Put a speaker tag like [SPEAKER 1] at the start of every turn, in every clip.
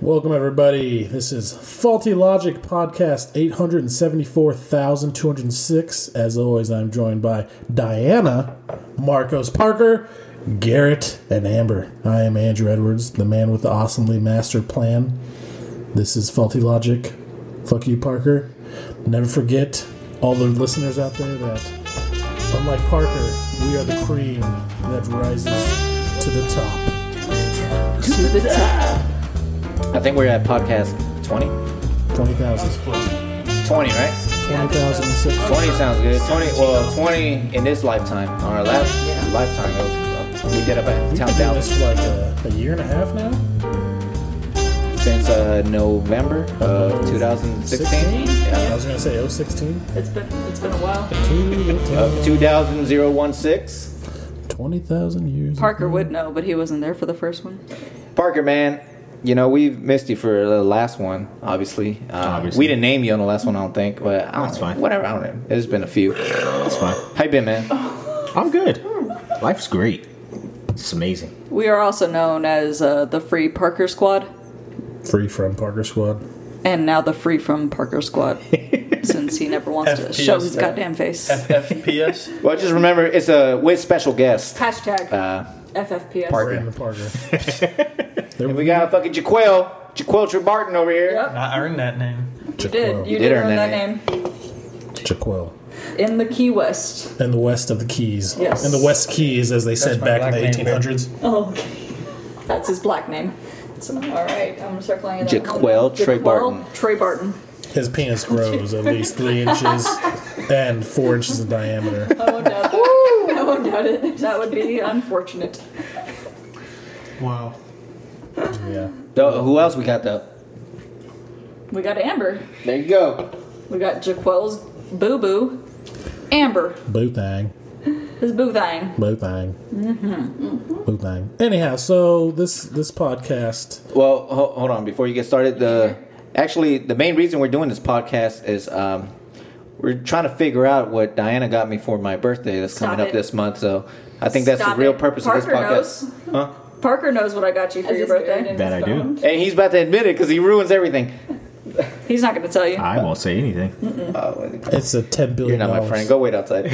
[SPEAKER 1] Welcome, everybody. This is Faulty Logic Podcast 874,206. As always, I'm joined by Diana, Marcos Parker, Garrett, and Amber. I am Andrew Edwards, the man with the awesomely master plan. This is Faulty Logic. Fuck you, Parker. Never forget all the listeners out there that, unlike Parker, we are the cream that rises to the top.
[SPEAKER 2] I think we're at podcast 20.
[SPEAKER 1] 20,000.
[SPEAKER 2] 20, right?
[SPEAKER 1] 20,006.
[SPEAKER 2] 20 sounds good. 20, well, 20 in this lifetime. On our last lifetime, it was, uh, we did about
[SPEAKER 1] We've been doing this
[SPEAKER 2] 10,000
[SPEAKER 1] for like a, a year and a half now.
[SPEAKER 2] since uh, November of 2016.
[SPEAKER 1] I
[SPEAKER 2] Yeah.
[SPEAKER 1] was gonna say 016.
[SPEAKER 3] It's been it's been a while.
[SPEAKER 2] Of 2016.
[SPEAKER 1] 20,000 years.
[SPEAKER 3] Parker would know, but he wasn't there for the first one.
[SPEAKER 2] Parker, man, you know, we've missed you for the last one, obviously. Uh,
[SPEAKER 4] Obviously.
[SPEAKER 2] We didn't name you on the last one, I don't think, but I don't
[SPEAKER 4] That's fine.
[SPEAKER 2] Whatever, I don't know. There's been a few.
[SPEAKER 4] That's fine.
[SPEAKER 2] How you been, man?
[SPEAKER 4] I'm good. Life's great. It's amazing.
[SPEAKER 3] We are also known as uh, the Free Parker Squad,
[SPEAKER 1] Free from Parker Squad.
[SPEAKER 3] and now the Free from Parker Squad, since he never wants to
[SPEAKER 5] FPS,
[SPEAKER 3] show his
[SPEAKER 5] uh,
[SPEAKER 3] goddamn face.
[SPEAKER 5] FPS.
[SPEAKER 2] Well, just remember, it's a with special guest.
[SPEAKER 3] Hashtag
[SPEAKER 2] Uh,
[SPEAKER 3] FFPS.
[SPEAKER 2] Parker.
[SPEAKER 1] Brandon Parker.
[SPEAKER 2] And we got fucking Jaquel, Jaquel Trebarton over here.
[SPEAKER 3] Yep.
[SPEAKER 5] I earned that name.
[SPEAKER 3] You did. You
[SPEAKER 2] did
[SPEAKER 3] did
[SPEAKER 2] earn
[SPEAKER 3] earn that
[SPEAKER 2] that
[SPEAKER 3] name.
[SPEAKER 1] Jaquil.
[SPEAKER 3] In the Key West.
[SPEAKER 1] And the west of the Keys.
[SPEAKER 3] Yes.
[SPEAKER 1] And the West Keys, as they said
[SPEAKER 5] my
[SPEAKER 1] back in
[SPEAKER 5] black
[SPEAKER 1] the
[SPEAKER 5] name, man.
[SPEAKER 1] 1800s.
[SPEAKER 3] Oh, okay. That's his black name. So, all right, I'm circling it.
[SPEAKER 2] Jaquel Trey
[SPEAKER 3] Jaquel
[SPEAKER 2] Barton.
[SPEAKER 3] Trey Barton.
[SPEAKER 1] His penis grows at least three inches and four inches in diameter.
[SPEAKER 3] I won't doubt it. Oh, I won't doubt it. That would be unfortunate.
[SPEAKER 5] Wow.
[SPEAKER 1] Yeah.
[SPEAKER 2] So, who else we got though?
[SPEAKER 3] We got Amber.
[SPEAKER 2] There you go.
[SPEAKER 3] We got Jaquel's boo boo, Amber,
[SPEAKER 1] Boo thang.
[SPEAKER 3] his boo thing.
[SPEAKER 1] Boo thang. Boo thang. Anyhow, so this this podcast.
[SPEAKER 2] Well, ho- hold on before you get started. The actually the main reason we're doing this podcast is um, we're trying to figure out what Diana got me for my birthday that's
[SPEAKER 3] Stop
[SPEAKER 2] coming up
[SPEAKER 3] it.
[SPEAKER 2] this month. So I think that's
[SPEAKER 3] Stop
[SPEAKER 2] the real
[SPEAKER 3] it.
[SPEAKER 2] purpose of
[SPEAKER 3] Parker
[SPEAKER 2] this podcast. Huh?
[SPEAKER 3] Parker knows what I got you for your birthday.
[SPEAKER 4] That I do.
[SPEAKER 2] And he's about to admit it because he ruins everything.
[SPEAKER 3] He's not going to tell you.
[SPEAKER 4] I won't say anything.
[SPEAKER 1] It's a ten
[SPEAKER 2] Oh, You're
[SPEAKER 1] billion.
[SPEAKER 2] not my friend. Go wait outside.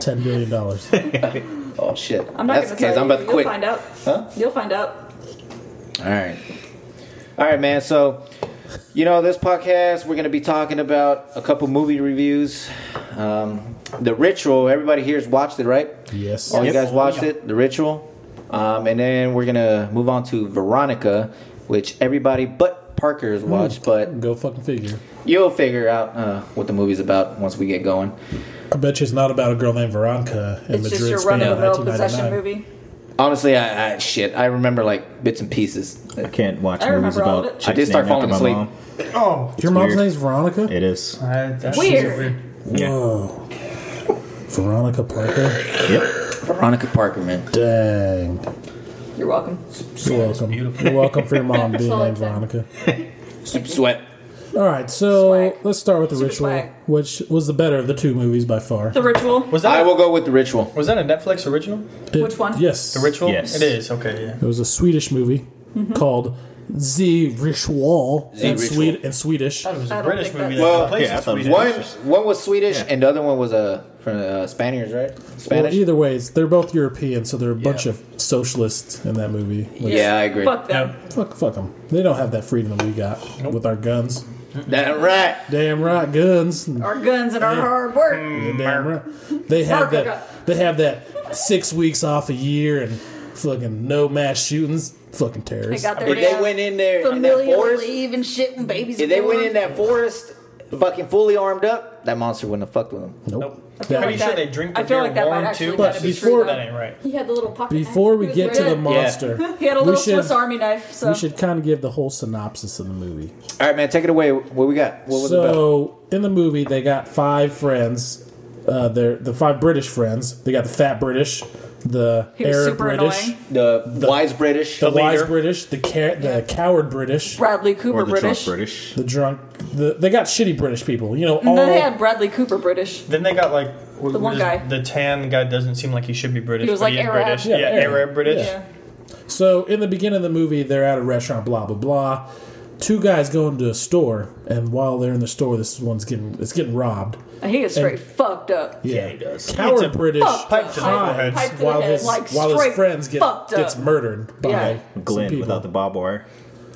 [SPEAKER 1] Ten billion dollars.
[SPEAKER 2] oh shit.
[SPEAKER 3] I'm not going to
[SPEAKER 2] that's the
[SPEAKER 3] tell
[SPEAKER 2] case.
[SPEAKER 3] you.
[SPEAKER 2] I'm about to
[SPEAKER 3] You'll
[SPEAKER 2] quit.
[SPEAKER 3] find out.
[SPEAKER 2] Huh?
[SPEAKER 3] You'll find out.
[SPEAKER 2] All right. All right, man. So, you know, this podcast, we're going to be talking about a couple movie reviews. Um, the Ritual, everybody here's watched it, right?
[SPEAKER 1] Yes.
[SPEAKER 2] All you
[SPEAKER 1] Yes.
[SPEAKER 2] guys watched it, The Ritual. Um, and then we're going to move on to Veronica, which everybody but Parker's watched, but
[SPEAKER 1] Go fucking figure.
[SPEAKER 2] you'll figure out uh, what the movie's about once we get going.
[SPEAKER 1] I bet you it's not about a girl named Veronica in
[SPEAKER 3] it's
[SPEAKER 1] Madrid,
[SPEAKER 3] just your
[SPEAKER 1] Spain,
[SPEAKER 3] run of the mill
[SPEAKER 1] in
[SPEAKER 3] possession
[SPEAKER 1] 1999.
[SPEAKER 3] movie.
[SPEAKER 2] Honestly, I, I shit, I remember like bits and pieces.
[SPEAKER 4] I can't watch
[SPEAKER 3] I
[SPEAKER 4] movies
[SPEAKER 3] remember all of
[SPEAKER 4] about.
[SPEAKER 3] it.
[SPEAKER 4] chicks
[SPEAKER 2] I did start
[SPEAKER 4] named after
[SPEAKER 2] falling
[SPEAKER 4] my
[SPEAKER 2] asleep.
[SPEAKER 5] Oh.
[SPEAKER 1] Your mom's
[SPEAKER 4] weird.
[SPEAKER 1] name's Veronica.
[SPEAKER 4] mom. It is.
[SPEAKER 5] I, that
[SPEAKER 3] Weird.
[SPEAKER 5] shit's weird.
[SPEAKER 1] Whoa. Veronica Parker.
[SPEAKER 4] Yep.
[SPEAKER 2] Veronica Parker, man.
[SPEAKER 1] Dang.
[SPEAKER 3] You're welcome.
[SPEAKER 1] You're welcome.
[SPEAKER 5] beautiful.
[SPEAKER 1] You're welcome for your mom being
[SPEAKER 3] all
[SPEAKER 1] named
[SPEAKER 3] it's in.
[SPEAKER 1] Veronica.
[SPEAKER 2] Sweat.
[SPEAKER 1] All right, so
[SPEAKER 3] Swag.
[SPEAKER 1] let's start with the
[SPEAKER 3] Super
[SPEAKER 1] ritual,
[SPEAKER 3] swag.
[SPEAKER 1] which was the better of the two movies by far.
[SPEAKER 3] The ritual.
[SPEAKER 5] Was that
[SPEAKER 2] I will go with The Ritual.
[SPEAKER 5] was that a Netflix original?
[SPEAKER 1] It-
[SPEAKER 3] Which one?
[SPEAKER 1] Yes,
[SPEAKER 5] The Ritual?
[SPEAKER 4] Yes.
[SPEAKER 5] It is. Okay, yeah.
[SPEAKER 1] It was a Swedish movie
[SPEAKER 3] Mm-hmm.
[SPEAKER 1] called The Ritual
[SPEAKER 2] The
[SPEAKER 1] in,
[SPEAKER 2] Ritual.
[SPEAKER 1] Swed- in Swedish.
[SPEAKER 5] I thought it was
[SPEAKER 3] I
[SPEAKER 5] a
[SPEAKER 3] don't
[SPEAKER 5] British
[SPEAKER 3] think that's-
[SPEAKER 5] movie.
[SPEAKER 2] Well,
[SPEAKER 5] that took place
[SPEAKER 4] yeah,
[SPEAKER 5] in
[SPEAKER 4] I thought it was
[SPEAKER 5] Sweden.
[SPEAKER 2] One one was Swedish
[SPEAKER 4] Yeah.
[SPEAKER 2] and the other one was uh, from uh, Spaniards, right?
[SPEAKER 1] Well,
[SPEAKER 2] Spanish.
[SPEAKER 1] either way, it's- they're both European, so they're a bunch
[SPEAKER 5] Yeah.
[SPEAKER 1] of socialists in that movie. Like,
[SPEAKER 2] yeah, I agree.
[SPEAKER 3] Fuck
[SPEAKER 5] Yeah.
[SPEAKER 3] them.
[SPEAKER 1] Fuck, fuck them. They don't have that freedom that we got with our guns.
[SPEAKER 2] That right.
[SPEAKER 1] Damn right, guns.
[SPEAKER 3] Our guns and our hard work.
[SPEAKER 2] Hmm.
[SPEAKER 1] Damn right. They have
[SPEAKER 3] America.
[SPEAKER 1] that. They have that six weeks off a year and fucking no mass shootings. Fucking
[SPEAKER 3] They
[SPEAKER 1] terrorists.
[SPEAKER 3] got their
[SPEAKER 2] If they
[SPEAKER 3] damn
[SPEAKER 2] went in there in that
[SPEAKER 3] familial
[SPEAKER 2] forest,
[SPEAKER 3] leave and shit when babies.
[SPEAKER 2] if they
[SPEAKER 3] are
[SPEAKER 2] went
[SPEAKER 3] born.
[SPEAKER 2] in that forest, fucking fully armed up, that monster wouldn't have fucked with them.
[SPEAKER 1] nope.
[SPEAKER 5] Nope.
[SPEAKER 1] That-
[SPEAKER 3] feel
[SPEAKER 5] Pretty
[SPEAKER 3] like
[SPEAKER 5] sure
[SPEAKER 3] that-
[SPEAKER 5] they drink
[SPEAKER 3] I
[SPEAKER 5] the
[SPEAKER 3] feel
[SPEAKER 5] beer
[SPEAKER 3] like that might
[SPEAKER 5] warm
[SPEAKER 3] actually
[SPEAKER 5] too.
[SPEAKER 3] gotta
[SPEAKER 5] But
[SPEAKER 1] be
[SPEAKER 5] before
[SPEAKER 1] true.
[SPEAKER 5] that ain't right.
[SPEAKER 3] He had the little pocket.
[SPEAKER 1] before we
[SPEAKER 3] knife.
[SPEAKER 1] get to the
[SPEAKER 3] Yeah.
[SPEAKER 1] monster,
[SPEAKER 3] He had a little
[SPEAKER 1] we should
[SPEAKER 3] Swiss Army knife. So
[SPEAKER 1] we should kind of give the whole synopsis of the movie.
[SPEAKER 2] All right, man, take it away. What we got? What was it about?
[SPEAKER 1] So in the movie, they got five friends. Uh, they're the five British friends. They got the fat British, the
[SPEAKER 3] was
[SPEAKER 1] Arab
[SPEAKER 3] super
[SPEAKER 1] British,
[SPEAKER 3] annoying.
[SPEAKER 2] The, wise British.
[SPEAKER 1] the wise
[SPEAKER 5] leader.
[SPEAKER 1] British, the ca- the coward British,
[SPEAKER 3] Bradley Cooper
[SPEAKER 4] Or the
[SPEAKER 3] British.
[SPEAKER 4] British. British.
[SPEAKER 1] the drunk. The, they got shitty British people. You know all.
[SPEAKER 3] And then they had Bradley Cooper British.
[SPEAKER 5] Then they got like
[SPEAKER 3] The one guy.
[SPEAKER 5] The tan guy doesn't seem like he should be British.
[SPEAKER 3] He was
[SPEAKER 5] but
[SPEAKER 3] like
[SPEAKER 5] he is
[SPEAKER 3] Arab.
[SPEAKER 5] British.
[SPEAKER 1] Yeah,
[SPEAKER 5] Yeah,
[SPEAKER 1] Arab.
[SPEAKER 5] Arab British.
[SPEAKER 1] Yeah. So in the beginning of the movie, they're at a restaurant, blah blah blah. Two guys go into a store, and while they're in the store, this one's getting it's getting robbed.
[SPEAKER 3] And he gets straight fucked up.
[SPEAKER 1] Yeah,
[SPEAKER 4] he does.
[SPEAKER 1] Coward
[SPEAKER 5] It's a
[SPEAKER 1] British
[SPEAKER 3] fucked
[SPEAKER 5] Pipe
[SPEAKER 3] up.
[SPEAKER 5] to the forehead.
[SPEAKER 3] Pipe to the
[SPEAKER 1] while
[SPEAKER 3] head,
[SPEAKER 1] his
[SPEAKER 3] like
[SPEAKER 1] while his
[SPEAKER 3] straight
[SPEAKER 1] friends get
[SPEAKER 3] fucked up.
[SPEAKER 1] gets murdered by
[SPEAKER 3] Yeah.
[SPEAKER 1] some
[SPEAKER 4] Glenn
[SPEAKER 1] people.
[SPEAKER 4] without the bob wire.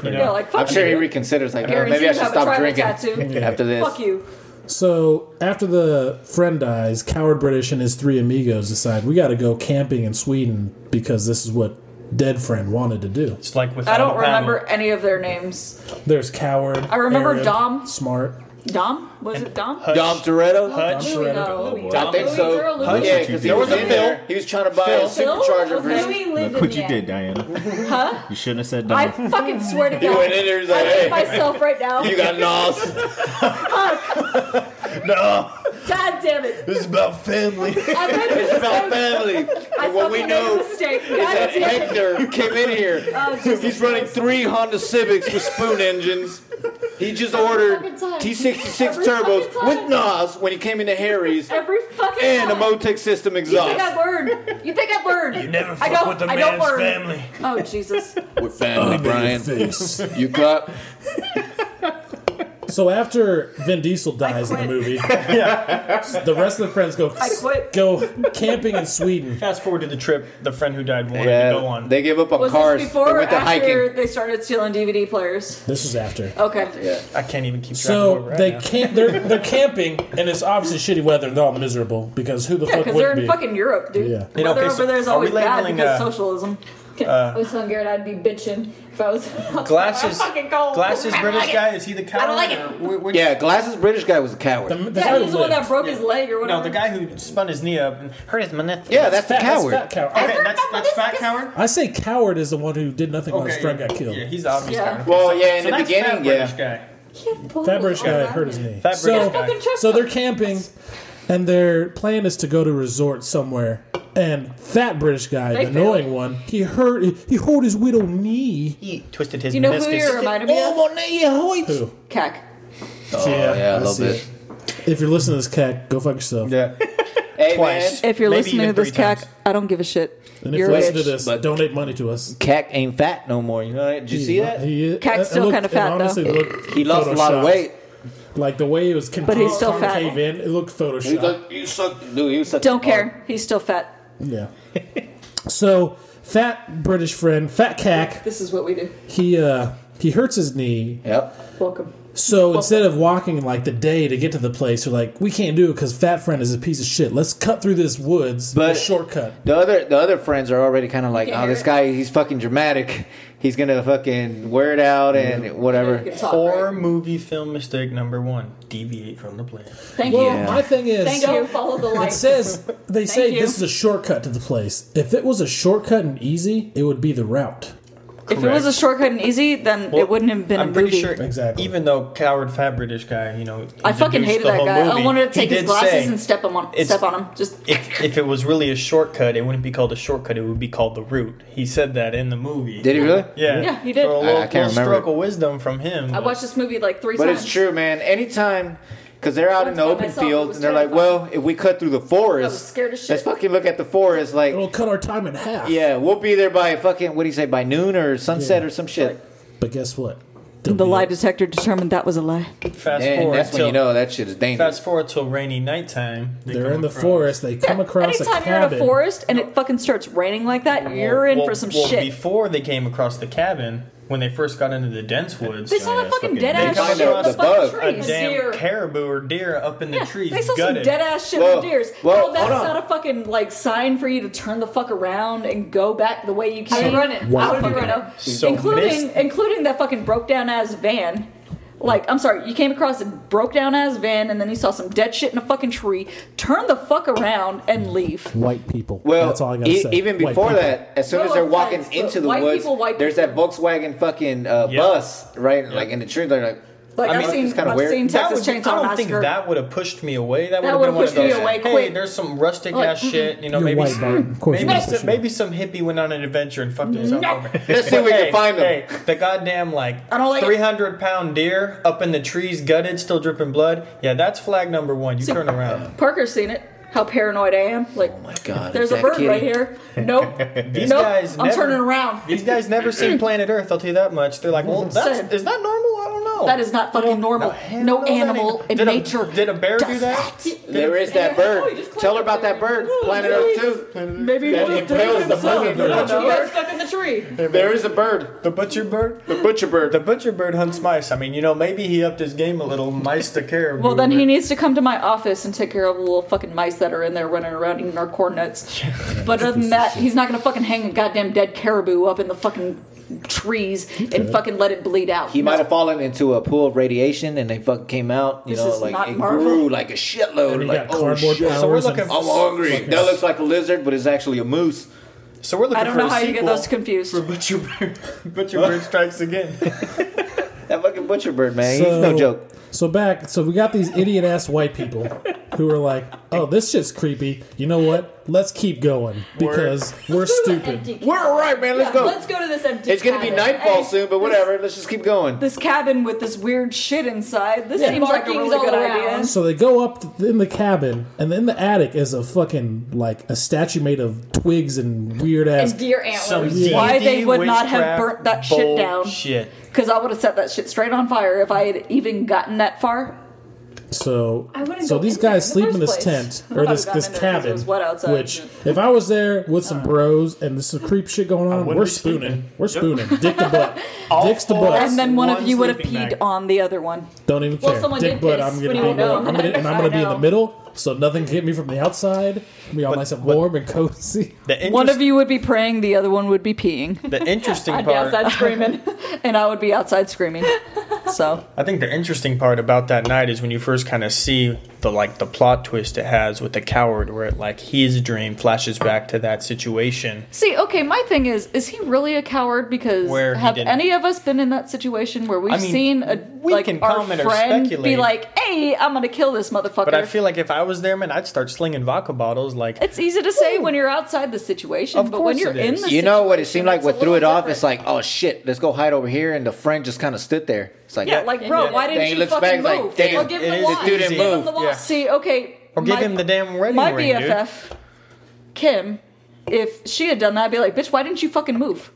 [SPEAKER 5] You know,
[SPEAKER 3] Yeah, like fuck
[SPEAKER 2] I'm sure
[SPEAKER 3] you.
[SPEAKER 2] he reconsiders. Like, oh,
[SPEAKER 3] Guarantee
[SPEAKER 2] maybe I
[SPEAKER 3] you
[SPEAKER 2] should
[SPEAKER 3] have a
[SPEAKER 2] stop
[SPEAKER 3] tribal
[SPEAKER 2] drinking
[SPEAKER 3] tattoo.
[SPEAKER 2] after this.
[SPEAKER 3] Fuck you.
[SPEAKER 1] So after the friend dies, Coward British and his three amigos decide we got to go camping in Sweden because this is what dead friend wanted to do.
[SPEAKER 5] it's like with
[SPEAKER 3] I don't
[SPEAKER 5] Alabama.
[SPEAKER 3] remember any of their names.
[SPEAKER 1] There's Coward.
[SPEAKER 3] I remember
[SPEAKER 1] Arab,
[SPEAKER 3] Dom.
[SPEAKER 1] Smart.
[SPEAKER 3] Dom? Was it Dom?
[SPEAKER 5] Hush.
[SPEAKER 2] Dom Toretto.
[SPEAKER 5] Hutch.
[SPEAKER 3] Louis,
[SPEAKER 1] Shredder.
[SPEAKER 3] no,
[SPEAKER 4] Oh,
[SPEAKER 3] Louis.
[SPEAKER 4] boy.
[SPEAKER 2] I think
[SPEAKER 3] Louis
[SPEAKER 2] so.
[SPEAKER 3] or Louis?
[SPEAKER 2] Huh? Yeah, because there was a
[SPEAKER 5] Phil?
[SPEAKER 2] Phil. He was trying to buy a
[SPEAKER 3] Phil?
[SPEAKER 2] supercharger for his.
[SPEAKER 3] Okay.
[SPEAKER 6] Louis lived
[SPEAKER 4] Look what
[SPEAKER 6] in
[SPEAKER 4] you
[SPEAKER 6] the
[SPEAKER 4] did, Diana. Huh? You shouldn't have said
[SPEAKER 3] I
[SPEAKER 4] Dom.
[SPEAKER 3] fucking swear to God.
[SPEAKER 2] He went in there. He's
[SPEAKER 3] I
[SPEAKER 2] like,
[SPEAKER 3] hate
[SPEAKER 2] hey,
[SPEAKER 3] myself right now.
[SPEAKER 2] you got lost.
[SPEAKER 4] No,
[SPEAKER 3] God damn it.
[SPEAKER 4] this is about family.
[SPEAKER 3] I made a
[SPEAKER 2] It's about
[SPEAKER 3] mistake.
[SPEAKER 2] family.
[SPEAKER 3] I
[SPEAKER 2] And what we
[SPEAKER 3] fucking made a
[SPEAKER 2] know
[SPEAKER 3] mistake. God
[SPEAKER 2] that
[SPEAKER 3] damn it.
[SPEAKER 2] Hector came in here.
[SPEAKER 3] Oh, Jesus
[SPEAKER 2] He's running
[SPEAKER 3] Christ.
[SPEAKER 2] three Honda Civics with spoon engines. He just
[SPEAKER 6] fucking
[SPEAKER 2] ordered
[SPEAKER 6] time.
[SPEAKER 2] T66
[SPEAKER 6] Every fucking
[SPEAKER 2] turbos with
[SPEAKER 6] time.
[SPEAKER 2] NOS when he came into Harry's
[SPEAKER 3] every fucking
[SPEAKER 2] and a
[SPEAKER 3] time.
[SPEAKER 2] Motec system
[SPEAKER 3] You think
[SPEAKER 2] exhaust.
[SPEAKER 3] I learned? You think I learned? You
[SPEAKER 5] Never
[SPEAKER 3] I
[SPEAKER 5] fuck
[SPEAKER 3] don't,
[SPEAKER 5] with a
[SPEAKER 3] I don't
[SPEAKER 5] man's
[SPEAKER 3] learn.
[SPEAKER 5] family.
[SPEAKER 3] Oh Jesus!
[SPEAKER 2] With family,
[SPEAKER 1] Face.
[SPEAKER 2] You got
[SPEAKER 1] so after Vin Diesel dies in the
[SPEAKER 3] quit.
[SPEAKER 1] movie, the rest of the friends go
[SPEAKER 3] I quit.
[SPEAKER 1] go camping in Sweden.
[SPEAKER 5] Fast forward to the trip the friend who died wanted to go
[SPEAKER 2] yeah,
[SPEAKER 5] on.
[SPEAKER 2] they gave up on
[SPEAKER 3] Was
[SPEAKER 2] cars.
[SPEAKER 3] this before
[SPEAKER 2] they
[SPEAKER 3] or
[SPEAKER 2] went to
[SPEAKER 3] after
[SPEAKER 2] hiking.
[SPEAKER 3] they started stealing DVD players?
[SPEAKER 1] This is after.
[SPEAKER 3] Okay.
[SPEAKER 5] I can't even keep track of
[SPEAKER 1] So
[SPEAKER 5] where we're at
[SPEAKER 1] they
[SPEAKER 5] now.
[SPEAKER 1] can't. They're they're camping and it's obviously shitty weather and they're all miserable because who the
[SPEAKER 3] Yeah,
[SPEAKER 1] fuck
[SPEAKER 3] because
[SPEAKER 1] would
[SPEAKER 3] they're in
[SPEAKER 1] be?
[SPEAKER 3] fucking Europe, dude.
[SPEAKER 1] Yeah.
[SPEAKER 5] You know,
[SPEAKER 3] Weather
[SPEAKER 5] okay, so
[SPEAKER 3] over there is
[SPEAKER 5] are we
[SPEAKER 3] always bad
[SPEAKER 5] labeling,
[SPEAKER 3] because
[SPEAKER 5] uh,
[SPEAKER 3] socialism.
[SPEAKER 6] I was hungry and I'd be bitching if I was
[SPEAKER 5] Glasses,
[SPEAKER 6] I'm fucking cold.
[SPEAKER 5] glasses,
[SPEAKER 6] I don't
[SPEAKER 5] British
[SPEAKER 6] like it.
[SPEAKER 5] guy. Is he the coward?
[SPEAKER 6] I don't like it.
[SPEAKER 5] or whi- which-
[SPEAKER 2] Yeah, Glasses British guy was a coward.
[SPEAKER 1] The- the guy
[SPEAKER 3] Yeah,
[SPEAKER 1] who
[SPEAKER 3] he's the one
[SPEAKER 1] lived.
[SPEAKER 3] that broke his leg or whatever.
[SPEAKER 5] No, the guy who spun his knee up and hurt his meniscus.
[SPEAKER 2] yeah, that's the
[SPEAKER 1] Fat- that's
[SPEAKER 2] coward.
[SPEAKER 1] fat coward.
[SPEAKER 5] okay. That's that's fat
[SPEAKER 6] Meniscus.
[SPEAKER 5] coward.
[SPEAKER 1] I say coward is the one who did nothing while his friend got killed.
[SPEAKER 5] Yeah, he's the obvious
[SPEAKER 3] Yeah.
[SPEAKER 5] coward.
[SPEAKER 2] Well, yeah, in the
[SPEAKER 5] So that's
[SPEAKER 2] beginning,
[SPEAKER 5] fat
[SPEAKER 2] yeah.
[SPEAKER 5] British guy.
[SPEAKER 6] He had balls
[SPEAKER 1] That British guy
[SPEAKER 6] all
[SPEAKER 1] hurt
[SPEAKER 6] around
[SPEAKER 1] his knee.
[SPEAKER 5] Fat
[SPEAKER 1] so,
[SPEAKER 5] British guy.
[SPEAKER 1] so they're camping, and their plan is to go to a resort somewhere. And that British guy,
[SPEAKER 3] They
[SPEAKER 1] the annoying one, he hurt. He hurt his widow knee.
[SPEAKER 5] He twisted his
[SPEAKER 3] You know
[SPEAKER 5] meniscus.
[SPEAKER 3] who you're reminded me of?
[SPEAKER 2] Oh,
[SPEAKER 1] Who?
[SPEAKER 3] Cack.
[SPEAKER 1] yeah,
[SPEAKER 2] yeah, a
[SPEAKER 1] I
[SPEAKER 2] little
[SPEAKER 1] see
[SPEAKER 2] bit.
[SPEAKER 1] it. If you're listening to this cat, go fuck yourself.
[SPEAKER 2] Yeah. Hey,
[SPEAKER 5] Twice.
[SPEAKER 2] man.
[SPEAKER 3] If you're
[SPEAKER 5] Maybe
[SPEAKER 3] listening to
[SPEAKER 5] even
[SPEAKER 3] this
[SPEAKER 5] three
[SPEAKER 3] cack,
[SPEAKER 5] times.
[SPEAKER 3] I don't give a shit.
[SPEAKER 1] And if
[SPEAKER 3] You're
[SPEAKER 1] you listen to
[SPEAKER 3] rich.
[SPEAKER 1] this,
[SPEAKER 2] But-
[SPEAKER 1] donate money to us.
[SPEAKER 2] Cack ain't fat no more. You know that? Did you see that?
[SPEAKER 1] He, is-
[SPEAKER 3] Cat's
[SPEAKER 1] it- it
[SPEAKER 3] still
[SPEAKER 1] looked-
[SPEAKER 3] kinda
[SPEAKER 1] it
[SPEAKER 3] fat, though.
[SPEAKER 1] honestly looked
[SPEAKER 2] He lost a lot of
[SPEAKER 1] photoshopped.
[SPEAKER 2] weight.
[SPEAKER 1] Like the way it was concave, but
[SPEAKER 3] he's still fat.
[SPEAKER 1] concave in, it looked photoshopped.
[SPEAKER 2] He looked- you suck, dude. You suck.
[SPEAKER 1] uh,
[SPEAKER 3] Don't care. He's still fat.
[SPEAKER 1] yeah. so, fat British friend, fat cack,
[SPEAKER 3] This is what we do.
[SPEAKER 1] he uh, he hurts his knee
[SPEAKER 2] Yep.
[SPEAKER 3] Welcome.
[SPEAKER 1] So instead of walking like the day to get to the place, they're like, we can't do it because Fat Friend is a piece of shit. Let's cut through this woods.
[SPEAKER 2] But-
[SPEAKER 1] a shortcut.
[SPEAKER 2] The other the other friends are already kind of like,
[SPEAKER 3] You
[SPEAKER 2] oh,
[SPEAKER 3] can't
[SPEAKER 2] this
[SPEAKER 3] hear it?
[SPEAKER 2] guy, he's fucking dramatic. He's gonna fucking wear it out and
[SPEAKER 3] You
[SPEAKER 2] whatever.
[SPEAKER 3] can talk.
[SPEAKER 5] Horror
[SPEAKER 3] right?
[SPEAKER 5] movie film mistake number one: deviate from the plan.
[SPEAKER 3] Thank
[SPEAKER 1] Well,
[SPEAKER 3] you.
[SPEAKER 2] Yeah.
[SPEAKER 1] my thing is,
[SPEAKER 3] Thank
[SPEAKER 6] Don't
[SPEAKER 3] you.
[SPEAKER 6] follow the
[SPEAKER 1] it
[SPEAKER 6] light.
[SPEAKER 1] says they say
[SPEAKER 3] you.
[SPEAKER 1] this is a shortcut to the place. If it was a shortcut and easy, it would be the route.
[SPEAKER 3] If it was a
[SPEAKER 5] Correct.
[SPEAKER 3] shortcut and easy, then
[SPEAKER 5] Well,
[SPEAKER 3] it wouldn't have been
[SPEAKER 5] I'm
[SPEAKER 3] a
[SPEAKER 5] pretty
[SPEAKER 3] movie.
[SPEAKER 5] sure,
[SPEAKER 1] Exactly.
[SPEAKER 5] Even though coward fat British guy, you know,
[SPEAKER 3] I fucking
[SPEAKER 5] introduced
[SPEAKER 3] hated
[SPEAKER 5] the
[SPEAKER 3] that
[SPEAKER 5] whole
[SPEAKER 3] guy. I
[SPEAKER 5] movie,
[SPEAKER 3] wanted to
[SPEAKER 5] he
[SPEAKER 3] take his
[SPEAKER 5] did
[SPEAKER 3] glasses
[SPEAKER 5] say,
[SPEAKER 3] and step him on,
[SPEAKER 5] It's-
[SPEAKER 3] step on him. Just
[SPEAKER 5] If, if it was really a shortcut, it wouldn't be called a shortcut. It would be called the route. He said that in the movie.
[SPEAKER 2] Did he really?
[SPEAKER 5] Yeah,
[SPEAKER 3] Yeah, he did.
[SPEAKER 5] So a
[SPEAKER 3] I-
[SPEAKER 5] little,
[SPEAKER 2] I can't
[SPEAKER 5] little
[SPEAKER 2] remember.
[SPEAKER 5] stroke of wisdom from him.
[SPEAKER 3] I watched this movie like three
[SPEAKER 2] But
[SPEAKER 3] times.
[SPEAKER 2] it's true, man. Anytime, because they're out in the
[SPEAKER 3] Once by
[SPEAKER 2] open
[SPEAKER 3] myself, it
[SPEAKER 2] field
[SPEAKER 3] was
[SPEAKER 2] and they're like,
[SPEAKER 3] terrifying.
[SPEAKER 2] well, if we cut through the forest,
[SPEAKER 3] scared as shit.
[SPEAKER 2] let's fucking look at the forest. Like,
[SPEAKER 1] It'll cut our time in half.
[SPEAKER 2] yeah, we'll be there by fucking what do you say by noon or sunset
[SPEAKER 1] Yeah.
[SPEAKER 2] or some shit.
[SPEAKER 1] But guess what?
[SPEAKER 3] The lie
[SPEAKER 1] is
[SPEAKER 3] detector determined that was a lie.
[SPEAKER 5] Fast
[SPEAKER 2] And
[SPEAKER 5] forward
[SPEAKER 2] that's when
[SPEAKER 5] till
[SPEAKER 2] you know that shit is dangerous.
[SPEAKER 5] fast forward till rainy nighttime. they
[SPEAKER 1] They're
[SPEAKER 5] come
[SPEAKER 1] in the
[SPEAKER 5] across-
[SPEAKER 1] forest. They come across a
[SPEAKER 3] Anytime
[SPEAKER 1] cabin.
[SPEAKER 3] you're in a forest and it fucking starts raining like that,
[SPEAKER 5] Well,
[SPEAKER 3] you're in
[SPEAKER 5] well-
[SPEAKER 3] for some
[SPEAKER 5] well,
[SPEAKER 3] shit.
[SPEAKER 5] Before they came across the cabin, when they first got into the dense woods,
[SPEAKER 3] They saw
[SPEAKER 4] Yeah,
[SPEAKER 3] that fucking
[SPEAKER 4] fucking-
[SPEAKER 3] dead
[SPEAKER 5] they
[SPEAKER 3] ass
[SPEAKER 5] found
[SPEAKER 3] shit in
[SPEAKER 2] out
[SPEAKER 3] the,
[SPEAKER 2] the
[SPEAKER 3] fucking
[SPEAKER 2] bug.
[SPEAKER 5] a
[SPEAKER 3] trees.
[SPEAKER 5] damn
[SPEAKER 3] Deer.
[SPEAKER 5] caribou or deer up in the trees.
[SPEAKER 3] they saw some
[SPEAKER 5] gutted.
[SPEAKER 3] dead ass shit
[SPEAKER 2] Whoa,
[SPEAKER 3] on deers.
[SPEAKER 2] whoa,
[SPEAKER 3] Well, that's
[SPEAKER 2] hold on.
[SPEAKER 3] not a fucking like sign for you to turn the fuck around and go back the way you
[SPEAKER 6] I
[SPEAKER 3] came.
[SPEAKER 6] would run it.
[SPEAKER 1] Wow.
[SPEAKER 6] I would be
[SPEAKER 3] Fucking-
[SPEAKER 6] run up.
[SPEAKER 5] So
[SPEAKER 3] including
[SPEAKER 5] missed-
[SPEAKER 3] including that fucking broke down ass van. Like, I'm sorry, you came across a broke down ass van and then you saw some dead shit in a fucking tree. Turn the fuck around and leave.
[SPEAKER 1] White people.
[SPEAKER 2] Well,
[SPEAKER 1] that's all I gotta
[SPEAKER 2] e-
[SPEAKER 1] say.
[SPEAKER 2] even
[SPEAKER 1] White
[SPEAKER 2] before
[SPEAKER 1] people.
[SPEAKER 2] that, as soon
[SPEAKER 3] No
[SPEAKER 2] as they're walking
[SPEAKER 3] offense, but
[SPEAKER 2] into the
[SPEAKER 3] white
[SPEAKER 2] woods,
[SPEAKER 3] people, white
[SPEAKER 2] there's that Volkswagen fucking uh,
[SPEAKER 5] Yeah.
[SPEAKER 2] bus, right? Like in the tree, they're like,
[SPEAKER 3] Like,
[SPEAKER 5] I
[SPEAKER 3] I have
[SPEAKER 5] mean,
[SPEAKER 3] seen,
[SPEAKER 2] it's kinda
[SPEAKER 3] I've
[SPEAKER 2] weird.
[SPEAKER 3] seen
[SPEAKER 5] That
[SPEAKER 3] Texas
[SPEAKER 5] would-
[SPEAKER 3] Chainsaw
[SPEAKER 5] I don't think
[SPEAKER 3] Massacre.
[SPEAKER 5] that would have pushed me away. That,
[SPEAKER 3] That
[SPEAKER 5] would have been
[SPEAKER 3] would've
[SPEAKER 5] one of
[SPEAKER 3] pushed me
[SPEAKER 5] those.
[SPEAKER 3] away
[SPEAKER 5] hey,
[SPEAKER 3] quick.
[SPEAKER 5] there's some rustic
[SPEAKER 3] Like,
[SPEAKER 5] ass shit. You know,
[SPEAKER 1] You're
[SPEAKER 5] maybe
[SPEAKER 1] white, Bart. Of course
[SPEAKER 5] maybe
[SPEAKER 1] you're
[SPEAKER 5] some,
[SPEAKER 1] pushing
[SPEAKER 5] maybe some hippie went on an adventure and fucked himself over.
[SPEAKER 2] Let's see if we
[SPEAKER 5] But
[SPEAKER 2] can
[SPEAKER 5] hey,
[SPEAKER 2] find 'em.
[SPEAKER 5] Hey, the goddamn like,
[SPEAKER 3] I don't like it.
[SPEAKER 5] 300 pound deer up in the trees, gutted, still dripping blood. Yeah, that's flag number one. You turn around.
[SPEAKER 3] Parker's seen it. how paranoid I am. Like,
[SPEAKER 2] Oh my god.
[SPEAKER 3] there's
[SPEAKER 2] is
[SPEAKER 3] a
[SPEAKER 2] that
[SPEAKER 3] bird
[SPEAKER 2] kitty?
[SPEAKER 3] right here. Nope.
[SPEAKER 5] These
[SPEAKER 3] nope.
[SPEAKER 5] guys
[SPEAKER 3] I'm
[SPEAKER 5] never-
[SPEAKER 3] turning around.
[SPEAKER 5] These guys never seen planet Earth, I'll tell you that much. They're like, well, that's,
[SPEAKER 3] Same.
[SPEAKER 5] is that normal? I Oh. don't know.
[SPEAKER 3] That is not fucking normal.
[SPEAKER 5] hell
[SPEAKER 3] No,
[SPEAKER 5] that ain't-
[SPEAKER 3] animal in
[SPEAKER 5] did a-
[SPEAKER 3] nature.
[SPEAKER 5] Did a bear do
[SPEAKER 3] does
[SPEAKER 5] that?
[SPEAKER 2] There is that
[SPEAKER 6] Oh,
[SPEAKER 2] bird.
[SPEAKER 6] you just
[SPEAKER 2] Tell her
[SPEAKER 6] clicked
[SPEAKER 2] about
[SPEAKER 6] there.
[SPEAKER 2] that bird. Planet Earth too.
[SPEAKER 3] Maybe he
[SPEAKER 2] That
[SPEAKER 3] just did
[SPEAKER 2] impales
[SPEAKER 3] it
[SPEAKER 2] the
[SPEAKER 3] himself.
[SPEAKER 2] bird.
[SPEAKER 3] You
[SPEAKER 6] She
[SPEAKER 3] know?
[SPEAKER 6] got stuck in the tree.
[SPEAKER 2] There is a bird.
[SPEAKER 5] The butcher bird?
[SPEAKER 2] The butcher bird.
[SPEAKER 5] The butcher bird hunts mice. I mean, you know, maybe he upped his game a little. Mice to caribou.
[SPEAKER 3] Well, then
[SPEAKER 5] but-
[SPEAKER 3] he needs to come to my office and take care of the little fucking mice that are in there running around eating our corn nuts. But other than that, he's not gonna fucking hang a goddamn dead caribou up in the fucking trees and fucking let it bleed out.
[SPEAKER 2] He might have fallen into a pool of radiation and they fucking came out. You
[SPEAKER 3] This
[SPEAKER 2] know,
[SPEAKER 3] is
[SPEAKER 2] like
[SPEAKER 3] not
[SPEAKER 2] it
[SPEAKER 3] Marvel.
[SPEAKER 2] grew like a shitload.
[SPEAKER 1] And he
[SPEAKER 2] like,
[SPEAKER 1] got
[SPEAKER 2] oh
[SPEAKER 1] cardboard
[SPEAKER 2] shit.
[SPEAKER 5] So we're
[SPEAKER 1] powers.
[SPEAKER 5] looking-
[SPEAKER 1] and
[SPEAKER 2] I'm hungry.
[SPEAKER 1] fucking-
[SPEAKER 2] That looks like a lizard, but it's actually a moose.
[SPEAKER 5] So we're looking
[SPEAKER 3] I don't
[SPEAKER 5] for
[SPEAKER 3] know
[SPEAKER 5] a
[SPEAKER 3] how you
[SPEAKER 5] sequel
[SPEAKER 3] get those confused.
[SPEAKER 5] for Butcher Bird. Butcher Bird strikes again.
[SPEAKER 2] That fucking butcher bird, man.
[SPEAKER 1] So-
[SPEAKER 2] He's no joke.
[SPEAKER 1] So back, so we got these idiot ass white people who are like, "Oh, this shit's creepy." You know what? Let's keep going because we're
[SPEAKER 6] Empty
[SPEAKER 1] stupid.
[SPEAKER 6] cabin.
[SPEAKER 2] We're all right, man. Let's
[SPEAKER 6] Yeah,
[SPEAKER 2] go.
[SPEAKER 6] Let's go to this empty.
[SPEAKER 2] it's gonna be
[SPEAKER 6] cabin.
[SPEAKER 2] nightfall
[SPEAKER 6] Hey,
[SPEAKER 2] soon, but whatever. Let's just keep going.
[SPEAKER 3] This cabin with this weird shit inside. This seems like a
[SPEAKER 6] Markings
[SPEAKER 3] really
[SPEAKER 6] all
[SPEAKER 3] good
[SPEAKER 6] around.
[SPEAKER 3] idea.
[SPEAKER 1] So they go up in the cabin, and in the attic is a fucking like a statue made of twigs and weird ass.
[SPEAKER 6] And deer antlers.
[SPEAKER 3] Why they would not have burnt that shit down.
[SPEAKER 5] Shit.
[SPEAKER 3] Because I would have set that shit straight on fire if I had even gotten that far.
[SPEAKER 1] So,
[SPEAKER 6] I wouldn't
[SPEAKER 1] so
[SPEAKER 6] go
[SPEAKER 1] these
[SPEAKER 6] in there
[SPEAKER 1] guys
[SPEAKER 6] in the
[SPEAKER 1] sleep in
[SPEAKER 6] first
[SPEAKER 1] this
[SPEAKER 6] place.
[SPEAKER 1] tent
[SPEAKER 3] I
[SPEAKER 1] or this
[SPEAKER 3] would've
[SPEAKER 1] this
[SPEAKER 3] gotten in there 'cause it
[SPEAKER 1] cabin.
[SPEAKER 3] was wet outside.
[SPEAKER 1] Which, if I was there with some bros and this is creep shit going on,
[SPEAKER 5] wouldn't
[SPEAKER 1] we're
[SPEAKER 5] be sleeping.
[SPEAKER 1] spooning. We're spooning. Dick to butt. Dicks to
[SPEAKER 5] four.
[SPEAKER 1] butt.
[SPEAKER 3] And then one, of
[SPEAKER 5] one
[SPEAKER 3] you would have
[SPEAKER 5] sleeping
[SPEAKER 3] peed
[SPEAKER 5] bag.
[SPEAKER 3] on the other one.
[SPEAKER 1] Don't even
[SPEAKER 6] Well,
[SPEAKER 1] care.
[SPEAKER 6] someone
[SPEAKER 1] Dick
[SPEAKER 6] did
[SPEAKER 1] butt.
[SPEAKER 6] piss.
[SPEAKER 1] I'm
[SPEAKER 6] What
[SPEAKER 1] gonna
[SPEAKER 6] do
[SPEAKER 1] be
[SPEAKER 6] you know?
[SPEAKER 1] I'm gonna, and I'm
[SPEAKER 6] I
[SPEAKER 1] gonna be in the
[SPEAKER 6] know.
[SPEAKER 1] middle, so nothing can hit me from the outside. Be all
[SPEAKER 5] But-
[SPEAKER 1] nice and
[SPEAKER 5] but-
[SPEAKER 1] warm and cozy.
[SPEAKER 5] The interest,
[SPEAKER 3] One of you would be praying, the other one would be peeing.
[SPEAKER 5] The interesting
[SPEAKER 6] I'd be
[SPEAKER 5] part.
[SPEAKER 6] outside screaming.
[SPEAKER 3] And I would be outside screaming. So,
[SPEAKER 5] I think the interesting part about that night is when you first kind of see the like the plot twist it has with the coward, where it like his dream flashes back to that situation.
[SPEAKER 3] see, okay, my thing is, is he really a coward? Because
[SPEAKER 5] Where he
[SPEAKER 3] have
[SPEAKER 5] didn't-
[SPEAKER 3] any of us been in that situation where we've
[SPEAKER 5] I mean,
[SPEAKER 3] seen a
[SPEAKER 5] we
[SPEAKER 3] like
[SPEAKER 5] can
[SPEAKER 3] our
[SPEAKER 5] comment or
[SPEAKER 3] friend be
[SPEAKER 5] speculate.
[SPEAKER 3] like, "Hey, I'm gonna kill this motherfucker."
[SPEAKER 5] But I feel like if I was there, man, I'd start slinging vodka bottles. Like
[SPEAKER 3] it's easy to say when you're outside the situation,
[SPEAKER 5] Of
[SPEAKER 3] but when
[SPEAKER 5] course
[SPEAKER 3] you're
[SPEAKER 5] it
[SPEAKER 3] in
[SPEAKER 5] is.
[SPEAKER 3] the
[SPEAKER 2] You know what it seemed
[SPEAKER 3] situation,
[SPEAKER 2] like?
[SPEAKER 3] it's
[SPEAKER 2] What
[SPEAKER 3] a
[SPEAKER 2] threw it
[SPEAKER 3] little
[SPEAKER 2] off?
[SPEAKER 3] different.
[SPEAKER 2] It's like, oh shit, let's go hide over here, and the friend just kind of stood there. It's like,
[SPEAKER 3] yeah, like bro,
[SPEAKER 5] Yeah.
[SPEAKER 3] why didn't
[SPEAKER 2] Then he
[SPEAKER 3] you
[SPEAKER 2] looks
[SPEAKER 3] fucking
[SPEAKER 2] back, like,
[SPEAKER 3] move?
[SPEAKER 2] damn,
[SPEAKER 3] or give him
[SPEAKER 5] it
[SPEAKER 3] the
[SPEAKER 5] is-
[SPEAKER 3] watch.
[SPEAKER 5] dude didn't
[SPEAKER 3] give him
[SPEAKER 2] move.
[SPEAKER 3] the watch.
[SPEAKER 5] Yeah.
[SPEAKER 3] See, okay,
[SPEAKER 5] or give
[SPEAKER 3] my-
[SPEAKER 5] him the damn wedding
[SPEAKER 3] my
[SPEAKER 5] ring, dude.
[SPEAKER 3] BFF, Kim, if she had done that, I'd be like, bitch, why didn't you fucking move?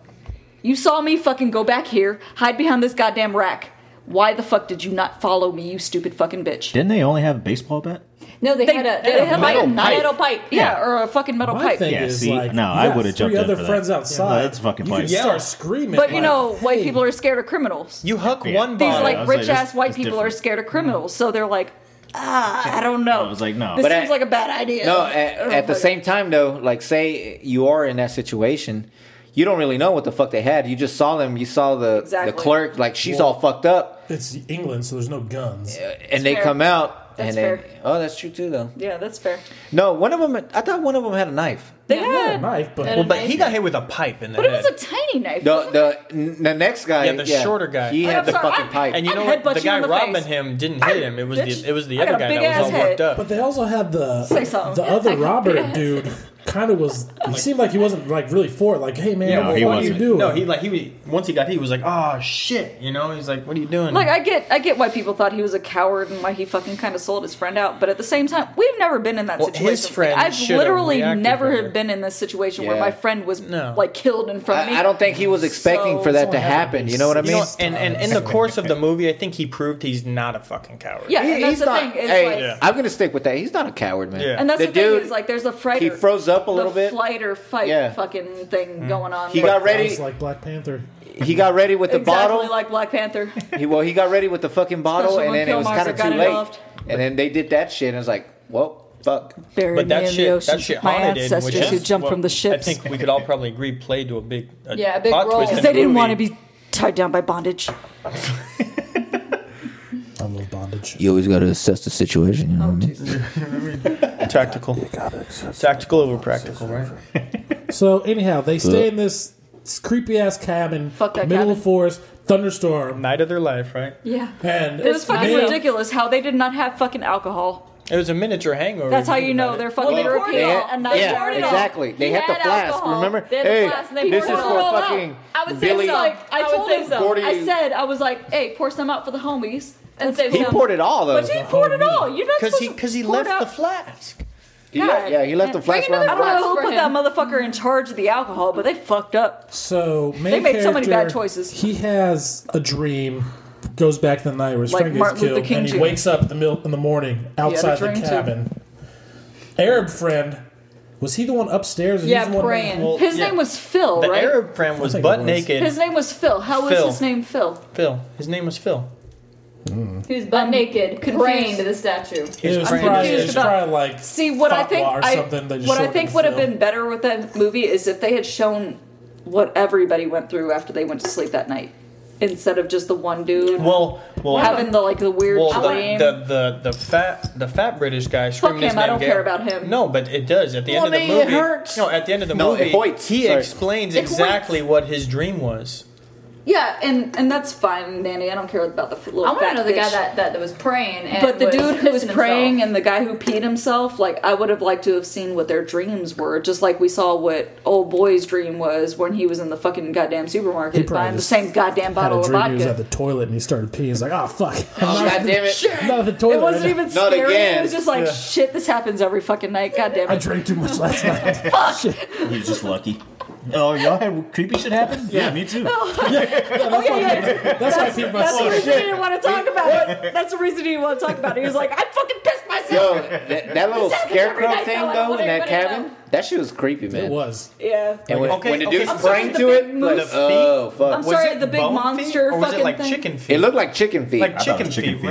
[SPEAKER 3] You saw me fucking go back here, hide behind this goddamn rack. Why the fuck did you not follow me, you stupid fucking bitch?
[SPEAKER 4] Didn't they only have a baseball bat?
[SPEAKER 6] no, they, had a, they had a
[SPEAKER 3] like
[SPEAKER 6] metal,
[SPEAKER 3] knife.
[SPEAKER 6] metal pipe.
[SPEAKER 3] Yeah, or a fucking metal
[SPEAKER 1] My
[SPEAKER 3] pipe.
[SPEAKER 1] thing
[SPEAKER 4] Yeah,
[SPEAKER 1] is
[SPEAKER 4] see?
[SPEAKER 1] like,
[SPEAKER 4] No,
[SPEAKER 1] you
[SPEAKER 4] I
[SPEAKER 1] got
[SPEAKER 4] would've jumped
[SPEAKER 1] three
[SPEAKER 4] in
[SPEAKER 1] other
[SPEAKER 4] for that.
[SPEAKER 1] friends
[SPEAKER 4] Yeah, no,
[SPEAKER 1] outside.
[SPEAKER 4] that's fucking
[SPEAKER 1] You could
[SPEAKER 4] funny.
[SPEAKER 1] start screaming,
[SPEAKER 3] But you
[SPEAKER 1] like,
[SPEAKER 3] know, white
[SPEAKER 1] hey,
[SPEAKER 3] people are scared of criminals.
[SPEAKER 5] You hook
[SPEAKER 4] Yeah.
[SPEAKER 5] one
[SPEAKER 3] These
[SPEAKER 5] bottle.
[SPEAKER 4] I
[SPEAKER 3] like
[SPEAKER 4] was like,
[SPEAKER 3] rich
[SPEAKER 4] this-
[SPEAKER 3] ass white
[SPEAKER 4] this
[SPEAKER 3] people are
[SPEAKER 4] different.
[SPEAKER 3] scared of criminals, so they're like, ah, I don't know.
[SPEAKER 4] I was like, no.
[SPEAKER 3] this
[SPEAKER 4] But
[SPEAKER 2] at-
[SPEAKER 3] seems like a bad idea. Oh,
[SPEAKER 2] No,
[SPEAKER 3] uh, I
[SPEAKER 2] at,
[SPEAKER 3] don't
[SPEAKER 2] at the
[SPEAKER 3] like-
[SPEAKER 2] same time though, like say you are in that situation, you don't really know what the fuck they had. You just saw them. You saw the
[SPEAKER 3] Exactly.
[SPEAKER 2] the clerk, like she's all fucked up,
[SPEAKER 1] It's England, so there's no guns.
[SPEAKER 2] and they
[SPEAKER 3] fair.
[SPEAKER 2] come out,
[SPEAKER 3] That's
[SPEAKER 2] and then
[SPEAKER 3] fair.
[SPEAKER 2] oh, that's true too though.
[SPEAKER 3] Yeah, that's fair.
[SPEAKER 2] No, one of them. I thought one of them had a knife.
[SPEAKER 3] They
[SPEAKER 6] Yeah.
[SPEAKER 1] Not a
[SPEAKER 3] had,
[SPEAKER 1] knife,
[SPEAKER 6] Well,
[SPEAKER 1] but
[SPEAKER 5] but he got hit with a pipe in the
[SPEAKER 3] but it
[SPEAKER 5] head.
[SPEAKER 3] was a tiny knife. wasn't it?
[SPEAKER 2] The the n- the next guy,
[SPEAKER 5] Yeah, the shorter guy.
[SPEAKER 2] he
[SPEAKER 5] Oh,
[SPEAKER 2] had
[SPEAKER 3] I'm
[SPEAKER 2] the
[SPEAKER 3] sorry,
[SPEAKER 2] fucking
[SPEAKER 3] I-
[SPEAKER 2] pipe.
[SPEAKER 5] and you
[SPEAKER 3] I'd
[SPEAKER 5] know what?
[SPEAKER 3] headbutt
[SPEAKER 5] The
[SPEAKER 3] you
[SPEAKER 5] guy
[SPEAKER 3] in the
[SPEAKER 5] robbing
[SPEAKER 3] face.
[SPEAKER 5] him didn't hit him. It was
[SPEAKER 3] bitch.
[SPEAKER 5] the it was the
[SPEAKER 3] I got
[SPEAKER 5] other
[SPEAKER 3] a
[SPEAKER 5] guy
[SPEAKER 3] big-ass
[SPEAKER 5] that was all
[SPEAKER 3] head.
[SPEAKER 5] worked up.
[SPEAKER 1] But they also had the
[SPEAKER 3] Say something.
[SPEAKER 1] the other Robert dude. Kind of was. He seemed like he wasn't like really for it. Like, hey man,
[SPEAKER 5] Yeah,
[SPEAKER 1] what,
[SPEAKER 4] he
[SPEAKER 1] what are you
[SPEAKER 4] wasn't.
[SPEAKER 1] doing?
[SPEAKER 5] No, he like he was- once he got hit, he was like, "Oh shit," you know. He's like, "What are you doing?"
[SPEAKER 3] Like I get, I get why people thought he was a coward and why he fucking kind of sold his friend out. But at the same time, we've never been in that
[SPEAKER 5] Well, his
[SPEAKER 3] situation.
[SPEAKER 5] friend
[SPEAKER 3] I've
[SPEAKER 5] should have
[SPEAKER 3] literally
[SPEAKER 5] reacted
[SPEAKER 3] never
[SPEAKER 5] better.
[SPEAKER 3] have been in this situation where
[SPEAKER 2] Yeah.
[SPEAKER 3] my friend was
[SPEAKER 5] No.
[SPEAKER 3] like killed in front of me.
[SPEAKER 2] I, I don't think he was expecting
[SPEAKER 3] So-
[SPEAKER 2] for that
[SPEAKER 1] Someone
[SPEAKER 2] to
[SPEAKER 1] has to
[SPEAKER 2] happen.
[SPEAKER 1] be
[SPEAKER 2] You know what I
[SPEAKER 5] you
[SPEAKER 2] mean?
[SPEAKER 5] know, and and in the course of the movie, I think he proved he's not a fucking coward.
[SPEAKER 3] Yeah, and
[SPEAKER 2] He-
[SPEAKER 3] that's
[SPEAKER 2] he's
[SPEAKER 3] the
[SPEAKER 2] not.
[SPEAKER 3] thing. Is
[SPEAKER 2] hey,
[SPEAKER 3] like,
[SPEAKER 5] Yeah.
[SPEAKER 2] I'm gonna stick with that. He's not a coward, man.
[SPEAKER 5] Yeah.
[SPEAKER 3] and that's
[SPEAKER 2] The
[SPEAKER 3] the, thing
[SPEAKER 2] dude,
[SPEAKER 3] is like, there's a fright.
[SPEAKER 2] He
[SPEAKER 3] or-
[SPEAKER 2] froze up a little
[SPEAKER 3] the
[SPEAKER 2] bit.
[SPEAKER 3] flight or fight
[SPEAKER 2] Yeah.
[SPEAKER 3] fucking
[SPEAKER 5] Mm.
[SPEAKER 3] thing going on.
[SPEAKER 2] He
[SPEAKER 3] there.
[SPEAKER 2] got ready.
[SPEAKER 1] Sounds like Black Panther.
[SPEAKER 2] He got ready with the
[SPEAKER 3] exactly
[SPEAKER 2] bottle.
[SPEAKER 3] like Black Panther.
[SPEAKER 2] He well, he got ready with the fucking bottle,
[SPEAKER 3] Especially
[SPEAKER 2] and
[SPEAKER 3] when
[SPEAKER 2] then it was
[SPEAKER 3] Killmonger
[SPEAKER 2] kind of
[SPEAKER 3] got
[SPEAKER 2] too late.
[SPEAKER 3] involved.
[SPEAKER 2] And then they did that shit, and it's like, well, fuck.
[SPEAKER 3] Buried
[SPEAKER 5] But that
[SPEAKER 3] me in
[SPEAKER 5] shit-
[SPEAKER 3] the
[SPEAKER 5] that
[SPEAKER 3] ocean.
[SPEAKER 5] shit
[SPEAKER 3] my
[SPEAKER 5] haunted him,
[SPEAKER 3] ancestors
[SPEAKER 5] which
[SPEAKER 3] who
[SPEAKER 5] is-
[SPEAKER 3] jumped
[SPEAKER 5] well,
[SPEAKER 3] from the
[SPEAKER 5] I
[SPEAKER 3] ships
[SPEAKER 5] think we could all probably agree played to a big a
[SPEAKER 6] Yeah, a big
[SPEAKER 5] plot
[SPEAKER 6] role.
[SPEAKER 5] twist in
[SPEAKER 6] Because
[SPEAKER 3] they
[SPEAKER 5] the
[SPEAKER 3] didn't want to
[SPEAKER 5] movie.
[SPEAKER 3] be tied down by bondage.
[SPEAKER 1] I love bondage.
[SPEAKER 2] You always got to assess the situation. You know what I mean?
[SPEAKER 5] tactical. Tactical over practical, right?
[SPEAKER 1] So anyhow, they stay in this creepy ass cabin,
[SPEAKER 3] Fuck that
[SPEAKER 1] middle
[SPEAKER 3] cabin.
[SPEAKER 1] of forest, thunderstorm,
[SPEAKER 5] Night of their life, right?
[SPEAKER 6] Yeah.
[SPEAKER 1] and
[SPEAKER 3] It was fucking
[SPEAKER 1] man,
[SPEAKER 3] ridiculous how they did not have fucking alcohol.
[SPEAKER 5] It was a miniature hangover.
[SPEAKER 3] That's how
[SPEAKER 5] Think
[SPEAKER 3] you
[SPEAKER 5] about
[SPEAKER 3] know
[SPEAKER 5] it.
[SPEAKER 3] they're fucking
[SPEAKER 6] Well,
[SPEAKER 3] European
[SPEAKER 6] they had-
[SPEAKER 3] and
[SPEAKER 2] Yeah,
[SPEAKER 3] not
[SPEAKER 6] They
[SPEAKER 2] yeah,
[SPEAKER 6] poured it all.
[SPEAKER 2] exactly. They
[SPEAKER 6] He
[SPEAKER 2] had the
[SPEAKER 6] had
[SPEAKER 2] flask.
[SPEAKER 6] alcohol.
[SPEAKER 2] Remember?
[SPEAKER 6] They had the
[SPEAKER 2] hey,
[SPEAKER 6] flask, and they
[SPEAKER 2] this is
[SPEAKER 6] poured it
[SPEAKER 2] for
[SPEAKER 6] all out.
[SPEAKER 2] fucking
[SPEAKER 6] I would say
[SPEAKER 2] Billy.
[SPEAKER 6] so.
[SPEAKER 3] Like I,
[SPEAKER 6] I would
[SPEAKER 3] told
[SPEAKER 6] say
[SPEAKER 3] him,
[SPEAKER 6] so.
[SPEAKER 3] so.
[SPEAKER 2] Forty-
[SPEAKER 3] I said I was like, "Hey, pour some out for the homies." And
[SPEAKER 6] save
[SPEAKER 2] He
[SPEAKER 6] some.
[SPEAKER 2] poured it all though.
[SPEAKER 3] But he poured it all. You're not
[SPEAKER 5] Cause
[SPEAKER 3] supposed
[SPEAKER 5] he
[SPEAKER 3] to
[SPEAKER 5] because he
[SPEAKER 3] pour it
[SPEAKER 5] left the
[SPEAKER 3] out.
[SPEAKER 5] flask.
[SPEAKER 2] He left, yeah, he left the
[SPEAKER 6] Bring
[SPEAKER 2] flashlight.
[SPEAKER 6] another
[SPEAKER 3] I don't know who
[SPEAKER 6] For
[SPEAKER 3] put that
[SPEAKER 6] him.
[SPEAKER 3] motherfucker in charge of the alcohol, but they fucked up.
[SPEAKER 1] So main
[SPEAKER 3] They made so many
[SPEAKER 1] character,
[SPEAKER 3] bad choices.
[SPEAKER 1] He has a dream, goes back to the night where his
[SPEAKER 3] Like
[SPEAKER 1] friend gets
[SPEAKER 3] Martin Luther
[SPEAKER 1] killed,
[SPEAKER 3] King
[SPEAKER 1] and he
[SPEAKER 3] Jr.
[SPEAKER 1] wakes up in the middle in the morning outside the
[SPEAKER 3] dream, too.
[SPEAKER 1] cabin. Arab friend, was he the one upstairs? or
[SPEAKER 6] Yeah,
[SPEAKER 1] he's the one
[SPEAKER 6] praying.
[SPEAKER 1] Well,
[SPEAKER 3] His
[SPEAKER 5] yeah.
[SPEAKER 3] name was Phil,
[SPEAKER 5] The
[SPEAKER 3] right?
[SPEAKER 5] Arab friend was
[SPEAKER 1] think it
[SPEAKER 5] butt
[SPEAKER 1] was.
[SPEAKER 5] naked.
[SPEAKER 3] His name was Phil. How is
[SPEAKER 5] Phil.
[SPEAKER 3] his name Phil?
[SPEAKER 5] Phil. His name was Phil.
[SPEAKER 6] Who's butt naked, praying to the
[SPEAKER 1] it
[SPEAKER 6] statue.
[SPEAKER 1] was
[SPEAKER 5] I'm
[SPEAKER 1] probably,
[SPEAKER 3] confused
[SPEAKER 1] it was
[SPEAKER 3] about-
[SPEAKER 1] probably like
[SPEAKER 3] See what I
[SPEAKER 1] fatwa
[SPEAKER 3] think.
[SPEAKER 1] or
[SPEAKER 3] I,
[SPEAKER 1] something. They just
[SPEAKER 3] what I
[SPEAKER 1] shortened
[SPEAKER 3] think
[SPEAKER 1] to
[SPEAKER 3] would have
[SPEAKER 1] Phil.
[SPEAKER 3] been better with that movie is if they had shown what everybody went through after they went to sleep that night, instead of just the one dude
[SPEAKER 5] Well, well,
[SPEAKER 3] having the like the weird
[SPEAKER 5] well,
[SPEAKER 3] dream.
[SPEAKER 5] the, the, the the fat the fat British guy screaming his
[SPEAKER 3] him, I
[SPEAKER 5] name.
[SPEAKER 3] don't
[SPEAKER 5] Gary.
[SPEAKER 3] care about him.
[SPEAKER 5] No, but it does at the
[SPEAKER 2] Well,
[SPEAKER 5] end of
[SPEAKER 2] I
[SPEAKER 5] the
[SPEAKER 2] mean, it
[SPEAKER 5] movie.
[SPEAKER 2] hurts.
[SPEAKER 5] No, at the end of the
[SPEAKER 2] No, it
[SPEAKER 5] movie,
[SPEAKER 2] hoits.
[SPEAKER 5] he
[SPEAKER 2] Sorry.
[SPEAKER 5] explains
[SPEAKER 3] It
[SPEAKER 5] exactly what his dream was.
[SPEAKER 3] yeah, and and that's fine, Nanny. I don't care about the f- little.
[SPEAKER 6] I want to
[SPEAKER 3] fat
[SPEAKER 6] know the guy
[SPEAKER 3] bitch.
[SPEAKER 6] that, that, that was praying. And
[SPEAKER 3] But the
[SPEAKER 6] was
[SPEAKER 3] dude who was
[SPEAKER 6] pissing
[SPEAKER 3] praying
[SPEAKER 6] himself.
[SPEAKER 3] and the guy who peed himself, like I would have liked to have seen what their dreams were, just like we saw what old boy's dream was when he was in the fucking goddamn
[SPEAKER 1] He
[SPEAKER 3] supermarket
[SPEAKER 1] probably
[SPEAKER 3] buying the
[SPEAKER 1] just
[SPEAKER 3] same goddamn
[SPEAKER 1] Had
[SPEAKER 3] bottle
[SPEAKER 1] a
[SPEAKER 3] of
[SPEAKER 1] dream he was at
[SPEAKER 3] vodka.
[SPEAKER 1] the toilet and he started peeing. He's like, oh fuck,
[SPEAKER 2] Oh, God damn it.
[SPEAKER 1] I'm not at the toilet.
[SPEAKER 3] It wasn't even
[SPEAKER 2] Not
[SPEAKER 3] scary.
[SPEAKER 2] again.
[SPEAKER 3] It was just like
[SPEAKER 1] Yeah.
[SPEAKER 3] shit. This happens every fucking night. Goddamn
[SPEAKER 1] I
[SPEAKER 3] it.
[SPEAKER 1] drank too much last night.
[SPEAKER 4] He was just lucky. Oh, y'all had creepy shit happen? Yeah, me too.
[SPEAKER 3] Oh yeah, yeah.
[SPEAKER 1] That's why I peed
[SPEAKER 3] That's the
[SPEAKER 1] myself.
[SPEAKER 3] reason he didn't want to talk about it. That's the reason he didn't want to talk about it. He was like, I fucking pissed myself.
[SPEAKER 2] Yo, that, that little
[SPEAKER 3] This happens every
[SPEAKER 2] scarecrow
[SPEAKER 3] night,
[SPEAKER 2] thing
[SPEAKER 3] though. I
[SPEAKER 2] though
[SPEAKER 3] want
[SPEAKER 2] in that
[SPEAKER 3] everybody to
[SPEAKER 2] cabin,
[SPEAKER 3] know.
[SPEAKER 2] that shit was creepy, man.
[SPEAKER 1] It was.
[SPEAKER 3] Yeah.
[SPEAKER 2] And when,
[SPEAKER 5] Okay,
[SPEAKER 2] when the
[SPEAKER 5] okay.
[SPEAKER 2] dude
[SPEAKER 3] sorry,
[SPEAKER 5] I'm
[SPEAKER 2] sprang
[SPEAKER 3] the
[SPEAKER 2] to
[SPEAKER 3] big
[SPEAKER 2] it,
[SPEAKER 3] moose-
[SPEAKER 2] like,
[SPEAKER 5] The feet?
[SPEAKER 2] oh fuck,
[SPEAKER 3] I'm
[SPEAKER 5] Was
[SPEAKER 3] sorry,
[SPEAKER 5] it
[SPEAKER 3] the big
[SPEAKER 5] bone feet,
[SPEAKER 3] monster
[SPEAKER 5] or was it
[SPEAKER 3] fucking
[SPEAKER 5] like
[SPEAKER 3] thing?
[SPEAKER 5] chicken feet?
[SPEAKER 2] it looked like chicken feet.
[SPEAKER 5] like
[SPEAKER 4] I thought
[SPEAKER 5] chicken,
[SPEAKER 4] it was chicken
[SPEAKER 5] feet,
[SPEAKER 4] feet.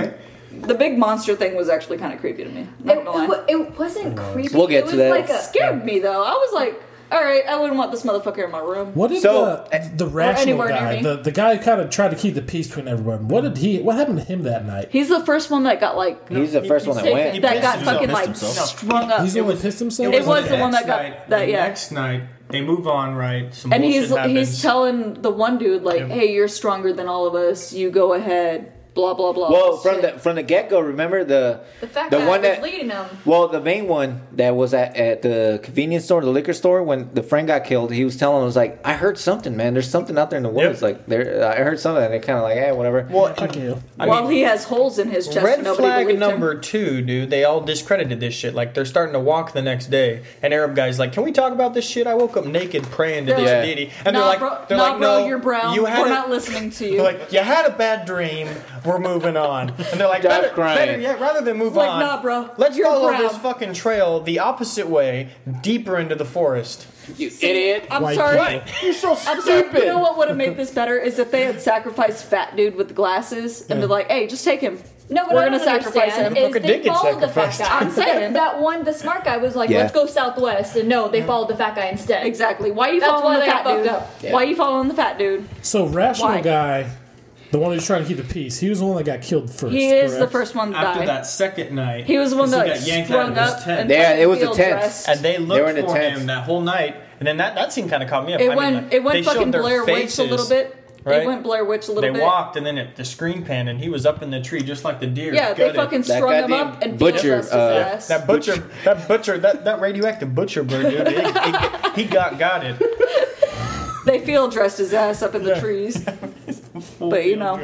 [SPEAKER 5] right?
[SPEAKER 3] The big monster thing was actually kind of creepy to me. Not
[SPEAKER 6] It,
[SPEAKER 3] gonna lie.
[SPEAKER 6] it, wa- it wasn't creepy.
[SPEAKER 2] We'll get
[SPEAKER 6] it
[SPEAKER 2] to
[SPEAKER 6] was
[SPEAKER 2] that.
[SPEAKER 6] Like a,
[SPEAKER 3] scared me though. I was like, all right, I wouldn't want this motherfucker in my room.
[SPEAKER 1] What did
[SPEAKER 2] So,
[SPEAKER 5] eh,
[SPEAKER 1] the, the rational
[SPEAKER 3] anywhere near
[SPEAKER 1] guy,
[SPEAKER 3] me.
[SPEAKER 1] the, the guy who kind of tried to keep the peace between everyone, what did he? What happened to him that night?
[SPEAKER 3] He's the first one that got like
[SPEAKER 2] He's the first one that went.
[SPEAKER 5] he
[SPEAKER 3] that
[SPEAKER 5] pissed
[SPEAKER 3] got
[SPEAKER 5] himself.
[SPEAKER 3] fucking
[SPEAKER 4] Pissed
[SPEAKER 3] like
[SPEAKER 4] himself.
[SPEAKER 3] strung up.
[SPEAKER 1] He's the one that pissed himself.
[SPEAKER 3] it was the
[SPEAKER 5] next
[SPEAKER 3] one that got-
[SPEAKER 5] night,
[SPEAKER 3] that-
[SPEAKER 5] the
[SPEAKER 3] yeah.
[SPEAKER 5] Next night they move on, right? Some
[SPEAKER 3] and
[SPEAKER 5] bullshit
[SPEAKER 3] he's
[SPEAKER 5] happens.
[SPEAKER 3] he's telling the one dude like,
[SPEAKER 5] Yeah.
[SPEAKER 3] hey, you're stronger than all of us. You go ahead. Blah blah blah.
[SPEAKER 2] Well,
[SPEAKER 3] Shit.
[SPEAKER 2] from the from the get go, remember the
[SPEAKER 6] The fact that
[SPEAKER 2] one
[SPEAKER 6] I was
[SPEAKER 2] that
[SPEAKER 6] leading him.
[SPEAKER 2] well, the main one that was at, at the convenience store, the liquor store, when the friend got killed, he was telling us like, "I heard something, man. There's something out there in the woods. Like, there, I heard something." And they're kind of like, "Hey, whatever."
[SPEAKER 5] well,
[SPEAKER 1] Fuck you.
[SPEAKER 5] I
[SPEAKER 3] While
[SPEAKER 5] mean,
[SPEAKER 3] he has holes in his chest,
[SPEAKER 5] Red
[SPEAKER 3] nobody
[SPEAKER 5] flag
[SPEAKER 3] believed
[SPEAKER 5] number
[SPEAKER 3] him.
[SPEAKER 5] two, dude. They all discredited this shit. Like they're starting to walk the next day, and Arab guy's like, "Can we talk about this shit? I woke up naked praying to
[SPEAKER 3] They're
[SPEAKER 5] this
[SPEAKER 2] like,
[SPEAKER 5] deity." And
[SPEAKER 3] nah,
[SPEAKER 5] they're like,
[SPEAKER 3] bro,
[SPEAKER 5] "They're
[SPEAKER 3] nah,
[SPEAKER 5] like,
[SPEAKER 3] bro,
[SPEAKER 5] no,
[SPEAKER 3] you're brown.
[SPEAKER 5] You had
[SPEAKER 3] We're
[SPEAKER 5] a,
[SPEAKER 3] not listening to you.
[SPEAKER 5] They're like, you had a bad dream. We're moving on. And they're like,
[SPEAKER 2] Stop
[SPEAKER 5] better,
[SPEAKER 2] crying.
[SPEAKER 5] better yet, rather than move
[SPEAKER 3] Like,
[SPEAKER 5] on,
[SPEAKER 3] nah, bro,
[SPEAKER 5] Let's
[SPEAKER 3] you're
[SPEAKER 5] follow
[SPEAKER 3] brown."
[SPEAKER 5] this fucking trail the opposite way, deeper into the forest.
[SPEAKER 2] You
[SPEAKER 3] I'm
[SPEAKER 1] White
[SPEAKER 3] sorry.
[SPEAKER 1] people.
[SPEAKER 2] You're so
[SPEAKER 3] I'm sorry.
[SPEAKER 2] stupid.
[SPEAKER 3] You know what would have made this better is if they had sacrificed fat dude with the glasses and been like, "Hey, just take him.
[SPEAKER 6] No, but
[SPEAKER 3] We're
[SPEAKER 6] I
[SPEAKER 3] gonna
[SPEAKER 6] don't
[SPEAKER 3] sacrifice him.
[SPEAKER 6] understand Is
[SPEAKER 5] Fucking
[SPEAKER 6] they
[SPEAKER 5] dick gets
[SPEAKER 6] followed the fat
[SPEAKER 5] sacrificed.
[SPEAKER 6] guy.
[SPEAKER 3] I'm saying.
[SPEAKER 6] that, that one, the smart guy, was like,
[SPEAKER 2] Yeah.
[SPEAKER 6] "Let's go southwest," and no, they followed the fat guy instead.
[SPEAKER 3] Exactly. Why you
[SPEAKER 6] That's
[SPEAKER 3] following
[SPEAKER 6] why
[SPEAKER 3] the
[SPEAKER 6] they
[SPEAKER 3] fat
[SPEAKER 6] got
[SPEAKER 3] dude?
[SPEAKER 6] fucked up.
[SPEAKER 2] Yeah.
[SPEAKER 3] Why you following the fat dude?
[SPEAKER 1] So rational
[SPEAKER 3] Why?
[SPEAKER 1] guy, the one who's trying to keep the peace, he was the one that got killed first.
[SPEAKER 3] He is the
[SPEAKER 1] correct?
[SPEAKER 3] first one to die.
[SPEAKER 5] second night,
[SPEAKER 3] He was the one that like, sprung up. And
[SPEAKER 2] Yeah,
[SPEAKER 3] fucking
[SPEAKER 2] it was the
[SPEAKER 3] field
[SPEAKER 2] tents.
[SPEAKER 3] dressed.
[SPEAKER 5] And they
[SPEAKER 2] were in
[SPEAKER 5] looked
[SPEAKER 2] the
[SPEAKER 5] for
[SPEAKER 2] tents.
[SPEAKER 5] him that whole night, and then that, that scene kind of caught me up. I
[SPEAKER 3] it
[SPEAKER 5] mean,
[SPEAKER 3] went.
[SPEAKER 5] like,
[SPEAKER 3] it went
[SPEAKER 5] they showed
[SPEAKER 3] fucking
[SPEAKER 5] their
[SPEAKER 3] Blair Witch a little
[SPEAKER 5] faces,
[SPEAKER 3] bit.
[SPEAKER 5] right?
[SPEAKER 3] It went Blair Witch a little
[SPEAKER 5] They
[SPEAKER 3] bit.
[SPEAKER 5] walked, and then it, the screen pan, and he was up in the tree just like the deer.
[SPEAKER 3] Yeah, they
[SPEAKER 5] gutted.
[SPEAKER 3] fucking
[SPEAKER 2] That
[SPEAKER 3] strung him
[SPEAKER 2] goddamn
[SPEAKER 3] up and
[SPEAKER 2] butcher,
[SPEAKER 3] butcher, his
[SPEAKER 2] uh,
[SPEAKER 3] ass.
[SPEAKER 5] That butcher, that butcher, that, that radioactive butcher bird, dude, he, he, he got got it.
[SPEAKER 3] they field dressed his ass up in the trees. but you know,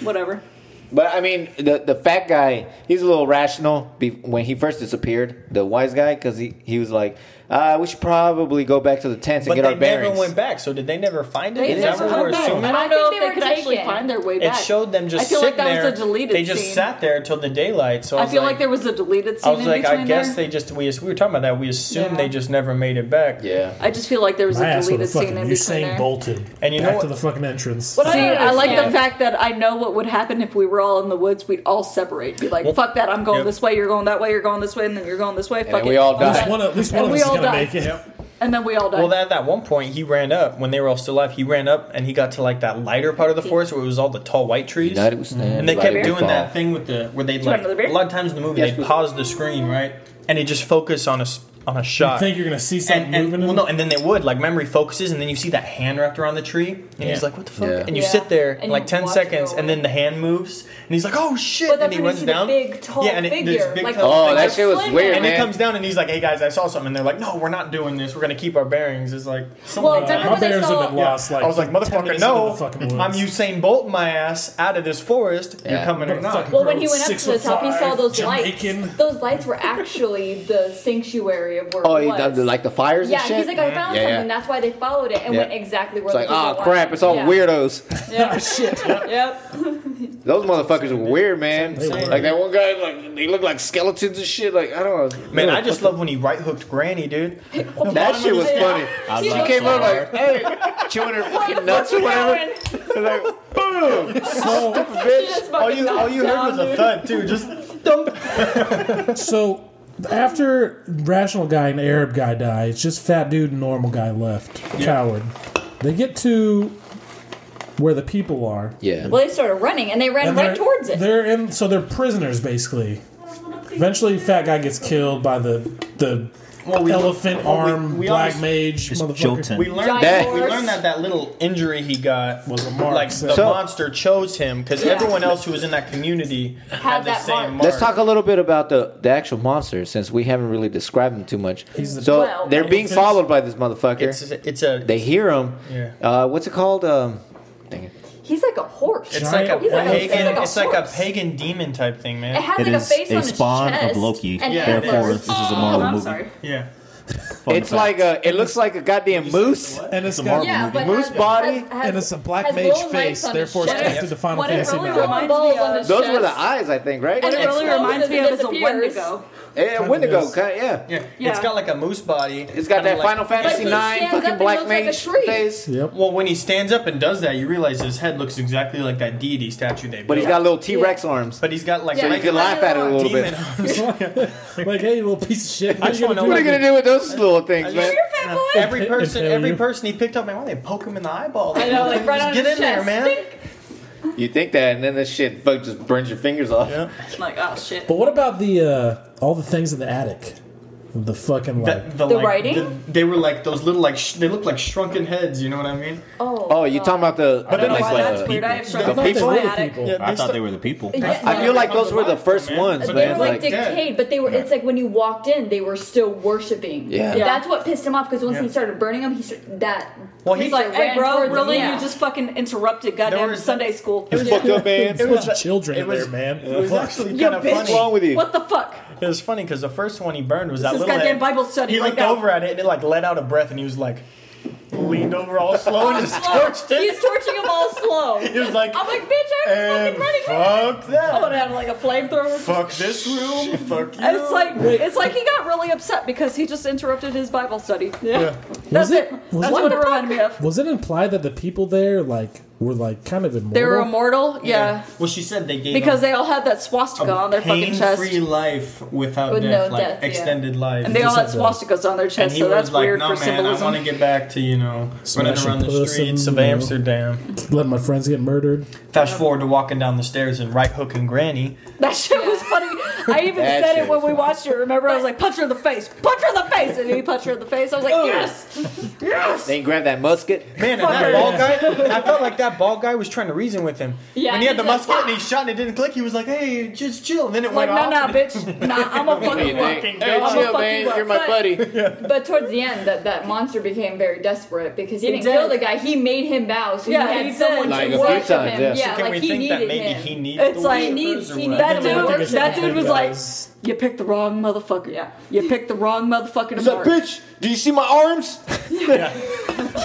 [SPEAKER 3] whatever.
[SPEAKER 2] But I mean, the the fat guy, he's a little rational. Be- when he first disappeared, the wise guy, because he, he was like, uh, "We should probably go back to the tents and
[SPEAKER 5] But
[SPEAKER 2] get
[SPEAKER 5] they
[SPEAKER 2] our
[SPEAKER 5] never
[SPEAKER 2] bearings."
[SPEAKER 5] went back. So did they never find it?
[SPEAKER 3] They
[SPEAKER 5] Is
[SPEAKER 3] never
[SPEAKER 5] that what
[SPEAKER 3] come
[SPEAKER 5] we're
[SPEAKER 3] back.
[SPEAKER 5] assuming?
[SPEAKER 3] I
[SPEAKER 6] I
[SPEAKER 3] don't know
[SPEAKER 6] think
[SPEAKER 3] if
[SPEAKER 6] they
[SPEAKER 3] they
[SPEAKER 6] were
[SPEAKER 3] could actually
[SPEAKER 6] taken.
[SPEAKER 3] find their way
[SPEAKER 5] It
[SPEAKER 3] back.
[SPEAKER 5] showed them just
[SPEAKER 3] I feel like
[SPEAKER 5] sitting
[SPEAKER 3] that
[SPEAKER 5] there.
[SPEAKER 3] was a deleted
[SPEAKER 5] they just
[SPEAKER 3] scene.
[SPEAKER 5] sat there till the daylight. So I,
[SPEAKER 3] I
[SPEAKER 5] was
[SPEAKER 3] feel
[SPEAKER 5] like,
[SPEAKER 3] like there was a deleted scene.
[SPEAKER 5] I was like,
[SPEAKER 3] in
[SPEAKER 5] I
[SPEAKER 3] between
[SPEAKER 5] guess
[SPEAKER 3] there.
[SPEAKER 5] they just we, we were talking about that. We assumed
[SPEAKER 3] Yeah.
[SPEAKER 5] they just never made it back.
[SPEAKER 2] Yeah.
[SPEAKER 3] I just feel like there was
[SPEAKER 1] My
[SPEAKER 3] a
[SPEAKER 1] ass would
[SPEAKER 3] deleted
[SPEAKER 1] have
[SPEAKER 3] scene
[SPEAKER 1] fucking
[SPEAKER 3] in between
[SPEAKER 1] Usain
[SPEAKER 3] there.
[SPEAKER 1] bolted
[SPEAKER 5] And you know
[SPEAKER 1] back
[SPEAKER 5] what-
[SPEAKER 1] to the fucking entrance.
[SPEAKER 6] What
[SPEAKER 3] See, I like the
[SPEAKER 6] understand-
[SPEAKER 3] fact that I know what would happen if we were all in the woods. We'd all separate. Be like,
[SPEAKER 5] Well,
[SPEAKER 3] fuck that. I'm going
[SPEAKER 5] yep.
[SPEAKER 3] this way. You're going that way. You're going this way, and then you're going this way. Fuck
[SPEAKER 2] then we
[SPEAKER 3] it.
[SPEAKER 2] all
[SPEAKER 1] at least
[SPEAKER 2] die.
[SPEAKER 1] one, of- at least one
[SPEAKER 3] And
[SPEAKER 1] of
[SPEAKER 3] we
[SPEAKER 1] us is
[SPEAKER 3] all
[SPEAKER 1] gonna make
[SPEAKER 3] died.
[SPEAKER 1] it.
[SPEAKER 3] And then we all die.
[SPEAKER 5] Well, at that one point, he ran up when they were all still alive. He ran up and he got to like that lighter part of the forest where it was all the tall white trees.
[SPEAKER 2] United we stand,
[SPEAKER 5] and they
[SPEAKER 2] divided
[SPEAKER 5] kept
[SPEAKER 2] we
[SPEAKER 5] doing
[SPEAKER 2] fall.
[SPEAKER 5] that thing with the where they like
[SPEAKER 3] another beer?
[SPEAKER 5] a lot of times in the movie
[SPEAKER 2] Yes,
[SPEAKER 5] they
[SPEAKER 2] please.
[SPEAKER 5] pause the screen right and they just focus on a s- on a shot.
[SPEAKER 1] I think you're gonna see something
[SPEAKER 5] and, and-
[SPEAKER 1] moving.
[SPEAKER 5] well,
[SPEAKER 1] in-
[SPEAKER 5] no, and then they would like memory focuses, and then you see that hand wrapped around the tree, and he's like, "What the fuck?"
[SPEAKER 2] Yeah.
[SPEAKER 5] And you
[SPEAKER 6] Yeah.
[SPEAKER 5] sit there
[SPEAKER 6] And you
[SPEAKER 5] like ten
[SPEAKER 6] watch it
[SPEAKER 5] seconds,
[SPEAKER 6] go
[SPEAKER 5] and then the hand moves, and he's like, "Oh shit!"
[SPEAKER 6] But
[SPEAKER 5] and
[SPEAKER 6] that's
[SPEAKER 5] he
[SPEAKER 6] when you
[SPEAKER 5] runs
[SPEAKER 6] see
[SPEAKER 5] down.
[SPEAKER 6] the big tall
[SPEAKER 5] yeah, and it,
[SPEAKER 6] figure.
[SPEAKER 5] there's big
[SPEAKER 6] like,
[SPEAKER 5] tall
[SPEAKER 2] Oh,
[SPEAKER 5] figure.
[SPEAKER 2] that shit was
[SPEAKER 6] Flynn
[SPEAKER 2] weird,
[SPEAKER 6] guy.
[SPEAKER 5] And
[SPEAKER 2] man.
[SPEAKER 5] it comes down, and he's like, "Hey guys, I saw something." And they're like, "No, we're not doing this. We're gonna keep our bearings." It's like, something
[SPEAKER 6] Well,
[SPEAKER 5] like that.
[SPEAKER 6] remember
[SPEAKER 1] my
[SPEAKER 6] they
[SPEAKER 1] bears
[SPEAKER 6] saw-
[SPEAKER 1] have been lost. Like
[SPEAKER 5] I was like,
[SPEAKER 1] 10
[SPEAKER 5] "Motherfucker,
[SPEAKER 1] minutes into
[SPEAKER 5] no!
[SPEAKER 1] the fucking
[SPEAKER 5] I'm
[SPEAKER 1] woods."
[SPEAKER 5] Usain Bolt my ass out of this forest.
[SPEAKER 2] Yeah.
[SPEAKER 5] You're coming or not?"
[SPEAKER 1] Motherfucking
[SPEAKER 6] Well, when
[SPEAKER 1] girl,
[SPEAKER 6] he went up
[SPEAKER 1] six
[SPEAKER 6] to the
[SPEAKER 1] foot
[SPEAKER 6] top, he saw
[SPEAKER 5] oh
[SPEAKER 1] five,
[SPEAKER 6] those
[SPEAKER 1] Jamaican.
[SPEAKER 6] lights. Those lights were actually the sanctuary of where
[SPEAKER 2] Oh,
[SPEAKER 6] it
[SPEAKER 2] he
[SPEAKER 6] was.
[SPEAKER 2] does like the fires
[SPEAKER 6] yeah,
[SPEAKER 2] and shit.
[SPEAKER 6] he's like, I found
[SPEAKER 2] Yeah, yeah.
[SPEAKER 6] something. That's why they followed it and
[SPEAKER 2] Yeah.
[SPEAKER 6] went exactly where.
[SPEAKER 2] it's like,
[SPEAKER 6] the people
[SPEAKER 2] oh
[SPEAKER 6] were.
[SPEAKER 2] crap, it's all
[SPEAKER 6] Yeah.
[SPEAKER 2] weirdos.
[SPEAKER 6] Yeah.
[SPEAKER 1] Shit.
[SPEAKER 6] yep.
[SPEAKER 2] Those motherfuckers are weird, man.
[SPEAKER 1] They were.
[SPEAKER 2] Like that one guy, like they look like skeletons and shit. Like I don't know.
[SPEAKER 5] Man, I just love when he right hooked Granny, dude.
[SPEAKER 2] that shit was
[SPEAKER 6] Yeah.
[SPEAKER 2] funny.
[SPEAKER 6] I'd
[SPEAKER 2] She
[SPEAKER 6] love
[SPEAKER 2] came
[SPEAKER 6] to
[SPEAKER 2] up
[SPEAKER 6] have
[SPEAKER 2] like, hey, chewing her fucking nuts or whatever. like, boom,
[SPEAKER 1] So,
[SPEAKER 2] bitch.
[SPEAKER 6] Oh,
[SPEAKER 5] All you all you heard was a thud too. Just dump.
[SPEAKER 1] so after rational guy and Arab guy die, it's just fat dude and normal guy left. Coward. They get to where the people are.
[SPEAKER 2] Yeah.
[SPEAKER 6] Well, they started running and they ran
[SPEAKER 1] And
[SPEAKER 6] right
[SPEAKER 1] they're-
[SPEAKER 6] towards it.
[SPEAKER 1] They're in, so they're prisoners basically. Eventually, fat guy gets killed by the the
[SPEAKER 5] Well, we-
[SPEAKER 1] elephant
[SPEAKER 5] well, we-
[SPEAKER 1] arm
[SPEAKER 5] we
[SPEAKER 1] black
[SPEAKER 5] always-
[SPEAKER 1] mage
[SPEAKER 4] Just
[SPEAKER 1] motherfucker.
[SPEAKER 4] jolting.
[SPEAKER 5] We learned
[SPEAKER 6] Giant
[SPEAKER 5] that we
[SPEAKER 6] horse.
[SPEAKER 5] learned that that little injury he got
[SPEAKER 1] Was a mark,
[SPEAKER 5] Like
[SPEAKER 1] so-
[SPEAKER 5] the
[SPEAKER 2] So-
[SPEAKER 5] monster chose him because
[SPEAKER 6] Yeah.
[SPEAKER 5] everyone else who was in that community had, the
[SPEAKER 6] that
[SPEAKER 5] same
[SPEAKER 6] mark.
[SPEAKER 5] mark.
[SPEAKER 2] Let's talk a little bit about the, the actual monster since we haven't really described him too much.
[SPEAKER 1] the-
[SPEAKER 2] so
[SPEAKER 6] Well-
[SPEAKER 2] they're being
[SPEAKER 1] Elephants.
[SPEAKER 2] followed by this motherfucker.
[SPEAKER 5] It's it's a
[SPEAKER 2] they hear him.
[SPEAKER 5] Yeah.
[SPEAKER 2] Uh, what's it called? Um, dang it.
[SPEAKER 6] He's like a horse.
[SPEAKER 5] it's
[SPEAKER 1] giant
[SPEAKER 5] like a
[SPEAKER 1] He's like
[SPEAKER 6] a- he's
[SPEAKER 5] pagan.
[SPEAKER 6] like a
[SPEAKER 5] it's like a
[SPEAKER 6] horse.
[SPEAKER 5] pagan demon type thing,
[SPEAKER 6] It
[SPEAKER 5] man.
[SPEAKER 6] has
[SPEAKER 4] It
[SPEAKER 6] like a
[SPEAKER 4] is
[SPEAKER 6] face
[SPEAKER 4] a
[SPEAKER 6] on its
[SPEAKER 4] spawn of
[SPEAKER 6] chest
[SPEAKER 4] Loki.
[SPEAKER 6] and
[SPEAKER 5] Yeah,
[SPEAKER 4] Therefore,
[SPEAKER 6] antlers.
[SPEAKER 4] this is a
[SPEAKER 6] Oh,
[SPEAKER 4] Marvel
[SPEAKER 6] I'm
[SPEAKER 4] movie.
[SPEAKER 6] sorry.
[SPEAKER 5] Yeah.
[SPEAKER 4] Fun
[SPEAKER 2] It's
[SPEAKER 4] fact.
[SPEAKER 2] like a. It looks like a goddamn moose.
[SPEAKER 1] And it's
[SPEAKER 4] It's a
[SPEAKER 1] got-
[SPEAKER 4] Marvel
[SPEAKER 6] Yeah,
[SPEAKER 4] movie.
[SPEAKER 6] but
[SPEAKER 2] Moose
[SPEAKER 6] has-
[SPEAKER 2] body?
[SPEAKER 6] has- has-
[SPEAKER 1] and it's a black
[SPEAKER 6] has
[SPEAKER 1] mage
[SPEAKER 6] little
[SPEAKER 1] face,
[SPEAKER 6] lights on
[SPEAKER 1] therefore
[SPEAKER 6] its
[SPEAKER 1] it's
[SPEAKER 6] chest.
[SPEAKER 1] connected to Final
[SPEAKER 3] What it
[SPEAKER 1] Fantasy
[SPEAKER 3] really
[SPEAKER 1] IX.
[SPEAKER 6] Little
[SPEAKER 3] Reminds
[SPEAKER 6] balls
[SPEAKER 3] me
[SPEAKER 6] on
[SPEAKER 3] of-
[SPEAKER 6] its
[SPEAKER 2] Those were the
[SPEAKER 6] chest.
[SPEAKER 2] eyes, I think, right?
[SPEAKER 6] And
[SPEAKER 3] It really
[SPEAKER 6] explodes
[SPEAKER 3] reminds
[SPEAKER 6] and
[SPEAKER 3] me of is a
[SPEAKER 6] disappears.
[SPEAKER 3] Wendigo.
[SPEAKER 2] Yeah, Wendigo,
[SPEAKER 1] is.
[SPEAKER 2] kind of, yeah.
[SPEAKER 5] yeah,
[SPEAKER 3] Yeah.
[SPEAKER 5] It's got like a moose body.
[SPEAKER 2] It's got
[SPEAKER 5] kinda
[SPEAKER 2] that
[SPEAKER 5] like-
[SPEAKER 2] Final Fantasy
[SPEAKER 6] he
[SPEAKER 2] IX
[SPEAKER 6] stands up
[SPEAKER 2] fucking
[SPEAKER 6] and
[SPEAKER 2] black
[SPEAKER 6] looks like a
[SPEAKER 2] mage
[SPEAKER 6] tree.
[SPEAKER 2] face.
[SPEAKER 1] Yep.
[SPEAKER 5] Well, when he stands up and does that, you realize his head looks exactly like that deity statue they built.
[SPEAKER 2] But he's got little T Rex arms.
[SPEAKER 5] but he's got like
[SPEAKER 6] Yeah.
[SPEAKER 2] So you
[SPEAKER 5] regular
[SPEAKER 2] can laugh at it a little
[SPEAKER 5] demon
[SPEAKER 2] bit.
[SPEAKER 5] arms.
[SPEAKER 1] like, hey, you little piece of shit.
[SPEAKER 5] I just
[SPEAKER 1] What
[SPEAKER 5] wanna know
[SPEAKER 1] are
[SPEAKER 2] What are
[SPEAKER 1] you
[SPEAKER 2] you gonna
[SPEAKER 1] gonna
[SPEAKER 2] do with those little things, man?
[SPEAKER 5] every
[SPEAKER 1] Impale
[SPEAKER 5] person, every
[SPEAKER 1] you.
[SPEAKER 5] person he picked up, man, why they poke him in the eyeball?
[SPEAKER 6] I know, like right
[SPEAKER 5] Just
[SPEAKER 6] on
[SPEAKER 5] get
[SPEAKER 6] his
[SPEAKER 5] in there,
[SPEAKER 6] chest.
[SPEAKER 5] man.
[SPEAKER 2] You think that, and then this shit fuck just burns your fingers off.
[SPEAKER 5] Yeah.
[SPEAKER 3] I'm like, oh shit.
[SPEAKER 1] But what about the uh, all the things in the attic? The fucking like
[SPEAKER 5] That- the
[SPEAKER 6] The
[SPEAKER 5] like,
[SPEAKER 6] writing?
[SPEAKER 5] the- they were like those little like sh- they looked like shrunken heads. You know what I mean?
[SPEAKER 6] Oh,
[SPEAKER 2] Oh, you talking about the?
[SPEAKER 5] But then
[SPEAKER 2] like
[SPEAKER 5] why
[SPEAKER 2] the-
[SPEAKER 5] that's
[SPEAKER 3] Weird, I have
[SPEAKER 1] I
[SPEAKER 3] shrunk
[SPEAKER 1] thought
[SPEAKER 2] the
[SPEAKER 1] they
[SPEAKER 2] people-
[SPEAKER 1] were the
[SPEAKER 3] Attic.
[SPEAKER 1] people.
[SPEAKER 4] I thought they were the people.
[SPEAKER 6] Yeah.
[SPEAKER 2] I feel like those were the first
[SPEAKER 5] Man.
[SPEAKER 2] ones,
[SPEAKER 6] But they
[SPEAKER 2] man.
[SPEAKER 6] were like,
[SPEAKER 2] Like,
[SPEAKER 5] dead.
[SPEAKER 6] decayed, but they were. It's like when you walked in, they were still worshiping.
[SPEAKER 2] Yeah.
[SPEAKER 6] And
[SPEAKER 2] Yeah.
[SPEAKER 6] that's what pissed him off because once
[SPEAKER 5] Yeah.
[SPEAKER 6] he started burning them, he sta- that.
[SPEAKER 5] Well,
[SPEAKER 6] he
[SPEAKER 5] he's
[SPEAKER 3] He's like, hey,
[SPEAKER 6] ran
[SPEAKER 3] bro,
[SPEAKER 6] towards
[SPEAKER 3] really?
[SPEAKER 6] him.
[SPEAKER 3] You
[SPEAKER 6] Yeah.
[SPEAKER 3] just fucking interrupted
[SPEAKER 5] There
[SPEAKER 3] goddamn
[SPEAKER 5] was-
[SPEAKER 3] Sunday school.
[SPEAKER 2] fucked up, man.
[SPEAKER 1] There's a bunch of children
[SPEAKER 5] it
[SPEAKER 1] in there,
[SPEAKER 5] was-
[SPEAKER 1] man.
[SPEAKER 5] It was
[SPEAKER 1] Fuck.
[SPEAKER 5] actually
[SPEAKER 3] You
[SPEAKER 5] kind of
[SPEAKER 3] bitch.
[SPEAKER 2] What's wrong
[SPEAKER 5] funny.
[SPEAKER 2] with you?
[SPEAKER 3] What the fuck?
[SPEAKER 5] It was funny because the first one he burned was that
[SPEAKER 3] This is
[SPEAKER 5] little
[SPEAKER 3] goddamn
[SPEAKER 5] head.
[SPEAKER 3] Bible study
[SPEAKER 5] He
[SPEAKER 3] right
[SPEAKER 5] looked
[SPEAKER 3] now.
[SPEAKER 5] over at it and it like let out a breath and he was like leaned over all slow and just
[SPEAKER 6] Slow.
[SPEAKER 5] torched it.
[SPEAKER 6] He's torching them all slow.
[SPEAKER 5] He was like,
[SPEAKER 6] I'm like, bitch, I'm
[SPEAKER 5] and
[SPEAKER 6] fucking running.
[SPEAKER 5] fuck
[SPEAKER 6] I
[SPEAKER 5] that.
[SPEAKER 6] would have like a flamethrower.
[SPEAKER 5] Fuck this room. Fuck you.
[SPEAKER 3] And it's like it's like he got really upset because he just interrupted his Bible study.
[SPEAKER 5] Yeah.
[SPEAKER 1] Was
[SPEAKER 3] That's
[SPEAKER 1] it-
[SPEAKER 3] it.
[SPEAKER 1] was
[SPEAKER 3] That's
[SPEAKER 1] it-
[SPEAKER 3] what it reminded me of.
[SPEAKER 1] Was it implied that the people there like were like kind of immortal?
[SPEAKER 3] They were immortal, yeah.
[SPEAKER 5] Well, she said they gave
[SPEAKER 3] Because
[SPEAKER 5] him
[SPEAKER 3] they all had that swastika on their fucking chest.
[SPEAKER 5] pain-free life without
[SPEAKER 6] With
[SPEAKER 5] death,
[SPEAKER 6] no
[SPEAKER 5] like
[SPEAKER 6] death, yeah.
[SPEAKER 5] extended life.
[SPEAKER 3] And they all
[SPEAKER 1] Just
[SPEAKER 3] had
[SPEAKER 1] like
[SPEAKER 3] swastikas on their
[SPEAKER 5] And
[SPEAKER 3] chest,
[SPEAKER 5] he
[SPEAKER 3] so that's
[SPEAKER 5] was like,
[SPEAKER 3] weird
[SPEAKER 5] "No,
[SPEAKER 3] for
[SPEAKER 5] man, I
[SPEAKER 3] symbolism.
[SPEAKER 5] want to get back to you know running
[SPEAKER 1] Smashing
[SPEAKER 5] around the
[SPEAKER 1] puss
[SPEAKER 5] streets
[SPEAKER 1] and,
[SPEAKER 5] of
[SPEAKER 1] you know.
[SPEAKER 5] Amsterdam."
[SPEAKER 1] Let my friends get murdered.
[SPEAKER 5] Fast forward to walking down the stairs and right hooking Granny.
[SPEAKER 3] That shit was funny. I even
[SPEAKER 2] That
[SPEAKER 3] said
[SPEAKER 2] shit
[SPEAKER 3] it when
[SPEAKER 2] was
[SPEAKER 3] we watched it. Remember, I was like, punch her in the face, punch her in the face, and he punched her in the face. I was like, yes, yes.
[SPEAKER 2] Then grab that musket.
[SPEAKER 5] Man, and that ball guy, I felt like that ball guy was trying to reason with him.
[SPEAKER 6] Yeah,
[SPEAKER 5] when he had
[SPEAKER 6] he
[SPEAKER 5] the
[SPEAKER 6] just-
[SPEAKER 5] musket and he shot and it didn't click, he was like, "Hey, just chill." And then it
[SPEAKER 3] Like,
[SPEAKER 5] went
[SPEAKER 3] nah,
[SPEAKER 5] off.
[SPEAKER 3] nah, bitch, nah, I'm a fucking
[SPEAKER 2] Hey,
[SPEAKER 3] fucking
[SPEAKER 2] hey,
[SPEAKER 3] I'm a
[SPEAKER 2] chill,
[SPEAKER 3] fucking
[SPEAKER 2] man.
[SPEAKER 3] buck.
[SPEAKER 2] You're my
[SPEAKER 6] But-
[SPEAKER 2] buddy.
[SPEAKER 6] But towards the end, that, that monster became very desperate because he,
[SPEAKER 3] He
[SPEAKER 6] didn't
[SPEAKER 3] did.
[SPEAKER 6] kill the guy. He made him bow, so
[SPEAKER 3] Yeah,
[SPEAKER 6] he
[SPEAKER 3] he
[SPEAKER 6] had someone
[SPEAKER 3] did.
[SPEAKER 2] Like a
[SPEAKER 6] to
[SPEAKER 2] few
[SPEAKER 6] worship
[SPEAKER 2] times,
[SPEAKER 6] him.
[SPEAKER 2] yeah.
[SPEAKER 6] Yeah,
[SPEAKER 2] So
[SPEAKER 5] Can
[SPEAKER 6] like
[SPEAKER 5] we
[SPEAKER 6] he
[SPEAKER 5] think
[SPEAKER 6] needed
[SPEAKER 5] that maybe
[SPEAKER 6] him.
[SPEAKER 5] he needs?
[SPEAKER 3] It's
[SPEAKER 5] the
[SPEAKER 3] like-
[SPEAKER 5] worshipers
[SPEAKER 6] He needs-
[SPEAKER 5] or
[SPEAKER 6] he
[SPEAKER 5] what?
[SPEAKER 6] needs-
[SPEAKER 3] That
[SPEAKER 1] I think
[SPEAKER 3] dude,
[SPEAKER 1] it's
[SPEAKER 3] that
[SPEAKER 1] the
[SPEAKER 3] dude
[SPEAKER 1] big
[SPEAKER 3] was like,
[SPEAKER 1] guys.
[SPEAKER 3] you picked the wrong motherfucker. Yeah, you picked the wrong motherfucker to
[SPEAKER 2] He's like,
[SPEAKER 3] mark.
[SPEAKER 2] bitch. Do you see my arms?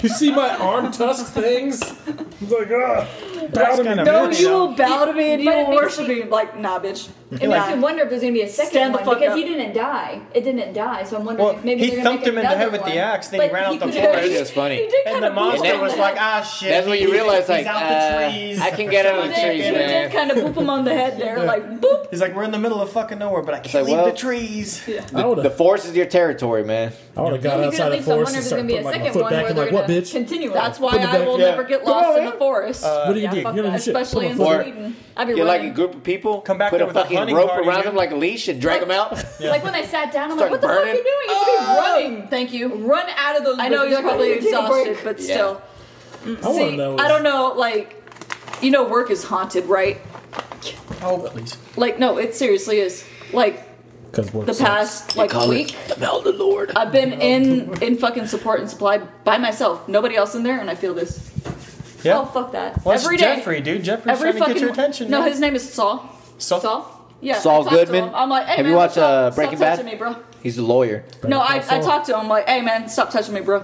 [SPEAKER 1] You see my arm tusk things? It's like, ah.
[SPEAKER 5] That's kind of
[SPEAKER 3] No,
[SPEAKER 5] weird,
[SPEAKER 3] you
[SPEAKER 5] though.
[SPEAKER 3] will bow to me and you
[SPEAKER 6] But it
[SPEAKER 3] will
[SPEAKER 6] makes
[SPEAKER 3] worship me. Like, nah, bitch.
[SPEAKER 6] It
[SPEAKER 3] Nah.
[SPEAKER 6] makes me wonder if there's gonna be a second
[SPEAKER 3] Stand the
[SPEAKER 6] one
[SPEAKER 3] fuck
[SPEAKER 6] because
[SPEAKER 3] up.
[SPEAKER 6] he didn't die. It didn't die, so I'm wondering
[SPEAKER 5] Well,
[SPEAKER 6] if maybe
[SPEAKER 5] he
[SPEAKER 6] they're
[SPEAKER 5] thumped
[SPEAKER 6] gonna
[SPEAKER 5] him in
[SPEAKER 6] make
[SPEAKER 5] the head
[SPEAKER 6] another
[SPEAKER 5] with the
[SPEAKER 6] one.
[SPEAKER 5] axe, then he
[SPEAKER 6] But
[SPEAKER 5] ran out the
[SPEAKER 6] could've-
[SPEAKER 5] forest.
[SPEAKER 2] That shit was funny.
[SPEAKER 6] He did
[SPEAKER 5] And
[SPEAKER 6] kind
[SPEAKER 5] the
[SPEAKER 6] of beat
[SPEAKER 5] monster
[SPEAKER 6] him.
[SPEAKER 5] was like, "Ah shit."
[SPEAKER 2] That's when you
[SPEAKER 5] he's-
[SPEAKER 2] realize, like,
[SPEAKER 5] he's out
[SPEAKER 2] uh,
[SPEAKER 5] the trees.
[SPEAKER 2] I can get out of the
[SPEAKER 3] He
[SPEAKER 2] trees,
[SPEAKER 3] did
[SPEAKER 2] man.
[SPEAKER 3] kind of boop him on the head there, like boop.
[SPEAKER 5] He's like, we're in the middle of fucking nowhere, but I can't
[SPEAKER 2] like,
[SPEAKER 5] leave
[SPEAKER 2] well-
[SPEAKER 5] the trees.
[SPEAKER 1] I would
[SPEAKER 2] The
[SPEAKER 1] have
[SPEAKER 2] forest is your territory, man.
[SPEAKER 1] I would have got
[SPEAKER 6] You're
[SPEAKER 1] outside
[SPEAKER 6] gonna
[SPEAKER 1] the
[SPEAKER 6] leave someone
[SPEAKER 1] forest and
[SPEAKER 6] or there's
[SPEAKER 1] started
[SPEAKER 6] gonna be
[SPEAKER 1] putting
[SPEAKER 6] a
[SPEAKER 1] like my
[SPEAKER 6] second
[SPEAKER 1] foot
[SPEAKER 6] one
[SPEAKER 1] back
[SPEAKER 6] where
[SPEAKER 1] and
[SPEAKER 6] they're
[SPEAKER 1] like, what
[SPEAKER 6] gonna
[SPEAKER 1] bitch?
[SPEAKER 6] continue. it.
[SPEAKER 3] That's why
[SPEAKER 1] Put the
[SPEAKER 3] I
[SPEAKER 1] back-
[SPEAKER 3] will
[SPEAKER 1] yeah.
[SPEAKER 3] never get lost in the forest.
[SPEAKER 1] What do you
[SPEAKER 6] yeah,
[SPEAKER 1] do?
[SPEAKER 6] fuck
[SPEAKER 1] You're
[SPEAKER 6] that.
[SPEAKER 1] gonna shit.
[SPEAKER 3] Especially in
[SPEAKER 1] Put my foot-
[SPEAKER 3] Sweden.
[SPEAKER 6] I'd be
[SPEAKER 2] Get like a
[SPEAKER 6] running.
[SPEAKER 2] group of people,
[SPEAKER 5] Come back
[SPEAKER 2] put
[SPEAKER 5] there
[SPEAKER 2] a
[SPEAKER 5] with a
[SPEAKER 2] fucking
[SPEAKER 5] hunting
[SPEAKER 2] rope
[SPEAKER 5] party,
[SPEAKER 2] around
[SPEAKER 5] dude.
[SPEAKER 2] them like a leash and drag them out.
[SPEAKER 6] Like when I sat down, I'm
[SPEAKER 2] Start
[SPEAKER 6] like, what the fuck are you
[SPEAKER 2] burning.
[SPEAKER 6] doing? You should be running.
[SPEAKER 3] Thank you.
[SPEAKER 6] Run out of those.
[SPEAKER 3] I know
[SPEAKER 6] woods.
[SPEAKER 3] you're probably
[SPEAKER 6] Take a break.
[SPEAKER 3] exhausted, but still.
[SPEAKER 1] I want
[SPEAKER 3] See,
[SPEAKER 1] to know.
[SPEAKER 3] I don't know, like, you know, work is haunted, right?
[SPEAKER 5] Oh, please.
[SPEAKER 3] Like, no, it seriously is. Like,
[SPEAKER 1] Because
[SPEAKER 3] the past, like, week, I've been in in fucking support and supply by myself. Nobody else in there, and I feel this.
[SPEAKER 5] Yeah.
[SPEAKER 3] Oh, fuck that.
[SPEAKER 5] Well, it's
[SPEAKER 3] Every day.
[SPEAKER 5] Jeffrey, dude. Jeffrey's
[SPEAKER 3] Every
[SPEAKER 5] trying to
[SPEAKER 3] fucking.
[SPEAKER 5] get your attention.
[SPEAKER 3] no,
[SPEAKER 5] man.
[SPEAKER 3] his name is Saul.
[SPEAKER 5] So-
[SPEAKER 3] Saul? Yeah. I
[SPEAKER 2] Saul
[SPEAKER 3] talked to
[SPEAKER 2] Goodman.
[SPEAKER 3] him. I'm like, hey,
[SPEAKER 2] Have
[SPEAKER 3] man,
[SPEAKER 2] you watched
[SPEAKER 3] stop-
[SPEAKER 2] uh,
[SPEAKER 3] stop
[SPEAKER 2] Breaking
[SPEAKER 3] touching
[SPEAKER 2] Bad?
[SPEAKER 3] Me, bro.
[SPEAKER 2] He's a lawyer.
[SPEAKER 3] No, I, I
[SPEAKER 1] Saul.
[SPEAKER 3] talked to him like, hey man, stop touching me, bro.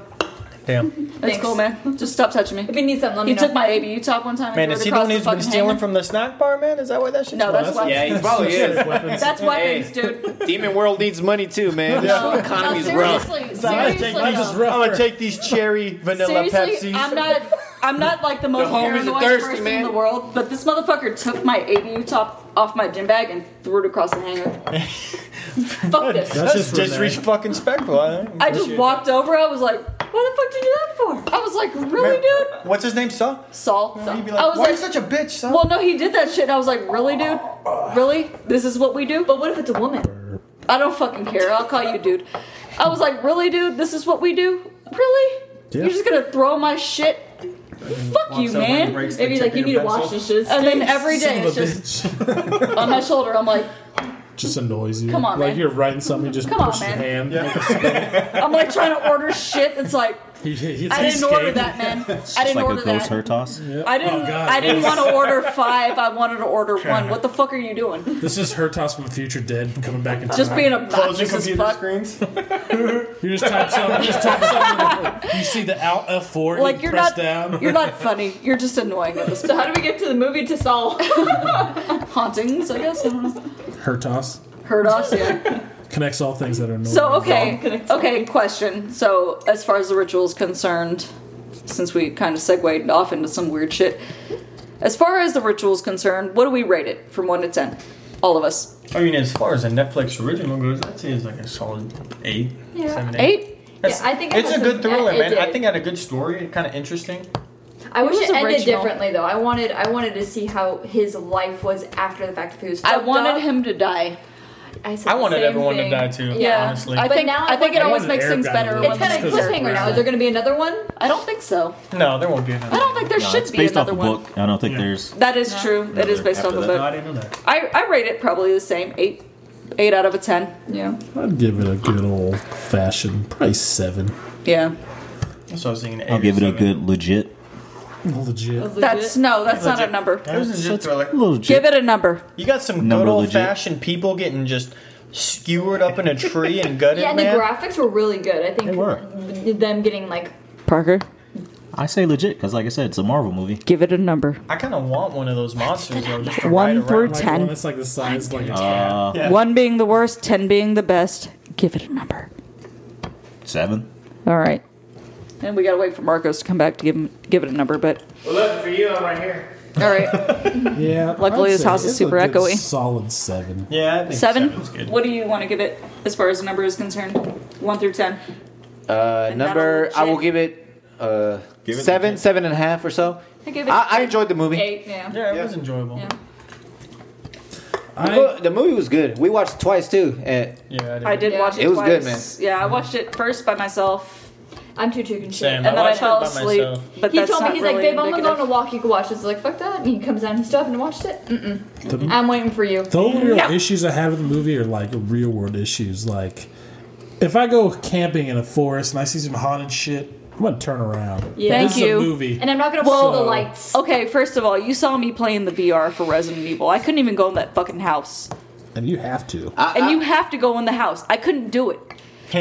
[SPEAKER 5] Damn.
[SPEAKER 3] That's
[SPEAKER 6] Thanks.
[SPEAKER 3] cool, man. Just stop touching
[SPEAKER 6] If
[SPEAKER 3] me.
[SPEAKER 6] you need something, let me
[SPEAKER 3] He
[SPEAKER 6] know.
[SPEAKER 3] took my ABU top one time. and
[SPEAKER 5] Man,
[SPEAKER 3] threw it
[SPEAKER 5] is he the
[SPEAKER 3] across
[SPEAKER 5] one who's been
[SPEAKER 3] fucking
[SPEAKER 5] stealing
[SPEAKER 3] hangar.
[SPEAKER 5] from the snack bar, man? Is that why that shit's
[SPEAKER 3] No,
[SPEAKER 5] going
[SPEAKER 3] that's
[SPEAKER 5] on?
[SPEAKER 3] why.
[SPEAKER 2] he probably is.
[SPEAKER 1] weapons.
[SPEAKER 3] That's weapons,
[SPEAKER 2] Hey.
[SPEAKER 3] dude.
[SPEAKER 2] Demon world needs money too, man.
[SPEAKER 3] No,
[SPEAKER 2] The economy's
[SPEAKER 3] no,
[SPEAKER 2] rough.
[SPEAKER 3] seriously,
[SPEAKER 5] I'm
[SPEAKER 3] seriously,
[SPEAKER 5] gonna take- I'm
[SPEAKER 3] though.
[SPEAKER 5] just
[SPEAKER 1] rough.
[SPEAKER 5] I'm gonna take these cherry vanilla
[SPEAKER 3] um, Seriously,
[SPEAKER 5] Pepsis.
[SPEAKER 3] I'm not. I'm not like the most
[SPEAKER 2] The homies are
[SPEAKER 3] paranoid
[SPEAKER 2] thirsty,
[SPEAKER 3] person
[SPEAKER 2] man.
[SPEAKER 3] in the world, but this motherfucker took my ABU top off my gym bag and threw it across the hangar. Fuck this.
[SPEAKER 1] That's just
[SPEAKER 5] That's just
[SPEAKER 1] Renee.
[SPEAKER 5] disrespectful. fucking spectful. I think.
[SPEAKER 3] I just walked over. I was like, "Why the fuck did you do that for?" I was like, "Really, dude?"
[SPEAKER 5] What's his name, Saul?
[SPEAKER 3] Saul. Saul.
[SPEAKER 5] He'd be
[SPEAKER 3] I
[SPEAKER 5] like,
[SPEAKER 3] was
[SPEAKER 5] why are you
[SPEAKER 3] like,
[SPEAKER 5] such a bitch, Saul?
[SPEAKER 3] Well, no, he did that shit. And I was like, really, dude? Really? This is what we do? But
[SPEAKER 6] What if it's a woman?
[SPEAKER 3] I don't fucking care. I'll call you dude. I was like, really, dude? This is what we do? Really?
[SPEAKER 1] Yeah.
[SPEAKER 3] You're just gonna throw my shit? Fuck you, man.
[SPEAKER 6] Maybe like you need to wash this shit.
[SPEAKER 3] And then every day
[SPEAKER 1] Son
[SPEAKER 3] it's
[SPEAKER 1] of a
[SPEAKER 3] just
[SPEAKER 1] bitch.
[SPEAKER 3] on my shoulder. I'm like,
[SPEAKER 1] Just annoys you.
[SPEAKER 3] Come on,
[SPEAKER 1] like
[SPEAKER 3] man.
[SPEAKER 1] you're writing something, just
[SPEAKER 3] Come on,
[SPEAKER 1] push your hand.
[SPEAKER 3] man.
[SPEAKER 1] Yeah.
[SPEAKER 3] I'm like trying to order shit. It's like,
[SPEAKER 1] he, he, he's
[SPEAKER 3] I didn't order
[SPEAKER 1] escaped.
[SPEAKER 3] that, man. I didn't order that.
[SPEAKER 4] toss.
[SPEAKER 3] I didn't.
[SPEAKER 1] Oh, God.
[SPEAKER 3] I didn't want to order five. I wanted to order one. What the fuck are you doing?
[SPEAKER 1] This is Hertos from Future Dead coming back in
[SPEAKER 3] Just
[SPEAKER 1] time.
[SPEAKER 3] being obnoxious as
[SPEAKER 5] computer
[SPEAKER 3] fuck.
[SPEAKER 5] screens.
[SPEAKER 1] You just type something. Just type something. You see the Alt F4.
[SPEAKER 3] Like
[SPEAKER 1] you
[SPEAKER 3] you're
[SPEAKER 1] press
[SPEAKER 3] not.
[SPEAKER 1] down.
[SPEAKER 3] You're not funny. You're just annoying at this
[SPEAKER 6] So how do we get to the movie to solve?
[SPEAKER 3] hauntings, I guess. I don't know.
[SPEAKER 1] Hertos
[SPEAKER 3] Heard us, yeah.
[SPEAKER 1] connects all things that are annoying.
[SPEAKER 3] So okay, okay. Question. So as far as the ritual is concerned, since we kind of segued off into some weird shit, as far as the ritual is concerned, what do we rate it from one to ten? All of us.
[SPEAKER 5] I mean, as far as a Netflix original goes, I'd say it's like a solid eight,
[SPEAKER 6] Yeah.
[SPEAKER 5] seven,
[SPEAKER 3] Eight.
[SPEAKER 5] That's-
[SPEAKER 6] Yeah, I think it
[SPEAKER 5] it's a
[SPEAKER 6] has
[SPEAKER 5] good
[SPEAKER 6] a-
[SPEAKER 5] thriller,
[SPEAKER 6] it
[SPEAKER 5] man. I
[SPEAKER 6] did.
[SPEAKER 5] think it had a good story, kind of interesting.
[SPEAKER 6] I wish
[SPEAKER 3] It was
[SPEAKER 6] it ended
[SPEAKER 3] original.
[SPEAKER 6] differently though. I wanted I wanted to see how his life was after the fact that he was.
[SPEAKER 3] I
[SPEAKER 6] fucked up.
[SPEAKER 3] wanted him to die.
[SPEAKER 6] I, said
[SPEAKER 5] I
[SPEAKER 6] the
[SPEAKER 5] wanted
[SPEAKER 6] same
[SPEAKER 5] everyone
[SPEAKER 6] thing.
[SPEAKER 5] to die too.
[SPEAKER 3] Yeah,
[SPEAKER 5] honestly.
[SPEAKER 3] I
[SPEAKER 6] But
[SPEAKER 3] think
[SPEAKER 6] now
[SPEAKER 3] I
[SPEAKER 6] I
[SPEAKER 3] think it
[SPEAKER 6] want-
[SPEAKER 3] always
[SPEAKER 1] I
[SPEAKER 3] makes
[SPEAKER 1] wanted
[SPEAKER 3] things
[SPEAKER 1] Eric out of
[SPEAKER 3] better.
[SPEAKER 1] the
[SPEAKER 3] when
[SPEAKER 6] It's kind of
[SPEAKER 1] Just
[SPEAKER 6] a
[SPEAKER 1] 'cause they're
[SPEAKER 6] cliffhanger now.
[SPEAKER 1] crazy.
[SPEAKER 6] Is there going to be another one?
[SPEAKER 3] I don't think so.
[SPEAKER 5] no, there won't be another.
[SPEAKER 3] I don't think there
[SPEAKER 4] No,
[SPEAKER 3] should
[SPEAKER 4] it's
[SPEAKER 3] be
[SPEAKER 4] based off
[SPEAKER 3] another
[SPEAKER 4] a
[SPEAKER 3] one.
[SPEAKER 4] book. I don't think
[SPEAKER 1] Yeah.
[SPEAKER 4] there's.
[SPEAKER 3] That is true. That is
[SPEAKER 4] Another
[SPEAKER 3] based off
[SPEAKER 4] after
[SPEAKER 3] a
[SPEAKER 4] that.
[SPEAKER 5] No, I
[SPEAKER 3] book.
[SPEAKER 5] didn't know that.
[SPEAKER 3] I, I rate it probably the same eight eight out of a ten.
[SPEAKER 6] Yeah.
[SPEAKER 1] I'd give it a good old fashioned, probably seven.
[SPEAKER 3] Yeah.
[SPEAKER 5] So I was thinking.
[SPEAKER 4] I'll give it a good legit.
[SPEAKER 1] Legit.
[SPEAKER 3] That's no, that's not a number.
[SPEAKER 5] That was a good thriller.
[SPEAKER 4] Legit.
[SPEAKER 3] Give it a number.
[SPEAKER 5] You got some
[SPEAKER 4] Number
[SPEAKER 5] good old
[SPEAKER 4] legit.
[SPEAKER 5] fashioned people getting just skewered up in a tree and gutted,
[SPEAKER 6] Yeah, and the
[SPEAKER 5] man.
[SPEAKER 6] graphics were really good. I think
[SPEAKER 4] They were.
[SPEAKER 6] them getting like
[SPEAKER 3] Parker,
[SPEAKER 4] I say legit because, like I said, it's a Marvel movie.
[SPEAKER 3] give it a number.
[SPEAKER 5] I kind of want one of those monsters though. Just to
[SPEAKER 3] One
[SPEAKER 5] ride around.
[SPEAKER 3] through
[SPEAKER 1] Like
[SPEAKER 3] Ten.
[SPEAKER 1] one that's like the size like a cat.
[SPEAKER 4] Uh,
[SPEAKER 5] Yeah.
[SPEAKER 3] One being the worst, ten being the best. Give it a number.
[SPEAKER 4] seven.
[SPEAKER 3] All right. And we gotta wait for Marcos to come back to give him give it a number, but
[SPEAKER 2] Well, look for you. I'm right here.
[SPEAKER 3] all right.
[SPEAKER 1] Yeah.
[SPEAKER 3] Luckily,
[SPEAKER 1] I'd
[SPEAKER 3] his
[SPEAKER 1] say
[SPEAKER 3] house is
[SPEAKER 1] it's a
[SPEAKER 3] super
[SPEAKER 1] good
[SPEAKER 3] echoey.
[SPEAKER 1] Solid seven.
[SPEAKER 5] Yeah, I think
[SPEAKER 3] Seven.
[SPEAKER 5] seven's good.
[SPEAKER 3] What do you want to give it as far as the number is concerned? One through ten.
[SPEAKER 2] Uh, number, I will
[SPEAKER 3] legit.
[SPEAKER 2] give it, uh,
[SPEAKER 4] Give it
[SPEAKER 2] seven,
[SPEAKER 4] legit.
[SPEAKER 2] seven and a half or so.
[SPEAKER 3] I give it.
[SPEAKER 2] I, I enjoyed the movie.
[SPEAKER 6] eight. Yeah.
[SPEAKER 5] Yeah, it
[SPEAKER 2] Yeah.
[SPEAKER 5] was enjoyable.
[SPEAKER 3] Yeah.
[SPEAKER 5] Yeah,
[SPEAKER 2] The
[SPEAKER 1] I,
[SPEAKER 2] mo- the movie was good. We watched it twice too. And
[SPEAKER 5] I did.
[SPEAKER 3] I did
[SPEAKER 6] Yeah.
[SPEAKER 3] watch it.
[SPEAKER 2] It was good,
[SPEAKER 3] twice. Yeah, I watched it first by myself,
[SPEAKER 6] I'm too chicken shit.
[SPEAKER 5] Same.
[SPEAKER 3] and then I
[SPEAKER 5] watched it
[SPEAKER 3] fell
[SPEAKER 5] by
[SPEAKER 3] asleep.
[SPEAKER 5] myself.
[SPEAKER 3] But
[SPEAKER 6] He
[SPEAKER 3] that's
[SPEAKER 6] told me
[SPEAKER 3] not
[SPEAKER 6] he's
[SPEAKER 3] really
[SPEAKER 6] like, babe, I'm gonna go on a
[SPEAKER 3] indicative.
[SPEAKER 6] walk. You can watch. It's like fuck that. And he comes down. He still haven't watched it. Mm-mm.
[SPEAKER 1] the,
[SPEAKER 6] I'm waiting for you.
[SPEAKER 1] the only real
[SPEAKER 3] Yeah.
[SPEAKER 1] issues I have with the movie are like real world issues. Like, if I go camping in a forest and I see some haunted shit, I'm gonna turn around.
[SPEAKER 6] Yeah.
[SPEAKER 1] This
[SPEAKER 3] Thank
[SPEAKER 1] is
[SPEAKER 3] you.
[SPEAKER 1] a movie.
[SPEAKER 6] And I'm not gonna blow the
[SPEAKER 1] So-
[SPEAKER 6] lights.
[SPEAKER 3] Okay, first of all, you saw me playing the VR for Resident Evil. I couldn't even go in that fucking house.
[SPEAKER 1] And you have to.
[SPEAKER 2] I,
[SPEAKER 3] and
[SPEAKER 2] I-
[SPEAKER 3] you have to go in the house. I couldn't do it.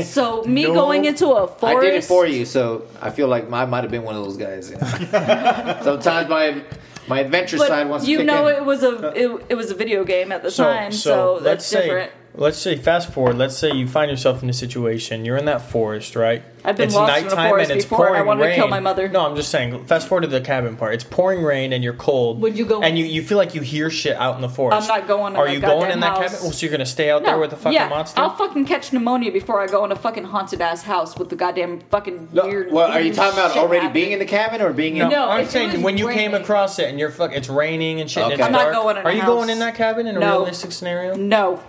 [SPEAKER 3] So me
[SPEAKER 5] No.
[SPEAKER 3] going into a
[SPEAKER 2] I
[SPEAKER 3] forest.
[SPEAKER 2] did it for you, so I feel like I might have been one of those guys. Sometimes my my adventure
[SPEAKER 3] But
[SPEAKER 2] side wants
[SPEAKER 3] you
[SPEAKER 2] to kick
[SPEAKER 3] know,
[SPEAKER 2] in.
[SPEAKER 3] it was a it, it was a video game at the
[SPEAKER 5] So,
[SPEAKER 3] time, so,
[SPEAKER 5] let's
[SPEAKER 3] that's
[SPEAKER 5] say
[SPEAKER 3] different.
[SPEAKER 5] Let's say fast forward. Let's say you find yourself in a situation. You're in that forest, right?
[SPEAKER 3] I've been lost in a forest before, and I wanted to kill
[SPEAKER 5] rain.
[SPEAKER 3] my mother.
[SPEAKER 5] No, I'm just saying. Fast forward to the cabin part. It's pouring rain, and you're cold.
[SPEAKER 3] Would you go-
[SPEAKER 5] And you, you feel like you hear shit out in the forest.
[SPEAKER 3] I'm not going in
[SPEAKER 5] Are
[SPEAKER 3] that
[SPEAKER 5] you going
[SPEAKER 3] goddamn
[SPEAKER 5] in that
[SPEAKER 3] house.
[SPEAKER 5] cabin? Well, so you're gonna stay out there with the fucking
[SPEAKER 3] yeah,
[SPEAKER 5] monster?
[SPEAKER 3] I'll fucking catch pneumonia before I go in a fucking haunted ass house with the goddamn fucking
[SPEAKER 2] No,
[SPEAKER 3] weird.
[SPEAKER 2] well, are you
[SPEAKER 3] weird
[SPEAKER 2] talking about
[SPEAKER 3] shit
[SPEAKER 2] already
[SPEAKER 3] happening.
[SPEAKER 2] being in the cabin or being in?
[SPEAKER 3] No.
[SPEAKER 5] I'm
[SPEAKER 3] if it
[SPEAKER 5] saying
[SPEAKER 3] was
[SPEAKER 5] when you came
[SPEAKER 3] raining-
[SPEAKER 5] across it and you're fuck, it's raining and shit. And
[SPEAKER 2] Okay.
[SPEAKER 5] it's
[SPEAKER 2] I'm not
[SPEAKER 5] dark.
[SPEAKER 3] going in a
[SPEAKER 5] Are you
[SPEAKER 3] house.
[SPEAKER 5] going in that cabin in a
[SPEAKER 3] No.
[SPEAKER 5] realistic scenario?
[SPEAKER 3] No,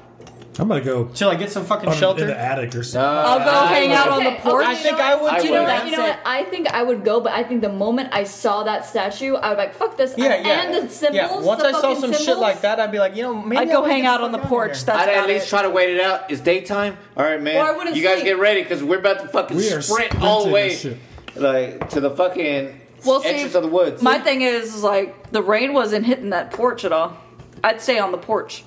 [SPEAKER 1] I'm gonna go
[SPEAKER 5] Should I get some fucking
[SPEAKER 1] on-
[SPEAKER 5] shelter?
[SPEAKER 1] in the attic or something.
[SPEAKER 2] Uh,
[SPEAKER 3] I'll go hang out on
[SPEAKER 6] okay,
[SPEAKER 3] the porch.
[SPEAKER 6] okay,
[SPEAKER 5] I
[SPEAKER 6] you
[SPEAKER 5] think
[SPEAKER 6] know
[SPEAKER 5] I
[SPEAKER 6] what?
[SPEAKER 5] would
[SPEAKER 2] I
[SPEAKER 6] You
[SPEAKER 5] too.
[SPEAKER 6] know,
[SPEAKER 2] would.
[SPEAKER 6] what? you know what? I think I would go, but I think the moment I saw that statue, I would like, fuck this.
[SPEAKER 5] Yeah, yeah.
[SPEAKER 6] And the symbols.
[SPEAKER 5] yeah. Once
[SPEAKER 6] the
[SPEAKER 5] I saw
[SPEAKER 6] fucking
[SPEAKER 5] some shit
[SPEAKER 6] symbols.
[SPEAKER 5] like that, I'd be like, you know, maybe
[SPEAKER 3] I'd go
[SPEAKER 5] I'll
[SPEAKER 3] hang
[SPEAKER 5] get
[SPEAKER 3] out
[SPEAKER 5] the
[SPEAKER 3] on the
[SPEAKER 5] fuck
[SPEAKER 3] porch.
[SPEAKER 5] outta here.
[SPEAKER 3] That's
[SPEAKER 2] I'd at
[SPEAKER 3] about
[SPEAKER 2] least
[SPEAKER 3] it.
[SPEAKER 2] try to wait it out. It's daytime. All right, man.
[SPEAKER 6] Or I wouldn't
[SPEAKER 2] you guys
[SPEAKER 6] sleep.
[SPEAKER 2] get ready because we're about to fucking
[SPEAKER 1] We are
[SPEAKER 2] sprint all the
[SPEAKER 1] sprinting
[SPEAKER 2] way,
[SPEAKER 1] this shit.
[SPEAKER 2] like to the fucking
[SPEAKER 3] Well, see,
[SPEAKER 2] entrance of the woods.
[SPEAKER 3] My thing is, is like the rain wasn't hitting that porch at all. I'd stay on the porch.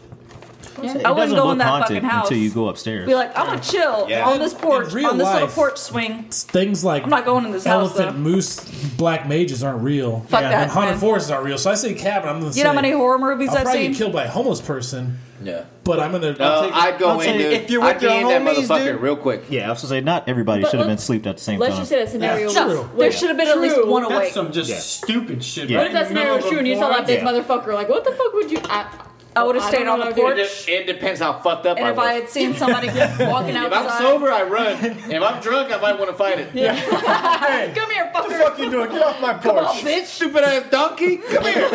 [SPEAKER 4] It
[SPEAKER 3] I wouldn't
[SPEAKER 4] doesn't
[SPEAKER 3] go
[SPEAKER 4] look
[SPEAKER 3] in that
[SPEAKER 4] haunted
[SPEAKER 3] fucking house.
[SPEAKER 4] until you go upstairs.
[SPEAKER 3] Be like, I'm gonna chill
[SPEAKER 2] Yeah.
[SPEAKER 3] on this porch,
[SPEAKER 1] In real
[SPEAKER 3] on this little
[SPEAKER 1] life.
[SPEAKER 3] porch swing.
[SPEAKER 1] Things like
[SPEAKER 3] I'm not going in this house,
[SPEAKER 1] elephant,
[SPEAKER 3] though.
[SPEAKER 1] moose, black mages aren't real.
[SPEAKER 3] Fuck that,
[SPEAKER 1] And haunted
[SPEAKER 3] man.
[SPEAKER 1] forests aren't real. So I say cabin. I'm gonna say
[SPEAKER 3] You know how many horror movies
[SPEAKER 1] I'll
[SPEAKER 3] I've
[SPEAKER 1] probably
[SPEAKER 3] seen?
[SPEAKER 1] get killed by a homeless person,
[SPEAKER 2] yeah.
[SPEAKER 1] but I'm gonna.
[SPEAKER 2] No,
[SPEAKER 1] take-
[SPEAKER 2] I'd go
[SPEAKER 4] I'll
[SPEAKER 2] in,
[SPEAKER 4] take-
[SPEAKER 2] dude.
[SPEAKER 5] if you're
[SPEAKER 2] I'd
[SPEAKER 5] with
[SPEAKER 2] be
[SPEAKER 5] your
[SPEAKER 2] in that
[SPEAKER 5] homies,
[SPEAKER 2] motherfucker
[SPEAKER 5] dude.
[SPEAKER 2] real quick.
[SPEAKER 4] yeah, I was gonna say not everybody
[SPEAKER 6] But
[SPEAKER 4] should have been
[SPEAKER 6] let's-
[SPEAKER 4] sleeped at the same
[SPEAKER 6] Let's
[SPEAKER 4] time.
[SPEAKER 6] just say that scenario
[SPEAKER 1] That's
[SPEAKER 6] was.
[SPEAKER 1] true.
[SPEAKER 3] There should have been at least
[SPEAKER 6] True.
[SPEAKER 3] one awake.
[SPEAKER 5] That's some just
[SPEAKER 4] Yeah.
[SPEAKER 5] stupid shit.
[SPEAKER 4] Yeah.
[SPEAKER 5] right
[SPEAKER 6] What if that
[SPEAKER 5] in the middle
[SPEAKER 6] scenario was
[SPEAKER 5] of
[SPEAKER 6] true and you saw
[SPEAKER 5] forest?
[SPEAKER 6] that big
[SPEAKER 4] Yeah.
[SPEAKER 6] motherfucker? Like, what the fuck would you. I,
[SPEAKER 3] I would have
[SPEAKER 6] I
[SPEAKER 3] stayed
[SPEAKER 6] don't
[SPEAKER 3] on
[SPEAKER 6] know,
[SPEAKER 3] the
[SPEAKER 6] dude.
[SPEAKER 3] porch.
[SPEAKER 2] It, just, it depends how fucked up
[SPEAKER 3] And
[SPEAKER 2] I
[SPEAKER 3] if I
[SPEAKER 2] was.
[SPEAKER 3] had seen somebody walking outside,
[SPEAKER 2] if I'm sober, I run. if I'm drunk, I might want to fight it. Yeah.
[SPEAKER 3] come here,
[SPEAKER 2] What
[SPEAKER 3] fucker.
[SPEAKER 2] the fuck you doing? Get off my porch,
[SPEAKER 3] on, bitch.
[SPEAKER 2] Stupid ass donkey. Come here.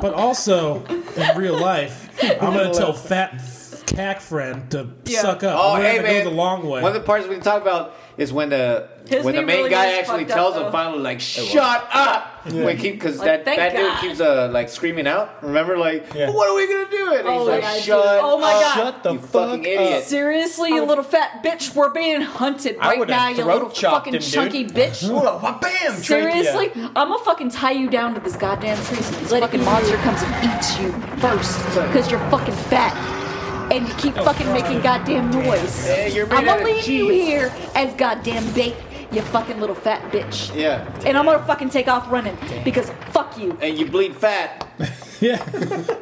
[SPEAKER 1] But also in real life, I'm gonna tell fat cack friend to
[SPEAKER 3] Yeah.
[SPEAKER 1] suck up.
[SPEAKER 2] Oh,
[SPEAKER 1] I'm
[SPEAKER 2] hey
[SPEAKER 1] gonna
[SPEAKER 2] man,
[SPEAKER 1] go the long way.
[SPEAKER 2] One of the parts we can talk about is when the
[SPEAKER 3] His
[SPEAKER 2] when the
[SPEAKER 3] knee
[SPEAKER 2] main
[SPEAKER 3] really
[SPEAKER 2] guy
[SPEAKER 3] is
[SPEAKER 2] actually
[SPEAKER 3] fucked up,
[SPEAKER 2] tells him
[SPEAKER 3] though.
[SPEAKER 2] finally like shut up when keep because
[SPEAKER 3] Like,
[SPEAKER 2] that
[SPEAKER 3] thank
[SPEAKER 2] that
[SPEAKER 3] God.
[SPEAKER 2] dude keeps uh like screaming out. Remember like
[SPEAKER 5] Yeah.
[SPEAKER 2] what are we gonna do? And
[SPEAKER 6] Oh
[SPEAKER 2] he's
[SPEAKER 6] my
[SPEAKER 2] like
[SPEAKER 6] God, dude.
[SPEAKER 2] shut.
[SPEAKER 3] Oh my
[SPEAKER 2] up,
[SPEAKER 3] God.
[SPEAKER 5] Shut the
[SPEAKER 2] you
[SPEAKER 5] fuck
[SPEAKER 2] fucking idiot.
[SPEAKER 3] Seriously, you little fat bitch, we're being hunted
[SPEAKER 5] I
[SPEAKER 3] right
[SPEAKER 5] would've
[SPEAKER 3] now, you
[SPEAKER 5] throat
[SPEAKER 3] little
[SPEAKER 5] chopped
[SPEAKER 3] fucking
[SPEAKER 5] him, dude.
[SPEAKER 3] chunky bitch.
[SPEAKER 5] Whoa, bam!
[SPEAKER 3] Seriously, I'm gonna fucking tie you down to this goddamn tree so this fucking monster comes and eats you first because you're fucking fat and you keep fucking making goddamn noise.
[SPEAKER 2] Yeah, you're made
[SPEAKER 3] I'm
[SPEAKER 2] out
[SPEAKER 3] gonna
[SPEAKER 2] of
[SPEAKER 3] leave you
[SPEAKER 2] cheese.
[SPEAKER 3] here as goddamn bait, you fucking little fat bitch.
[SPEAKER 2] Yeah.
[SPEAKER 3] And I'm gonna fucking take off running because fuck you.
[SPEAKER 2] And you bleed fat.
[SPEAKER 1] yeah,